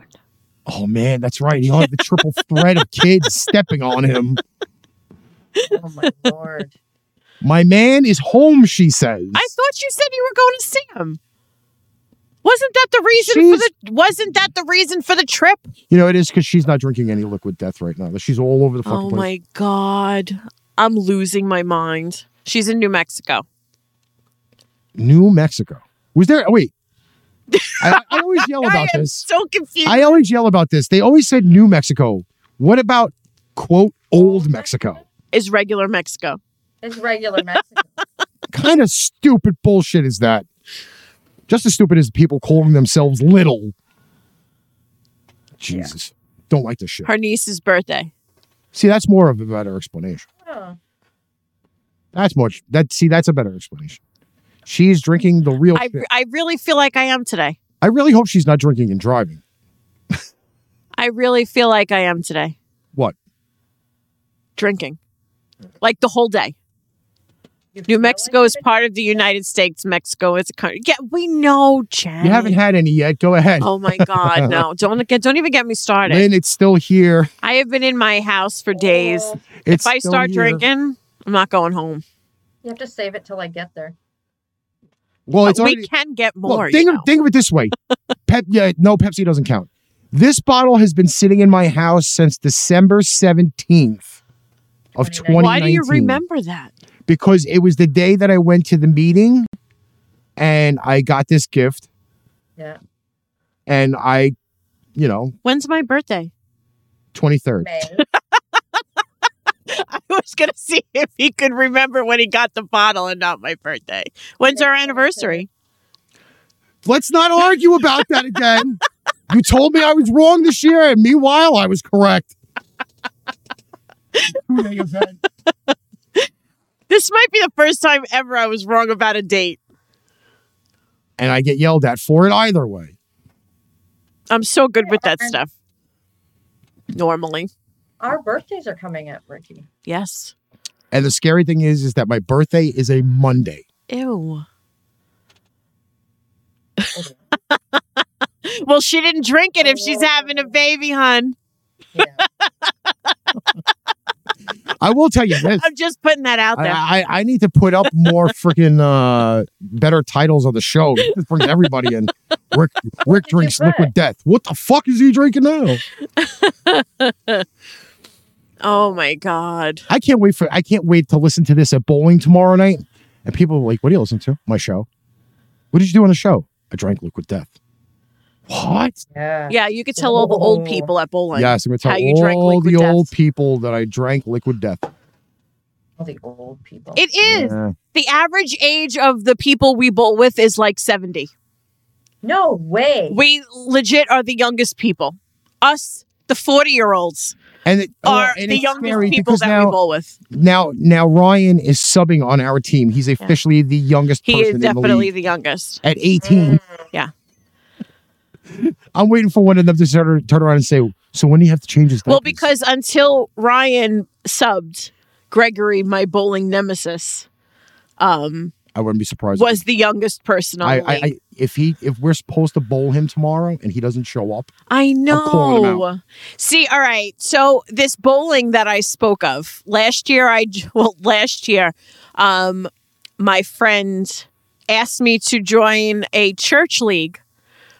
[SPEAKER 2] Oh man, that's right. He'll have the triple threat of kids stepping on him.
[SPEAKER 5] Oh my lord.
[SPEAKER 2] My man is home, she says.
[SPEAKER 3] I thought you said you were going to see him. Wasn't that the reason for
[SPEAKER 2] She's-
[SPEAKER 3] the wasn't that the reason for the trip?
[SPEAKER 2] you know, it is because she's not drinking any liquid death right now. She's all over the fucking
[SPEAKER 3] Oh
[SPEAKER 2] place.
[SPEAKER 3] my god. I'm losing my mind. She's in New Mexico.
[SPEAKER 2] New Mexico. Was there? Oh, wait. I, I always yell
[SPEAKER 3] I
[SPEAKER 2] about
[SPEAKER 3] am
[SPEAKER 2] this.
[SPEAKER 3] so confused.
[SPEAKER 2] I always yell about this. They always said New Mexico. What about quote old Mexico?
[SPEAKER 3] is regular Mexico.
[SPEAKER 5] It's regular Mexican.
[SPEAKER 2] Kind of stupid bullshit is that. Just as stupid as people calling themselves little. Jesus. Don't like this shit.
[SPEAKER 3] Her niece's birthday.
[SPEAKER 2] See, that's more of a better explanation.
[SPEAKER 5] Oh.
[SPEAKER 2] That's much. That see, that's a better explanation. She's drinking the real.
[SPEAKER 3] I,
[SPEAKER 2] shit.
[SPEAKER 3] I really feel like I am today.
[SPEAKER 2] I really hope she's not drinking and driving.
[SPEAKER 3] I really feel like I am today.
[SPEAKER 2] What?
[SPEAKER 3] Drinking. Like the whole day.
[SPEAKER 5] You feel
[SPEAKER 3] New
[SPEAKER 5] like
[SPEAKER 3] Mexico is
[SPEAKER 5] you've been-
[SPEAKER 3] part of the United States. Mexico is a country. Yeah, we know, Chad.
[SPEAKER 2] You haven't had any yet. Go ahead.
[SPEAKER 3] Oh my God, no! Don't get, don't even get me started.
[SPEAKER 2] Lynn, it's still here.
[SPEAKER 3] I have been in my house for days.
[SPEAKER 5] Oh,
[SPEAKER 2] It's
[SPEAKER 3] if I
[SPEAKER 2] still
[SPEAKER 3] start
[SPEAKER 2] here.
[SPEAKER 3] drinking, I'm not going home.
[SPEAKER 5] you have to save it till I get there.
[SPEAKER 2] well,
[SPEAKER 3] But
[SPEAKER 2] it's
[SPEAKER 3] we
[SPEAKER 2] already.
[SPEAKER 3] can get
[SPEAKER 2] Well,
[SPEAKER 3] more. you
[SPEAKER 2] think, of,
[SPEAKER 3] know.
[SPEAKER 2] think of it this way. Pep, yeah, no, Pepsi doesn't count. This bottle has been sitting in my house since December 17th of 2019.
[SPEAKER 5] 2019.
[SPEAKER 3] Why do you remember that?
[SPEAKER 2] Because it was the day that I went to the meeting and I got this gift
[SPEAKER 5] Yeah.
[SPEAKER 2] and I, you know,
[SPEAKER 3] When's my birthday?
[SPEAKER 2] 23rd.
[SPEAKER 5] May.
[SPEAKER 3] I was gonna see if he could remember when he got the bottle and not my birthday. When's our anniversary?
[SPEAKER 2] Let's not argue about that again. you told me I was wrong this year and meanwhile I was correct. Two-day event.
[SPEAKER 3] This might be the first time ever I was wrong about a date.
[SPEAKER 2] and I get yelled at for it either way.
[SPEAKER 3] I'm so good with that stuff. Normally,
[SPEAKER 5] Our birthdays are coming up, Ricky.
[SPEAKER 3] yes.
[SPEAKER 2] And the scary thing is, is that my birthday is a Monday.
[SPEAKER 3] Ew. Well, she didn't drink it if she's having a baby, hun.
[SPEAKER 5] Yeah.
[SPEAKER 2] I will tell you this.
[SPEAKER 3] I'm just putting that out
[SPEAKER 2] I,
[SPEAKER 3] there.
[SPEAKER 2] I, I need to put up more freaking uh, better titles on the show. This brings everybody in. Rick Rick
[SPEAKER 5] did you
[SPEAKER 2] drinks
[SPEAKER 5] put?
[SPEAKER 2] liquid death. What the fuck is he drinking now?
[SPEAKER 3] Oh my god.
[SPEAKER 2] I can't wait for I can't wait to listen to this at bowling tomorrow night. And people are like, "What do you listen to? My show? What did you do on the show? I drank liquid death. What?
[SPEAKER 5] Yeah.
[SPEAKER 3] Yeah, you could tell all the old
[SPEAKER 5] Ooh.
[SPEAKER 3] people at bowling.
[SPEAKER 2] yes, I'm gonna tell
[SPEAKER 3] how you drank
[SPEAKER 2] all the
[SPEAKER 3] Liquid Death.
[SPEAKER 2] old people that I drank liquid death.
[SPEAKER 5] All the old people.
[SPEAKER 3] It is.
[SPEAKER 2] Yeah.
[SPEAKER 3] The average age of the people we bowl with is like 70.
[SPEAKER 5] no way.
[SPEAKER 3] We legit are the youngest people. Us, the 40 year olds,
[SPEAKER 2] and it, oh,
[SPEAKER 3] are
[SPEAKER 2] and
[SPEAKER 3] the
[SPEAKER 2] it's
[SPEAKER 3] youngest
[SPEAKER 2] scary
[SPEAKER 3] people
[SPEAKER 2] because
[SPEAKER 3] that
[SPEAKER 2] now,
[SPEAKER 3] we bowl with.
[SPEAKER 2] now now Ryan is subbing on our team. He's officially the youngest
[SPEAKER 3] He
[SPEAKER 2] person
[SPEAKER 3] is
[SPEAKER 2] in the
[SPEAKER 3] definitely
[SPEAKER 2] league
[SPEAKER 3] the youngest.
[SPEAKER 2] at 18.
[SPEAKER 3] Yeah.
[SPEAKER 2] I'm waiting for one of them to turn, turn around and say, "So when do you have to change his?"
[SPEAKER 3] Well,
[SPEAKER 2] diapers?"
[SPEAKER 3] because until Ryan subbed, Gregory, my bowling nemesis, um,
[SPEAKER 2] I wouldn't be surprised. if-
[SPEAKER 3] was the youngest person on
[SPEAKER 2] I,
[SPEAKER 3] the
[SPEAKER 2] I,
[SPEAKER 3] league.
[SPEAKER 2] I if he if we're supposed to bowl him tomorrow and he doesn't show up,
[SPEAKER 3] I
[SPEAKER 2] calling him
[SPEAKER 3] know. See, all right. So this bowling that I spoke of last year, I well last year, um, my friend asked me to join a church league,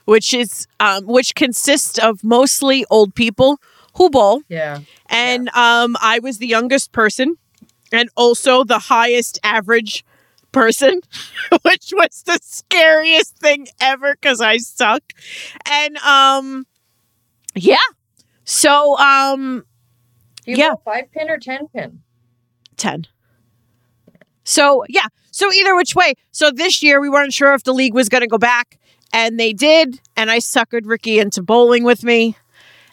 [SPEAKER 3] which is um, which consists of mostly old people who bowl,
[SPEAKER 5] Yeah.
[SPEAKER 3] and um, I was the youngest person, and also the highest average person, which was the scariest thing ever because I suck. And um, yeah, so um,
[SPEAKER 5] Do you
[SPEAKER 3] Yeah.
[SPEAKER 5] want five pin or ten pin?
[SPEAKER 3] ten. So yeah, so either which way. So this year we weren't sure if the league was going to go back, and they did, and I suckered Ricky into bowling with me,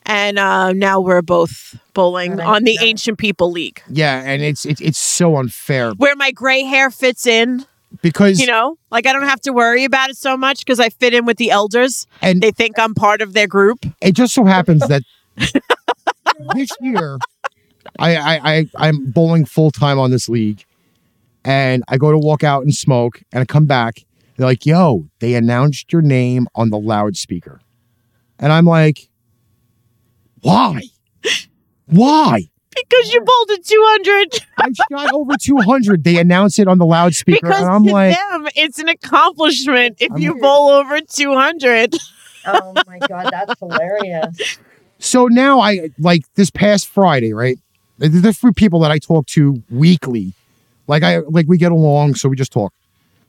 [SPEAKER 3] and uh, now we're both bowling
[SPEAKER 5] Right,
[SPEAKER 3] on the
[SPEAKER 5] yeah.
[SPEAKER 3] Ancient People League,
[SPEAKER 2] Yeah, and it's it's it's so unfair
[SPEAKER 3] where my gray hair fits in.
[SPEAKER 2] because
[SPEAKER 3] You know, like I don't have to worry about it so much because I fit in with the elders.
[SPEAKER 2] and
[SPEAKER 3] They think I'm part of their group.
[SPEAKER 2] it just so happens that this year I, I I I'm bowling full time on this league, and I go to walk out and smoke, and I come back. They're like, "Yo, they announced your name on the loudspeaker," and I'm like, "Why? Why?
[SPEAKER 3] Because you bowled at 200.
[SPEAKER 2] I shot over 200. They announced it on the loudspeaker,
[SPEAKER 3] Because
[SPEAKER 2] and I'm
[SPEAKER 3] to
[SPEAKER 2] like."
[SPEAKER 3] them, it's an accomplishment if
[SPEAKER 2] I'm-
[SPEAKER 3] you bowl over 200.
[SPEAKER 5] Oh my god, that's hilarious.
[SPEAKER 2] So now I like this past Friday, right? th- There's few people that I talk to weekly. Like I like we get along, so we just talk.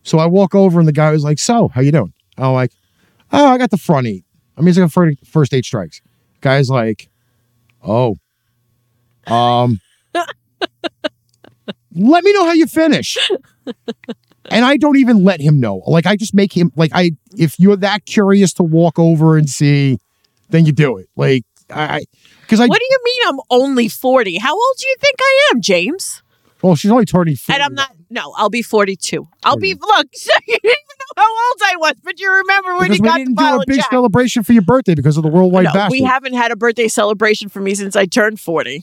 [SPEAKER 2] So I walk over and the guy was like, "So, how you doing?" I'm like, "Oh, I got the front eight. I mean, it's like a fir- first eight strikes." Guy's like, "Oh, um, let me know how you finish." And I don't even let him know. Like I just make him like I. If you're that curious to walk over and see, then you do it. Like I, because I.
[SPEAKER 3] what do you mean I'm only 40? How old do you think I am, James?
[SPEAKER 2] Well, Oh, she's only turning. 40.
[SPEAKER 3] And I'm not, no, I'll be 42. I'll be,
[SPEAKER 2] Forty.
[SPEAKER 3] look, so you didn't even know how old I was, but you remember when
[SPEAKER 2] because
[SPEAKER 3] you
[SPEAKER 2] we
[SPEAKER 3] got
[SPEAKER 2] didn't
[SPEAKER 3] the bottle
[SPEAKER 2] do a
[SPEAKER 3] of
[SPEAKER 2] big
[SPEAKER 3] Jack.
[SPEAKER 2] celebration for your birthday because of the worldwide
[SPEAKER 3] No,
[SPEAKER 2] bastard.
[SPEAKER 3] we haven't had a birthday celebration for me since I turned 40.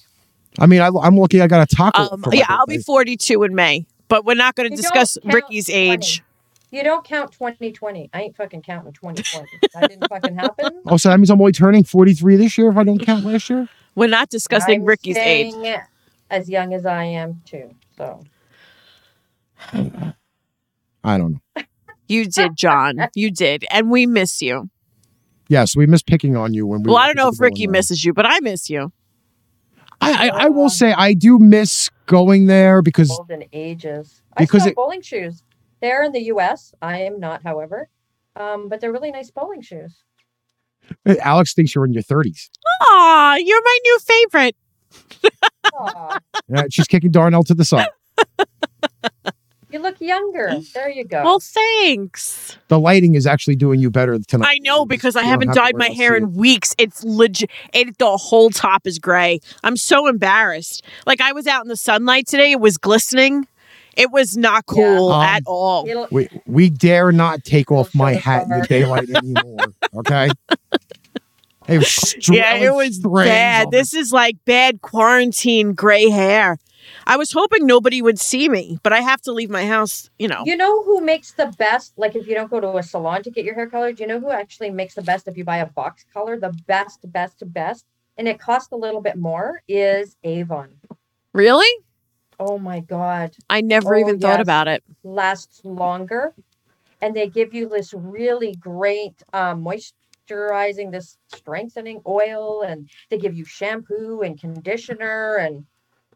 [SPEAKER 2] I mean, I, am lucky I got a taco.
[SPEAKER 3] Um,
[SPEAKER 2] for my
[SPEAKER 3] yeah, I'll be
[SPEAKER 2] birthday.
[SPEAKER 3] 42 in May, but we're not going to
[SPEAKER 5] You don't
[SPEAKER 3] discuss
[SPEAKER 5] count
[SPEAKER 3] Ricky's
[SPEAKER 5] 20.
[SPEAKER 3] age.
[SPEAKER 5] You don't count 2020. I ain't fucking counting 2020. That didn't fucking happen.
[SPEAKER 2] Oh, so that means I'm only turning 43 this year if I don't count last year.
[SPEAKER 3] We're not discussing
[SPEAKER 5] I'm
[SPEAKER 3] Ricky's age.
[SPEAKER 5] staying As young as I am too. So
[SPEAKER 2] I don't know.
[SPEAKER 3] You did, John. you did. And we miss you.
[SPEAKER 2] Yes, we miss picking on you when we.
[SPEAKER 3] well,
[SPEAKER 2] went
[SPEAKER 3] I don't
[SPEAKER 2] to
[SPEAKER 3] know
[SPEAKER 2] the
[SPEAKER 3] if Ricky
[SPEAKER 2] bowling alley.
[SPEAKER 3] misses you, but I miss you.
[SPEAKER 2] I, I I will say I do miss going there because
[SPEAKER 5] golden ages. I
[SPEAKER 2] Because
[SPEAKER 5] still have
[SPEAKER 2] it-
[SPEAKER 5] bowling shoes. They're in the US. I am not, however. Um, but they're really nice bowling shoes.
[SPEAKER 2] Alex thinks you're in your 30s.
[SPEAKER 3] Aw, you're my new favorite.
[SPEAKER 5] Aw,
[SPEAKER 2] Yeah, she's kicking Darnell to the side.
[SPEAKER 5] you look younger. There you go.
[SPEAKER 3] Well, thanks.
[SPEAKER 2] The lighting is actually doing you better tonight.
[SPEAKER 3] I know because I
[SPEAKER 2] You don't
[SPEAKER 3] haven't
[SPEAKER 2] have to
[SPEAKER 3] dyed
[SPEAKER 2] worry
[SPEAKER 3] my
[SPEAKER 2] about
[SPEAKER 3] hair
[SPEAKER 2] seeing
[SPEAKER 3] in weeks. It's legit. It, the whole top is gray. I'm so embarrassed. Like I was out in the sunlight today. It was glistening. It was not
[SPEAKER 5] Yeah.
[SPEAKER 3] cool
[SPEAKER 2] Um,
[SPEAKER 3] at all.
[SPEAKER 5] It'll-
[SPEAKER 2] We we dare not take off
[SPEAKER 5] We'll
[SPEAKER 2] my
[SPEAKER 5] show the
[SPEAKER 2] hat in the
[SPEAKER 5] car.
[SPEAKER 2] daylight anymore. Okay. It was str-
[SPEAKER 3] yeah, it was
[SPEAKER 2] strands
[SPEAKER 3] bad.
[SPEAKER 2] on
[SPEAKER 3] This is like bad quarantine gray hair. I was hoping nobody would see me, but I have to leave my house. You know,
[SPEAKER 5] You know who makes the best? Like if you don't go to a salon to get your hair colored, you know who actually makes the best if you buy a box color? The best, best, best. And it costs a little bit more is Avon.
[SPEAKER 3] really.
[SPEAKER 5] Oh my God.
[SPEAKER 3] I never
[SPEAKER 5] Oh,
[SPEAKER 3] even thought
[SPEAKER 5] yes.
[SPEAKER 3] about it.
[SPEAKER 5] Lasts longer. And they give you this really great um, moisturizing, this strengthening oil, and they give you shampoo and conditioner, and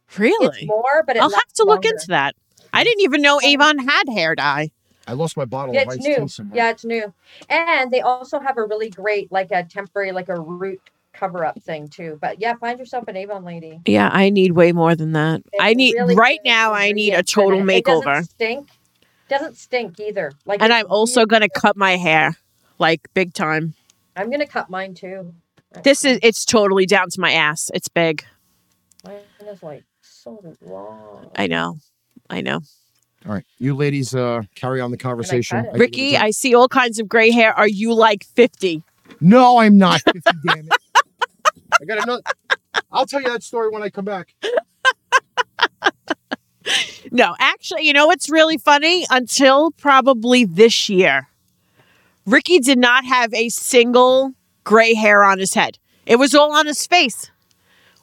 [SPEAKER 5] it's
[SPEAKER 3] Really,
[SPEAKER 5] more. But it
[SPEAKER 3] I'll have
[SPEAKER 5] lasts
[SPEAKER 3] to look
[SPEAKER 5] longer.
[SPEAKER 3] into that. I didn't even know Avon had hair dye.
[SPEAKER 2] I lost my bottle
[SPEAKER 5] Yeah,
[SPEAKER 2] of
[SPEAKER 5] it's
[SPEAKER 2] iced
[SPEAKER 5] new.
[SPEAKER 2] tea somewhere.
[SPEAKER 5] Yeah, it's new. And they also have a really great, like a temporary, like a root cover up thing too. But yeah, find yourself an Avon lady.
[SPEAKER 3] Yeah, I need way more than that.
[SPEAKER 5] They
[SPEAKER 3] I
[SPEAKER 5] have
[SPEAKER 3] need
[SPEAKER 5] really
[SPEAKER 3] right
[SPEAKER 5] good
[SPEAKER 3] now. I need a
[SPEAKER 5] ingredients in
[SPEAKER 3] total
[SPEAKER 5] it. It doesn't
[SPEAKER 3] makeover,
[SPEAKER 5] stink. Doesn't stink either. Like,
[SPEAKER 3] and
[SPEAKER 5] it's
[SPEAKER 3] I'm also
[SPEAKER 5] really-
[SPEAKER 3] gonna cut my hair like big time.
[SPEAKER 5] I'm gonna cut mine too.
[SPEAKER 3] This is it's totally down to my ass. It's big.
[SPEAKER 5] Mine is like so long.
[SPEAKER 3] I know, I know.
[SPEAKER 2] All right, you ladies, uh, carry on the conversation.
[SPEAKER 5] it.
[SPEAKER 2] I-
[SPEAKER 3] Ricky, I see all kinds of gray hair. Are you like fifty?
[SPEAKER 2] no, I'm not. 50, damn it. I got another. I'll tell you that story when I come back.
[SPEAKER 3] No, actually, you know what's really funny? Until probably this year, Ricky did not have a single gray hair on his head. It was all on his face.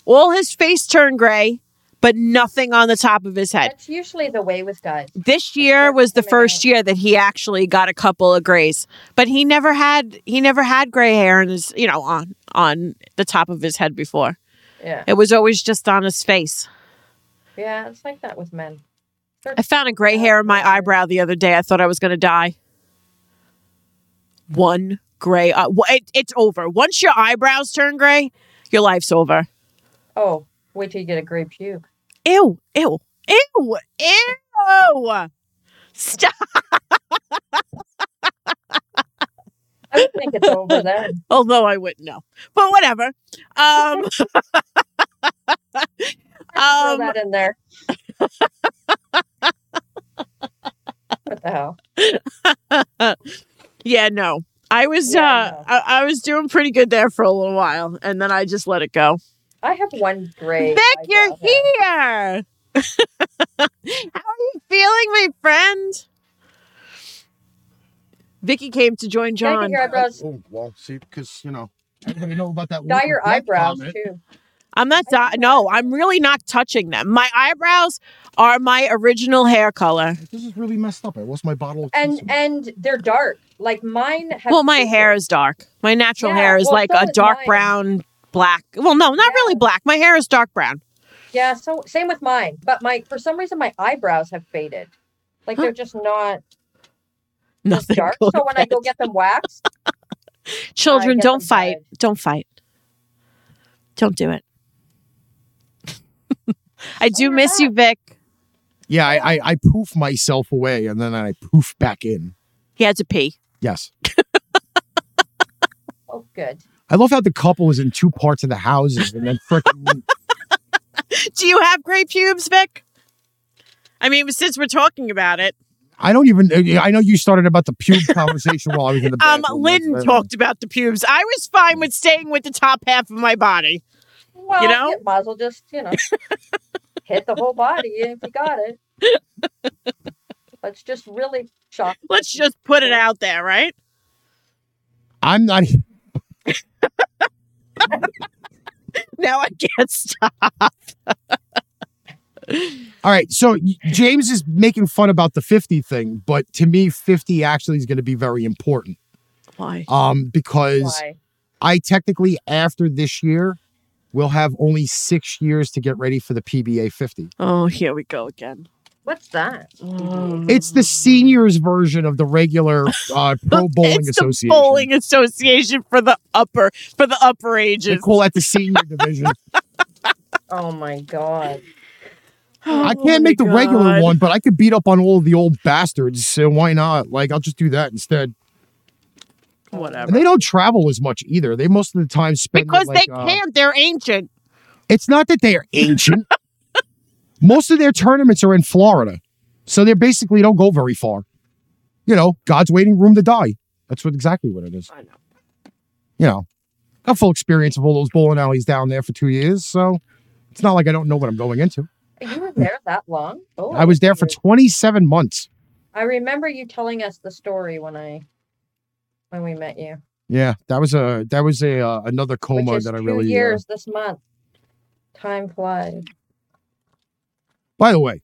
[SPEAKER 3] All his face turned gray, but nothing on the top of his head.
[SPEAKER 5] That's usually the way with guys.
[SPEAKER 3] this year
[SPEAKER 5] first
[SPEAKER 3] was the
[SPEAKER 5] time it
[SPEAKER 3] first
[SPEAKER 5] out.
[SPEAKER 3] year that he actually got a couple of grays but he never had he never had gray hair in his you know on on the top of his head before
[SPEAKER 5] Yeah,
[SPEAKER 3] it was always just on his face
[SPEAKER 5] yeah, it's like that with men. They're
[SPEAKER 3] i found a gray hair in my eyebrow the other day i thought i was going to die one gray uh, wh- it, it's over once your eyebrows turn gray your life's over
[SPEAKER 5] Oh, wait till you get a gray puke.
[SPEAKER 3] ew ew ew ew stop
[SPEAKER 5] I would think it's over then.
[SPEAKER 3] although i wouldn't know but whatever um
[SPEAKER 5] Throw
[SPEAKER 3] Um,
[SPEAKER 5] that in there. what the hell?
[SPEAKER 3] yeah, no. I was
[SPEAKER 5] Yeah, I
[SPEAKER 3] uh I, I was doing pretty good there for a little while and then I just let it go.
[SPEAKER 5] I have one great.
[SPEAKER 3] Vic, you're
[SPEAKER 5] idea.
[SPEAKER 3] here. How are you feeling, my friend? Vicky came to join
[SPEAKER 5] Can I get
[SPEAKER 3] John.
[SPEAKER 5] your eyebrows?
[SPEAKER 2] Oh, well, see, because, you know, I didn't even know about that.
[SPEAKER 5] Dye
[SPEAKER 2] Wolf
[SPEAKER 5] your
[SPEAKER 2] of Black
[SPEAKER 5] eyebrows
[SPEAKER 2] comment.
[SPEAKER 5] too.
[SPEAKER 3] I'm not.
[SPEAKER 5] I
[SPEAKER 3] Di-
[SPEAKER 5] think
[SPEAKER 3] no,
[SPEAKER 5] that-
[SPEAKER 3] I'm really not touching them. My eyebrows are my original hair color.
[SPEAKER 2] This is really messed up. I lost my bottle of
[SPEAKER 5] And
[SPEAKER 2] Kisses.
[SPEAKER 5] and they're dark. Like mine. Have
[SPEAKER 3] Well, my
[SPEAKER 5] pigment.
[SPEAKER 3] hair is dark. My natural
[SPEAKER 5] Yeah,
[SPEAKER 3] hair is
[SPEAKER 5] well,
[SPEAKER 3] like
[SPEAKER 5] so
[SPEAKER 3] a
[SPEAKER 5] is
[SPEAKER 3] dark
[SPEAKER 5] mine.
[SPEAKER 3] brown, black. Well, no, not
[SPEAKER 5] Yeah.
[SPEAKER 3] really black. My hair is dark brown.
[SPEAKER 5] Yeah. So same with mine, but my for some reason my eyebrows have faded. Like
[SPEAKER 3] Huh.
[SPEAKER 5] they're just not just
[SPEAKER 3] Nothing.
[SPEAKER 5] dark. So
[SPEAKER 3] goes
[SPEAKER 5] when I
[SPEAKER 3] bad.
[SPEAKER 5] go get them waxed,
[SPEAKER 3] Children,
[SPEAKER 5] get
[SPEAKER 3] don't
[SPEAKER 5] them
[SPEAKER 3] fight. Don't fight. Don't do it. I do
[SPEAKER 5] you're
[SPEAKER 3] miss you, Vic.
[SPEAKER 2] Yeah, I, I, I poof myself away and then I poof back in.
[SPEAKER 3] He had to pee.
[SPEAKER 2] Yes.
[SPEAKER 5] oh good.
[SPEAKER 2] I love how the couple is in two parts of the houses and then freaking.
[SPEAKER 3] Do you have gray pubes, Vic? I mean, since we're talking about it,
[SPEAKER 2] I don't even. uh, I know you started about the pube conversation while I was in the
[SPEAKER 3] um,
[SPEAKER 2] bathroom.
[SPEAKER 3] Lynn
[SPEAKER 2] That's-
[SPEAKER 3] talked about the pubes. I was fine with staying with the top half of my body.
[SPEAKER 5] Well,
[SPEAKER 3] know?
[SPEAKER 5] might as well just you know hit the whole body if you got it. Let's just really shock.
[SPEAKER 3] Let's just put it out there, right?
[SPEAKER 2] I'm not. e-,
[SPEAKER 3] Now I can't stop.
[SPEAKER 2] All right. So y- James is making fun about the 50 thing, but to me, 50 actually is going to be very important.
[SPEAKER 3] Why?
[SPEAKER 2] Um, because
[SPEAKER 5] Why?
[SPEAKER 2] I technically, after this year, will have only six years to get ready for the PBA 50.
[SPEAKER 3] Oh, here we go again.
[SPEAKER 5] What's that?
[SPEAKER 3] Mm.
[SPEAKER 2] It's the seniors version of the regular uh, Pro Bowling
[SPEAKER 3] it's
[SPEAKER 2] Association.
[SPEAKER 3] The bowling association for the upper for the upper
[SPEAKER 2] They
[SPEAKER 3] ages.
[SPEAKER 2] call that the senior division.
[SPEAKER 5] Oh my
[SPEAKER 2] I
[SPEAKER 5] god.
[SPEAKER 3] Oh my
[SPEAKER 2] can't make the regular
[SPEAKER 3] God.
[SPEAKER 2] one, but I could beat up on all the old bastards. So why not? Like, I'll just do that instead. And
[SPEAKER 3] Whatever.
[SPEAKER 2] they don't travel as much either. They most of the time spend it
[SPEAKER 3] Because
[SPEAKER 2] like,
[SPEAKER 3] they
[SPEAKER 2] uh,
[SPEAKER 3] can't. They're ancient.
[SPEAKER 2] It's not that they are ancient. Most of their tournaments are in Florida. So they basically don't go very far. You know, God's waiting room to die. That's what exactly what it is.
[SPEAKER 3] I know.
[SPEAKER 2] You know, got full experience of all those bowling alleys down there for two years. So it's not like I don't know what I'm going into.
[SPEAKER 5] You were there that long? Oh,
[SPEAKER 2] I was there for
[SPEAKER 5] weird.
[SPEAKER 2] 27 months.
[SPEAKER 5] I remember you telling us the story when I when we met you.
[SPEAKER 2] Yeah, that was a that was a uh, another
[SPEAKER 5] Which
[SPEAKER 2] coma
[SPEAKER 5] is
[SPEAKER 2] that I
[SPEAKER 5] two
[SPEAKER 2] really. uh,
[SPEAKER 5] years this month. Time flies.
[SPEAKER 2] by the way,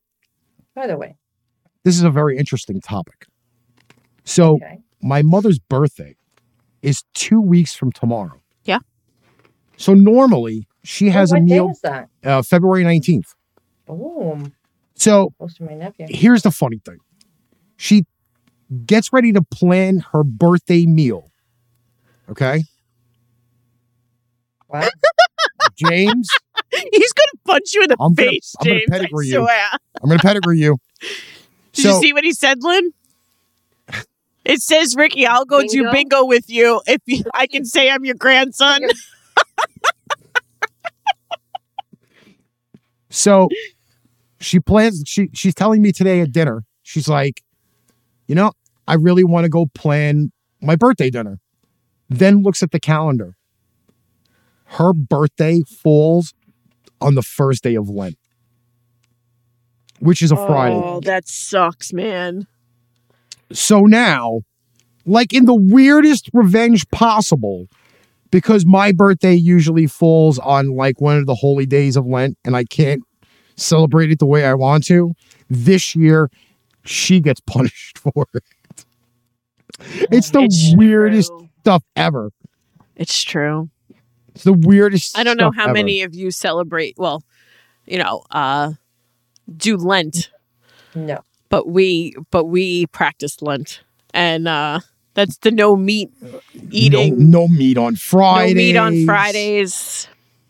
[SPEAKER 5] By the way,
[SPEAKER 2] this is a very interesting topic. So
[SPEAKER 5] okay.
[SPEAKER 2] my mother's birthday is two weeks from tomorrow.
[SPEAKER 3] Yeah.
[SPEAKER 2] So normally she has
[SPEAKER 5] what
[SPEAKER 2] a
[SPEAKER 5] day
[SPEAKER 2] meal
[SPEAKER 5] is that?
[SPEAKER 2] uh, February 19th.
[SPEAKER 5] Boom.
[SPEAKER 2] So
[SPEAKER 5] Close to my nephew.
[SPEAKER 2] here's the funny thing she gets ready to plan her birthday meal. Okay.
[SPEAKER 5] Wow.
[SPEAKER 2] James,
[SPEAKER 3] He's gonna punch you in the
[SPEAKER 2] I'm gonna-
[SPEAKER 3] face,
[SPEAKER 2] I'm gonna
[SPEAKER 3] James. I
[SPEAKER 2] pedigree you.
[SPEAKER 3] swear.
[SPEAKER 2] I'm going to pedigree you.
[SPEAKER 3] Did
[SPEAKER 2] So-
[SPEAKER 3] you see what he said, Lynn? It says, Ricky, I'll go do
[SPEAKER 5] Bingo?
[SPEAKER 3] bingo with you if you, I can say I'm your grandson.
[SPEAKER 2] So she plans she she's telling me today at dinner, she's like, you know, I really want to go plan my birthday dinner. Then looks at the calendar. Her birthday falls on the first day of Lent, which is a Friday.
[SPEAKER 3] Oh, that sucks, man.
[SPEAKER 2] So now, like in the weirdest revenge possible, because my birthday usually falls on like one of the holy days of Lent and I can't celebrate it the way I want to, this year she gets punished for it. It's the weirdest
[SPEAKER 3] true.
[SPEAKER 2] stuff ever.
[SPEAKER 3] It's true.
[SPEAKER 2] It's the weirdest
[SPEAKER 3] I don't know
[SPEAKER 2] stuff
[SPEAKER 3] how
[SPEAKER 2] ever.
[SPEAKER 3] many of you celebrate, well, you know, uh, do Lent,
[SPEAKER 5] No.
[SPEAKER 3] but we, but we practice Lent. And, uh, that's the no meat eating,
[SPEAKER 2] No, no meat on
[SPEAKER 3] no,
[SPEAKER 2] Friday.
[SPEAKER 3] meat on Fridays,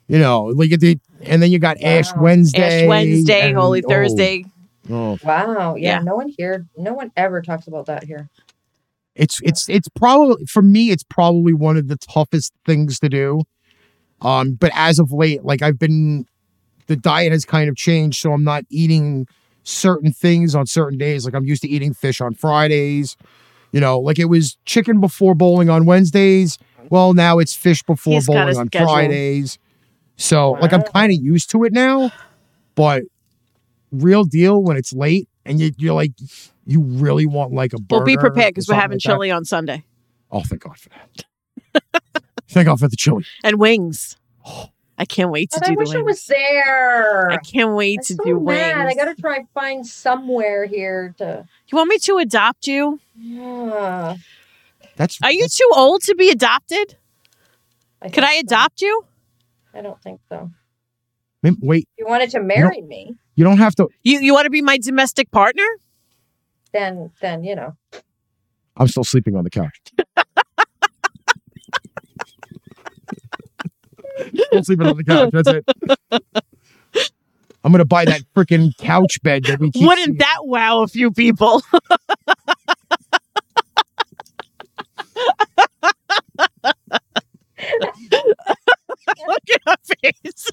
[SPEAKER 2] You know, like it did, and then you got Ash
[SPEAKER 5] Wow.
[SPEAKER 2] Wednesday.
[SPEAKER 3] Ash Wednesday,
[SPEAKER 2] and-
[SPEAKER 3] Holy
[SPEAKER 2] oh,
[SPEAKER 3] Thursday.
[SPEAKER 2] oh.
[SPEAKER 5] Wow. Yeah,
[SPEAKER 3] Yeah.
[SPEAKER 5] No one here. No one ever talks about that here.
[SPEAKER 2] It's it's it's probably for me. It's probably one of the toughest things to do. Um, but as of late, like I've been the diet has kind of changed, so I'm not eating certain things on certain days. Like I'm used to eating fish on Fridays. You know, like it was chicken before bowling on Wednesdays. Well, now it's fish before
[SPEAKER 3] He's got
[SPEAKER 2] bowling
[SPEAKER 3] a
[SPEAKER 2] on
[SPEAKER 3] schedule.
[SPEAKER 2] Fridays. So, like, I'm kind of used to it now, but real deal when it's late and you, you're like, you really want like a burger.
[SPEAKER 3] Well, be prepared
[SPEAKER 2] or
[SPEAKER 3] because we're
[SPEAKER 2] something
[SPEAKER 3] having
[SPEAKER 2] like that.
[SPEAKER 3] chili on Sunday
[SPEAKER 2] Oh, thank God for that. thank God for the chili.
[SPEAKER 3] and wings. I can't wait to
[SPEAKER 5] And I
[SPEAKER 3] do the
[SPEAKER 5] wish
[SPEAKER 3] wings.
[SPEAKER 5] I was there.
[SPEAKER 3] I can't wait
[SPEAKER 5] I'm
[SPEAKER 3] to
[SPEAKER 5] so
[SPEAKER 3] do
[SPEAKER 5] mad.
[SPEAKER 3] wings.
[SPEAKER 5] I gotta try and find somewhere here to.
[SPEAKER 3] You want me to adopt you?
[SPEAKER 5] Yeah,
[SPEAKER 2] That's
[SPEAKER 3] Are you too old to be adopted?
[SPEAKER 5] I
[SPEAKER 3] Could
[SPEAKER 5] think
[SPEAKER 3] I
[SPEAKER 5] so.
[SPEAKER 3] adopt you?
[SPEAKER 5] I don't think so.
[SPEAKER 2] that's- wait.
[SPEAKER 5] If you wanted to marry me,
[SPEAKER 2] You don't have to.
[SPEAKER 3] You you want to be my domestic partner?
[SPEAKER 5] then then you know.
[SPEAKER 2] I'm still sleeping on the couch. still sleeping on the couch. That's it. I'm gonna buy that freaking couch bed that we keep.
[SPEAKER 3] Wouldn't that wow a few people? Look at her face.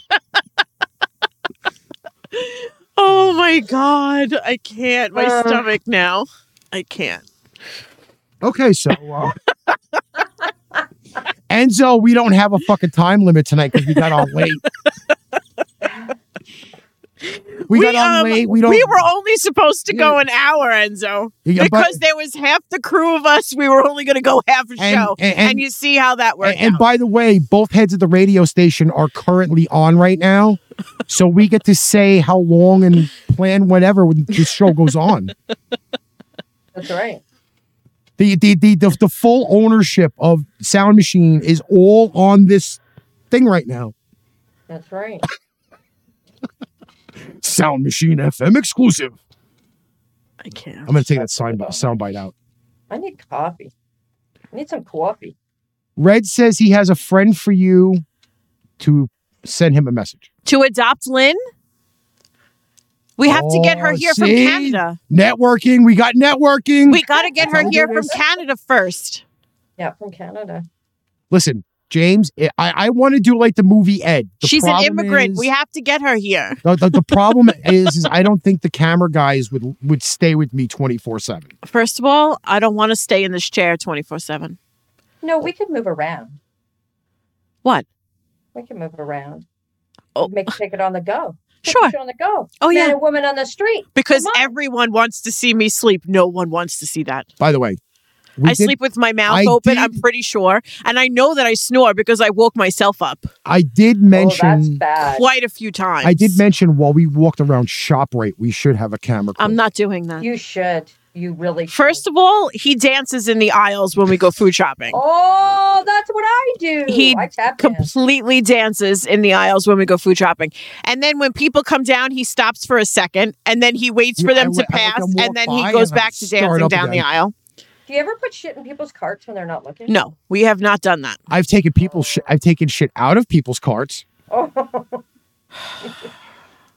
[SPEAKER 3] oh my god, I can't. My
[SPEAKER 5] Uh.
[SPEAKER 3] stomach now. I can't.
[SPEAKER 2] Okay, so. Uh, Enzo, we don't have a fucking time limit tonight because we got on late. We, got on
[SPEAKER 3] um,
[SPEAKER 2] late. We don't.
[SPEAKER 3] were only supposed to go an hour, Enzo,
[SPEAKER 2] Yeah, but-
[SPEAKER 3] because there was half the crew of us. We were only going to go half a
[SPEAKER 2] and-
[SPEAKER 3] show,
[SPEAKER 2] and-
[SPEAKER 3] and,
[SPEAKER 2] and-
[SPEAKER 3] you see how that
[SPEAKER 2] A-
[SPEAKER 3] worked.
[SPEAKER 2] And,
[SPEAKER 3] out.
[SPEAKER 2] by the way, both heads of the radio station are currently on right now. So we get to say how long and plan whatever when the show goes on.
[SPEAKER 5] That's right.
[SPEAKER 2] The, the, the, the, the full ownership of Sound Machine is all on this thing right now.
[SPEAKER 5] That's right.
[SPEAKER 2] Sound Machine FM exclusive.
[SPEAKER 3] I can't.
[SPEAKER 2] I'm going to take that sign, soundbite out.
[SPEAKER 5] I need coffee. I need some coffee.
[SPEAKER 2] Red says he has a friend for you to send him a message.
[SPEAKER 3] to adopt Lynn. We have to get her
[SPEAKER 2] Oh,
[SPEAKER 3] here from
[SPEAKER 2] see?
[SPEAKER 3] Canada.
[SPEAKER 2] Networking. We got networking.
[SPEAKER 3] We got to get her
[SPEAKER 2] Don't
[SPEAKER 3] here
[SPEAKER 2] do
[SPEAKER 3] from
[SPEAKER 2] this.
[SPEAKER 3] Canada first.
[SPEAKER 5] Yeah, from Canada.
[SPEAKER 2] Listen, James, I, I want to do like the movie Ed. The
[SPEAKER 3] She's an
[SPEAKER 2] problem
[SPEAKER 3] immigrant.
[SPEAKER 2] is-
[SPEAKER 3] we have to get her here.
[SPEAKER 2] The, the, the problem is, is I don't think the camera guys would would stay with me twenty four seven.
[SPEAKER 3] First of all, I don't want to stay in this chair 24 7.
[SPEAKER 5] No, we could move around.
[SPEAKER 3] What?
[SPEAKER 5] We can move around.
[SPEAKER 3] Oh.
[SPEAKER 5] Make take it on the go. Take
[SPEAKER 3] Sure.
[SPEAKER 5] it on the go.
[SPEAKER 3] Oh,
[SPEAKER 5] Man
[SPEAKER 3] yeah.
[SPEAKER 5] and woman on the street.
[SPEAKER 3] Because
[SPEAKER 5] Come on.
[SPEAKER 3] everyone wants to see me sleep. No one wants to see that.
[SPEAKER 2] By the way, we
[SPEAKER 3] I
[SPEAKER 2] did,
[SPEAKER 3] sleep with my mouth
[SPEAKER 2] I
[SPEAKER 3] open, I'm
[SPEAKER 2] did-
[SPEAKER 3] pretty sure. And I know that I snore because I woke myself up
[SPEAKER 2] I did
[SPEAKER 5] oh, that's
[SPEAKER 2] mention.
[SPEAKER 5] bad.
[SPEAKER 3] quite a few times.
[SPEAKER 2] I did mention while we walked around ShopRite, we should have a camera.
[SPEAKER 3] I'm
[SPEAKER 2] crew.
[SPEAKER 3] not doing that.
[SPEAKER 5] You should. You really should.
[SPEAKER 3] First of all, he dances in the aisles when we go food shopping.
[SPEAKER 5] Oh, that's what I do.
[SPEAKER 3] He
[SPEAKER 5] I tap dance.
[SPEAKER 3] completely dances in the aisles when we go food shopping. And then when people come down, he stops for a second and then he waits
[SPEAKER 2] Yeah,
[SPEAKER 3] for
[SPEAKER 2] I
[SPEAKER 3] them to
[SPEAKER 2] let- I let
[SPEAKER 3] pass
[SPEAKER 2] them walk
[SPEAKER 3] and then
[SPEAKER 2] by
[SPEAKER 3] he goes
[SPEAKER 2] and I
[SPEAKER 3] back to
[SPEAKER 2] start
[SPEAKER 3] dancing
[SPEAKER 2] up
[SPEAKER 3] down the
[SPEAKER 2] again.
[SPEAKER 3] aisle.
[SPEAKER 5] Do you ever put shit in people's carts when they're not looking?
[SPEAKER 3] No, we have not done that.
[SPEAKER 2] I've taken people. Sh- I've taken shit out of people's carts.
[SPEAKER 5] Oh.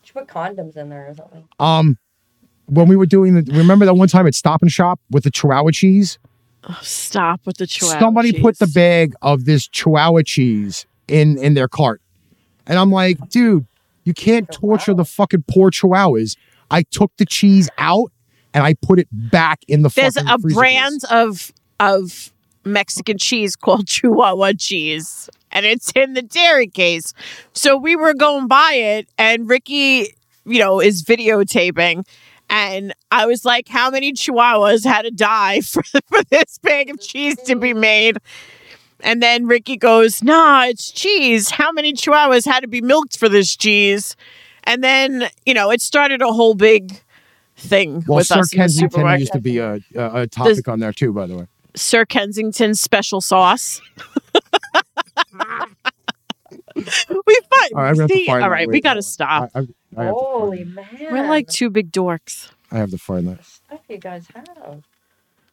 [SPEAKER 5] Should put condoms in there or something.
[SPEAKER 2] Um, when we were doing the, remember that one time at Stop and Shop with the Chihuahua cheese?
[SPEAKER 3] Oh, stop with the chihuahua.
[SPEAKER 2] Somebody put the
[SPEAKER 3] cheese.
[SPEAKER 2] bag of this Chihuahua cheese in in their cart, and I'm like, dude, you can't
[SPEAKER 3] Oh,
[SPEAKER 2] torture the fucking poor Chihuahuas. I took the cheese out and I put it back in the.
[SPEAKER 3] There's
[SPEAKER 2] fucking
[SPEAKER 3] a
[SPEAKER 2] freezer
[SPEAKER 3] brand of of Mexican cheese called Chihuahua cheese, and it's in the dairy case. So we were going by it, and Ricky, you know, is videotaping. And I was like, how many chihuahuas had to die for, for this bag of cheese to be made? And then Ricky goes, nah, it's cheese. How many chihuahuas had to be milked for this cheese? And then, you know, it started a whole big thing
[SPEAKER 2] Well,
[SPEAKER 3] with
[SPEAKER 2] Sir
[SPEAKER 3] us. in the
[SPEAKER 2] Kensington
[SPEAKER 3] supermarket.
[SPEAKER 2] used to be a, a, a topic on there too, by the way.
[SPEAKER 3] Sir Kensington's special sauce.
[SPEAKER 2] All
[SPEAKER 3] we fight.
[SPEAKER 2] right, I'm gonna have to
[SPEAKER 3] See,
[SPEAKER 2] find
[SPEAKER 3] all
[SPEAKER 2] that.
[SPEAKER 3] right, we
[SPEAKER 2] Wait,
[SPEAKER 3] gotta
[SPEAKER 2] hold on.
[SPEAKER 3] stop.
[SPEAKER 2] I, I, I have to
[SPEAKER 3] Oh.
[SPEAKER 2] find
[SPEAKER 5] Holy
[SPEAKER 2] that.
[SPEAKER 5] man.
[SPEAKER 3] We're like two big dorks.
[SPEAKER 2] I have to find that.
[SPEAKER 5] stuff you guys have.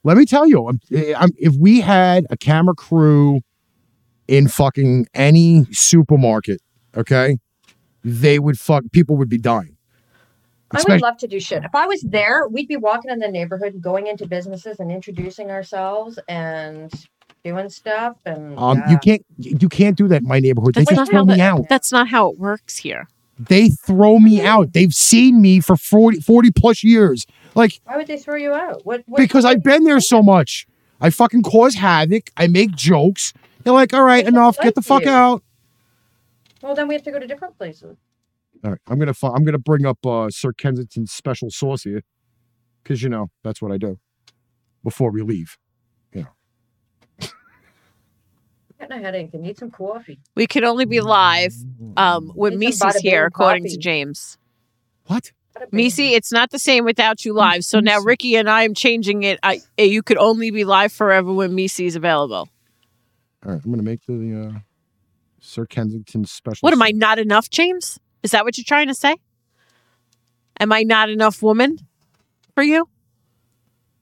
[SPEAKER 2] Let me tell you, I'm, eh, I'm, if we had a camera crew in fucking any supermarket, okay, they would fuck. People would be dying.
[SPEAKER 5] I
[SPEAKER 2] Especially-
[SPEAKER 5] would love to do shit. If I was there, we'd be walking in the neighborhood and going into businesses and introducing ourselves and doing stuff. And
[SPEAKER 2] Um,
[SPEAKER 5] yeah.
[SPEAKER 2] you can't you can't do that in my neighborhood. They
[SPEAKER 3] That's
[SPEAKER 2] just
[SPEAKER 3] not
[SPEAKER 2] throw
[SPEAKER 3] how
[SPEAKER 2] me
[SPEAKER 3] the-
[SPEAKER 2] out.
[SPEAKER 3] That's not how it works here.
[SPEAKER 2] They throw
[SPEAKER 3] Mm-hmm.
[SPEAKER 2] me out. They've seen me for 40, 40 plus years. Like,
[SPEAKER 5] Why would they throw you out? What? what
[SPEAKER 2] because I've been there so much. I fucking cause havoc. I make jokes. They're like, all right,
[SPEAKER 5] They just
[SPEAKER 2] enough. Get
[SPEAKER 5] like
[SPEAKER 2] the fuck
[SPEAKER 5] you.
[SPEAKER 2] out.
[SPEAKER 5] Well, then we have to go to different places.
[SPEAKER 2] All right, I'm gonna fu- I'm gonna bring up uh, Sir Kensington's special sauce here, because you know that's what I do before we leave.
[SPEAKER 5] Getting a headache. I need some coffee.
[SPEAKER 3] We can only be live um, when
[SPEAKER 5] Need
[SPEAKER 3] Misi's
[SPEAKER 5] some bada
[SPEAKER 3] here,
[SPEAKER 5] bing
[SPEAKER 3] according to
[SPEAKER 5] coffee.
[SPEAKER 3] James.
[SPEAKER 2] What?
[SPEAKER 5] Bada bing.
[SPEAKER 3] Misi, it's not the same without you live. So now
[SPEAKER 2] Misi.
[SPEAKER 3] Ricky and I am changing it. I, eh, you could only be live forever when Misi is available.
[SPEAKER 2] All right, I'm gonna make the, uh, Sir Kensington's special.
[SPEAKER 3] What am I
[SPEAKER 2] sauce.
[SPEAKER 3] not enough, James? Is that what you're trying to say? Am I not enough woman for you?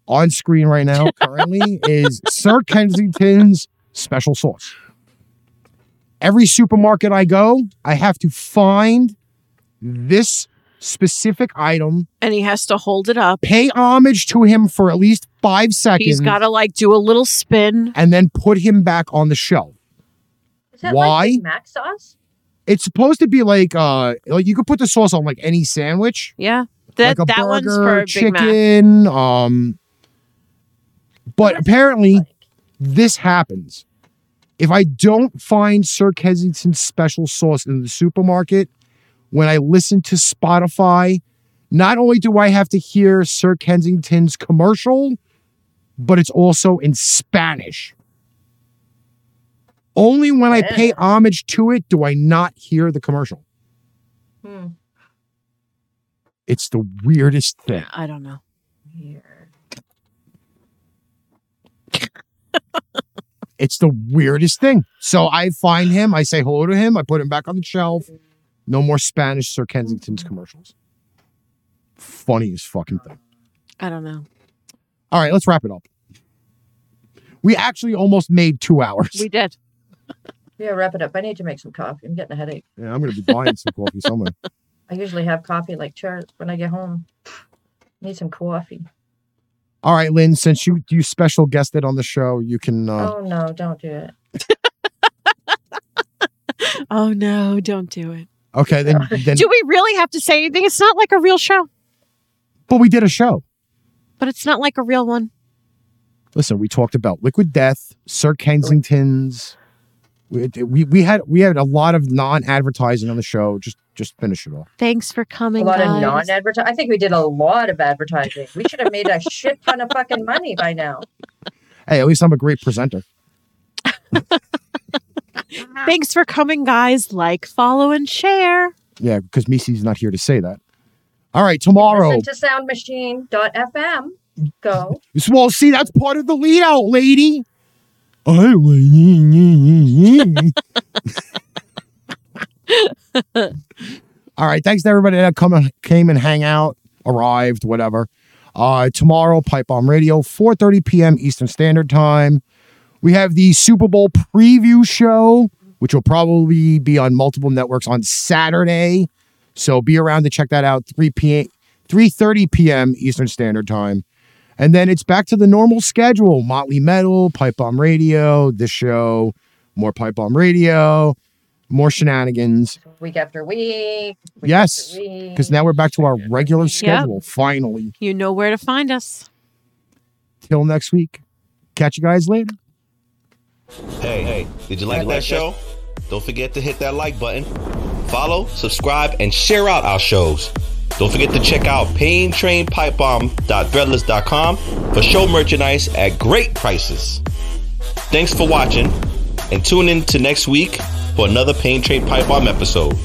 [SPEAKER 2] on screen right now? Currently is Sir Kensington's special sauce. Every supermarket I go, I have to find this specific item,
[SPEAKER 3] And he has to hold it up.
[SPEAKER 2] pay homage to him for at least five seconds,
[SPEAKER 3] He's got to like do a little spin.
[SPEAKER 2] and then put him back on the shelf.
[SPEAKER 5] Is that
[SPEAKER 2] Why?
[SPEAKER 5] Like Big Mac sauce?
[SPEAKER 2] It's supposed to be like uh like you could put the sauce on like any sandwich.
[SPEAKER 3] Yeah. That,
[SPEAKER 2] like a
[SPEAKER 3] that
[SPEAKER 2] burger,
[SPEAKER 3] one's for Big Mac.
[SPEAKER 2] chicken. Um but
[SPEAKER 5] What does it
[SPEAKER 2] apparently
[SPEAKER 5] taste like?
[SPEAKER 2] this happens. If I don't find Sir Kensington's special sauce in the supermarket, when I listen to Spotify, not only do I have to hear Sir Kensington's commercial, but it's also in Spanish. Only when I pay
[SPEAKER 5] Yeah.
[SPEAKER 2] homage to it do I not hear the commercial.
[SPEAKER 5] Hmm.
[SPEAKER 2] It's the weirdest thing.
[SPEAKER 3] I don't know.
[SPEAKER 5] Weird.
[SPEAKER 2] It's the weirdest thing. So I find him, I say hello to him, I put him back on the shelf. No more Spanish Sir Kensington's commercials. Funniest fucking thing.
[SPEAKER 3] I don't know.
[SPEAKER 2] All right, let's wrap it up. We actually almost made two hours.
[SPEAKER 3] We did.
[SPEAKER 5] Yeah, wrap it up. I need to make some coffee. I'm getting a headache.
[SPEAKER 2] yeah, I'm gonna be buying some coffee somewhere.
[SPEAKER 5] I usually have coffee like chairs when I get home. Need some coffee.
[SPEAKER 2] All right, Lynn, since you you special guested on the show, you can uh,
[SPEAKER 5] oh no, don't do it.
[SPEAKER 3] Oh no, don't do it.
[SPEAKER 2] okay then then
[SPEAKER 3] Do we really have to say anything? It's not like a real show,
[SPEAKER 2] but we did a show.
[SPEAKER 3] but it's not like a real one.
[SPEAKER 2] Listen, we talked about Liquid Death, Sir Kensington's. We, we, we had we had a lot of non-advertising on the show. Just just finish it off.
[SPEAKER 3] Thanks for
[SPEAKER 5] A
[SPEAKER 3] coming.
[SPEAKER 5] lot
[SPEAKER 3] guys.
[SPEAKER 5] of non-advertising. I think we did a lot of advertising. We should have made a shit ton of fucking money by now.
[SPEAKER 2] Hey, at least I'm a great presenter.
[SPEAKER 3] Thanks for coming, guys. Like, follow, and share.
[SPEAKER 2] Yeah, because Misi's not here to say that. All right, tomorrow.
[SPEAKER 5] Listen to soundmachine.fm. Go.
[SPEAKER 2] Well, see, that's part of the lead out, lady. I wa- yeah, yeah, yeah, yeah. All right, thanks to everybody that come and, came and hang out, arrived, whatever. Uh, tomorrow, Pipe Bomb Radio, 4.30 p.m. Eastern Standard Time. We have the Super Bowl preview show, which will probably be on multiple networks on Saturday. So be around to check that out, 3 p.m. 3.30 p.m. Eastern Standard Time. And then it's back to the normal schedule Motley Metal, Pipe Bomb Radio, this show, more Pipe Bomb Radio, more shenanigans.
[SPEAKER 5] Week after week. week
[SPEAKER 2] Yes,
[SPEAKER 5] after week.
[SPEAKER 2] Because now we're back to our regular schedule, finally.
[SPEAKER 3] You know where to find us.
[SPEAKER 2] Till next week. Catch you guys later.
[SPEAKER 6] Hey, hey, did you like that show? Don't forget to hit that like button. Follow, subscribe, and share out our shows. Don't forget to check out paintrainpipebomb.threadless.com for show merchandise at great prices. Thanks for watching, and tune in to next week for another Pain Train Pipe Bomb episode.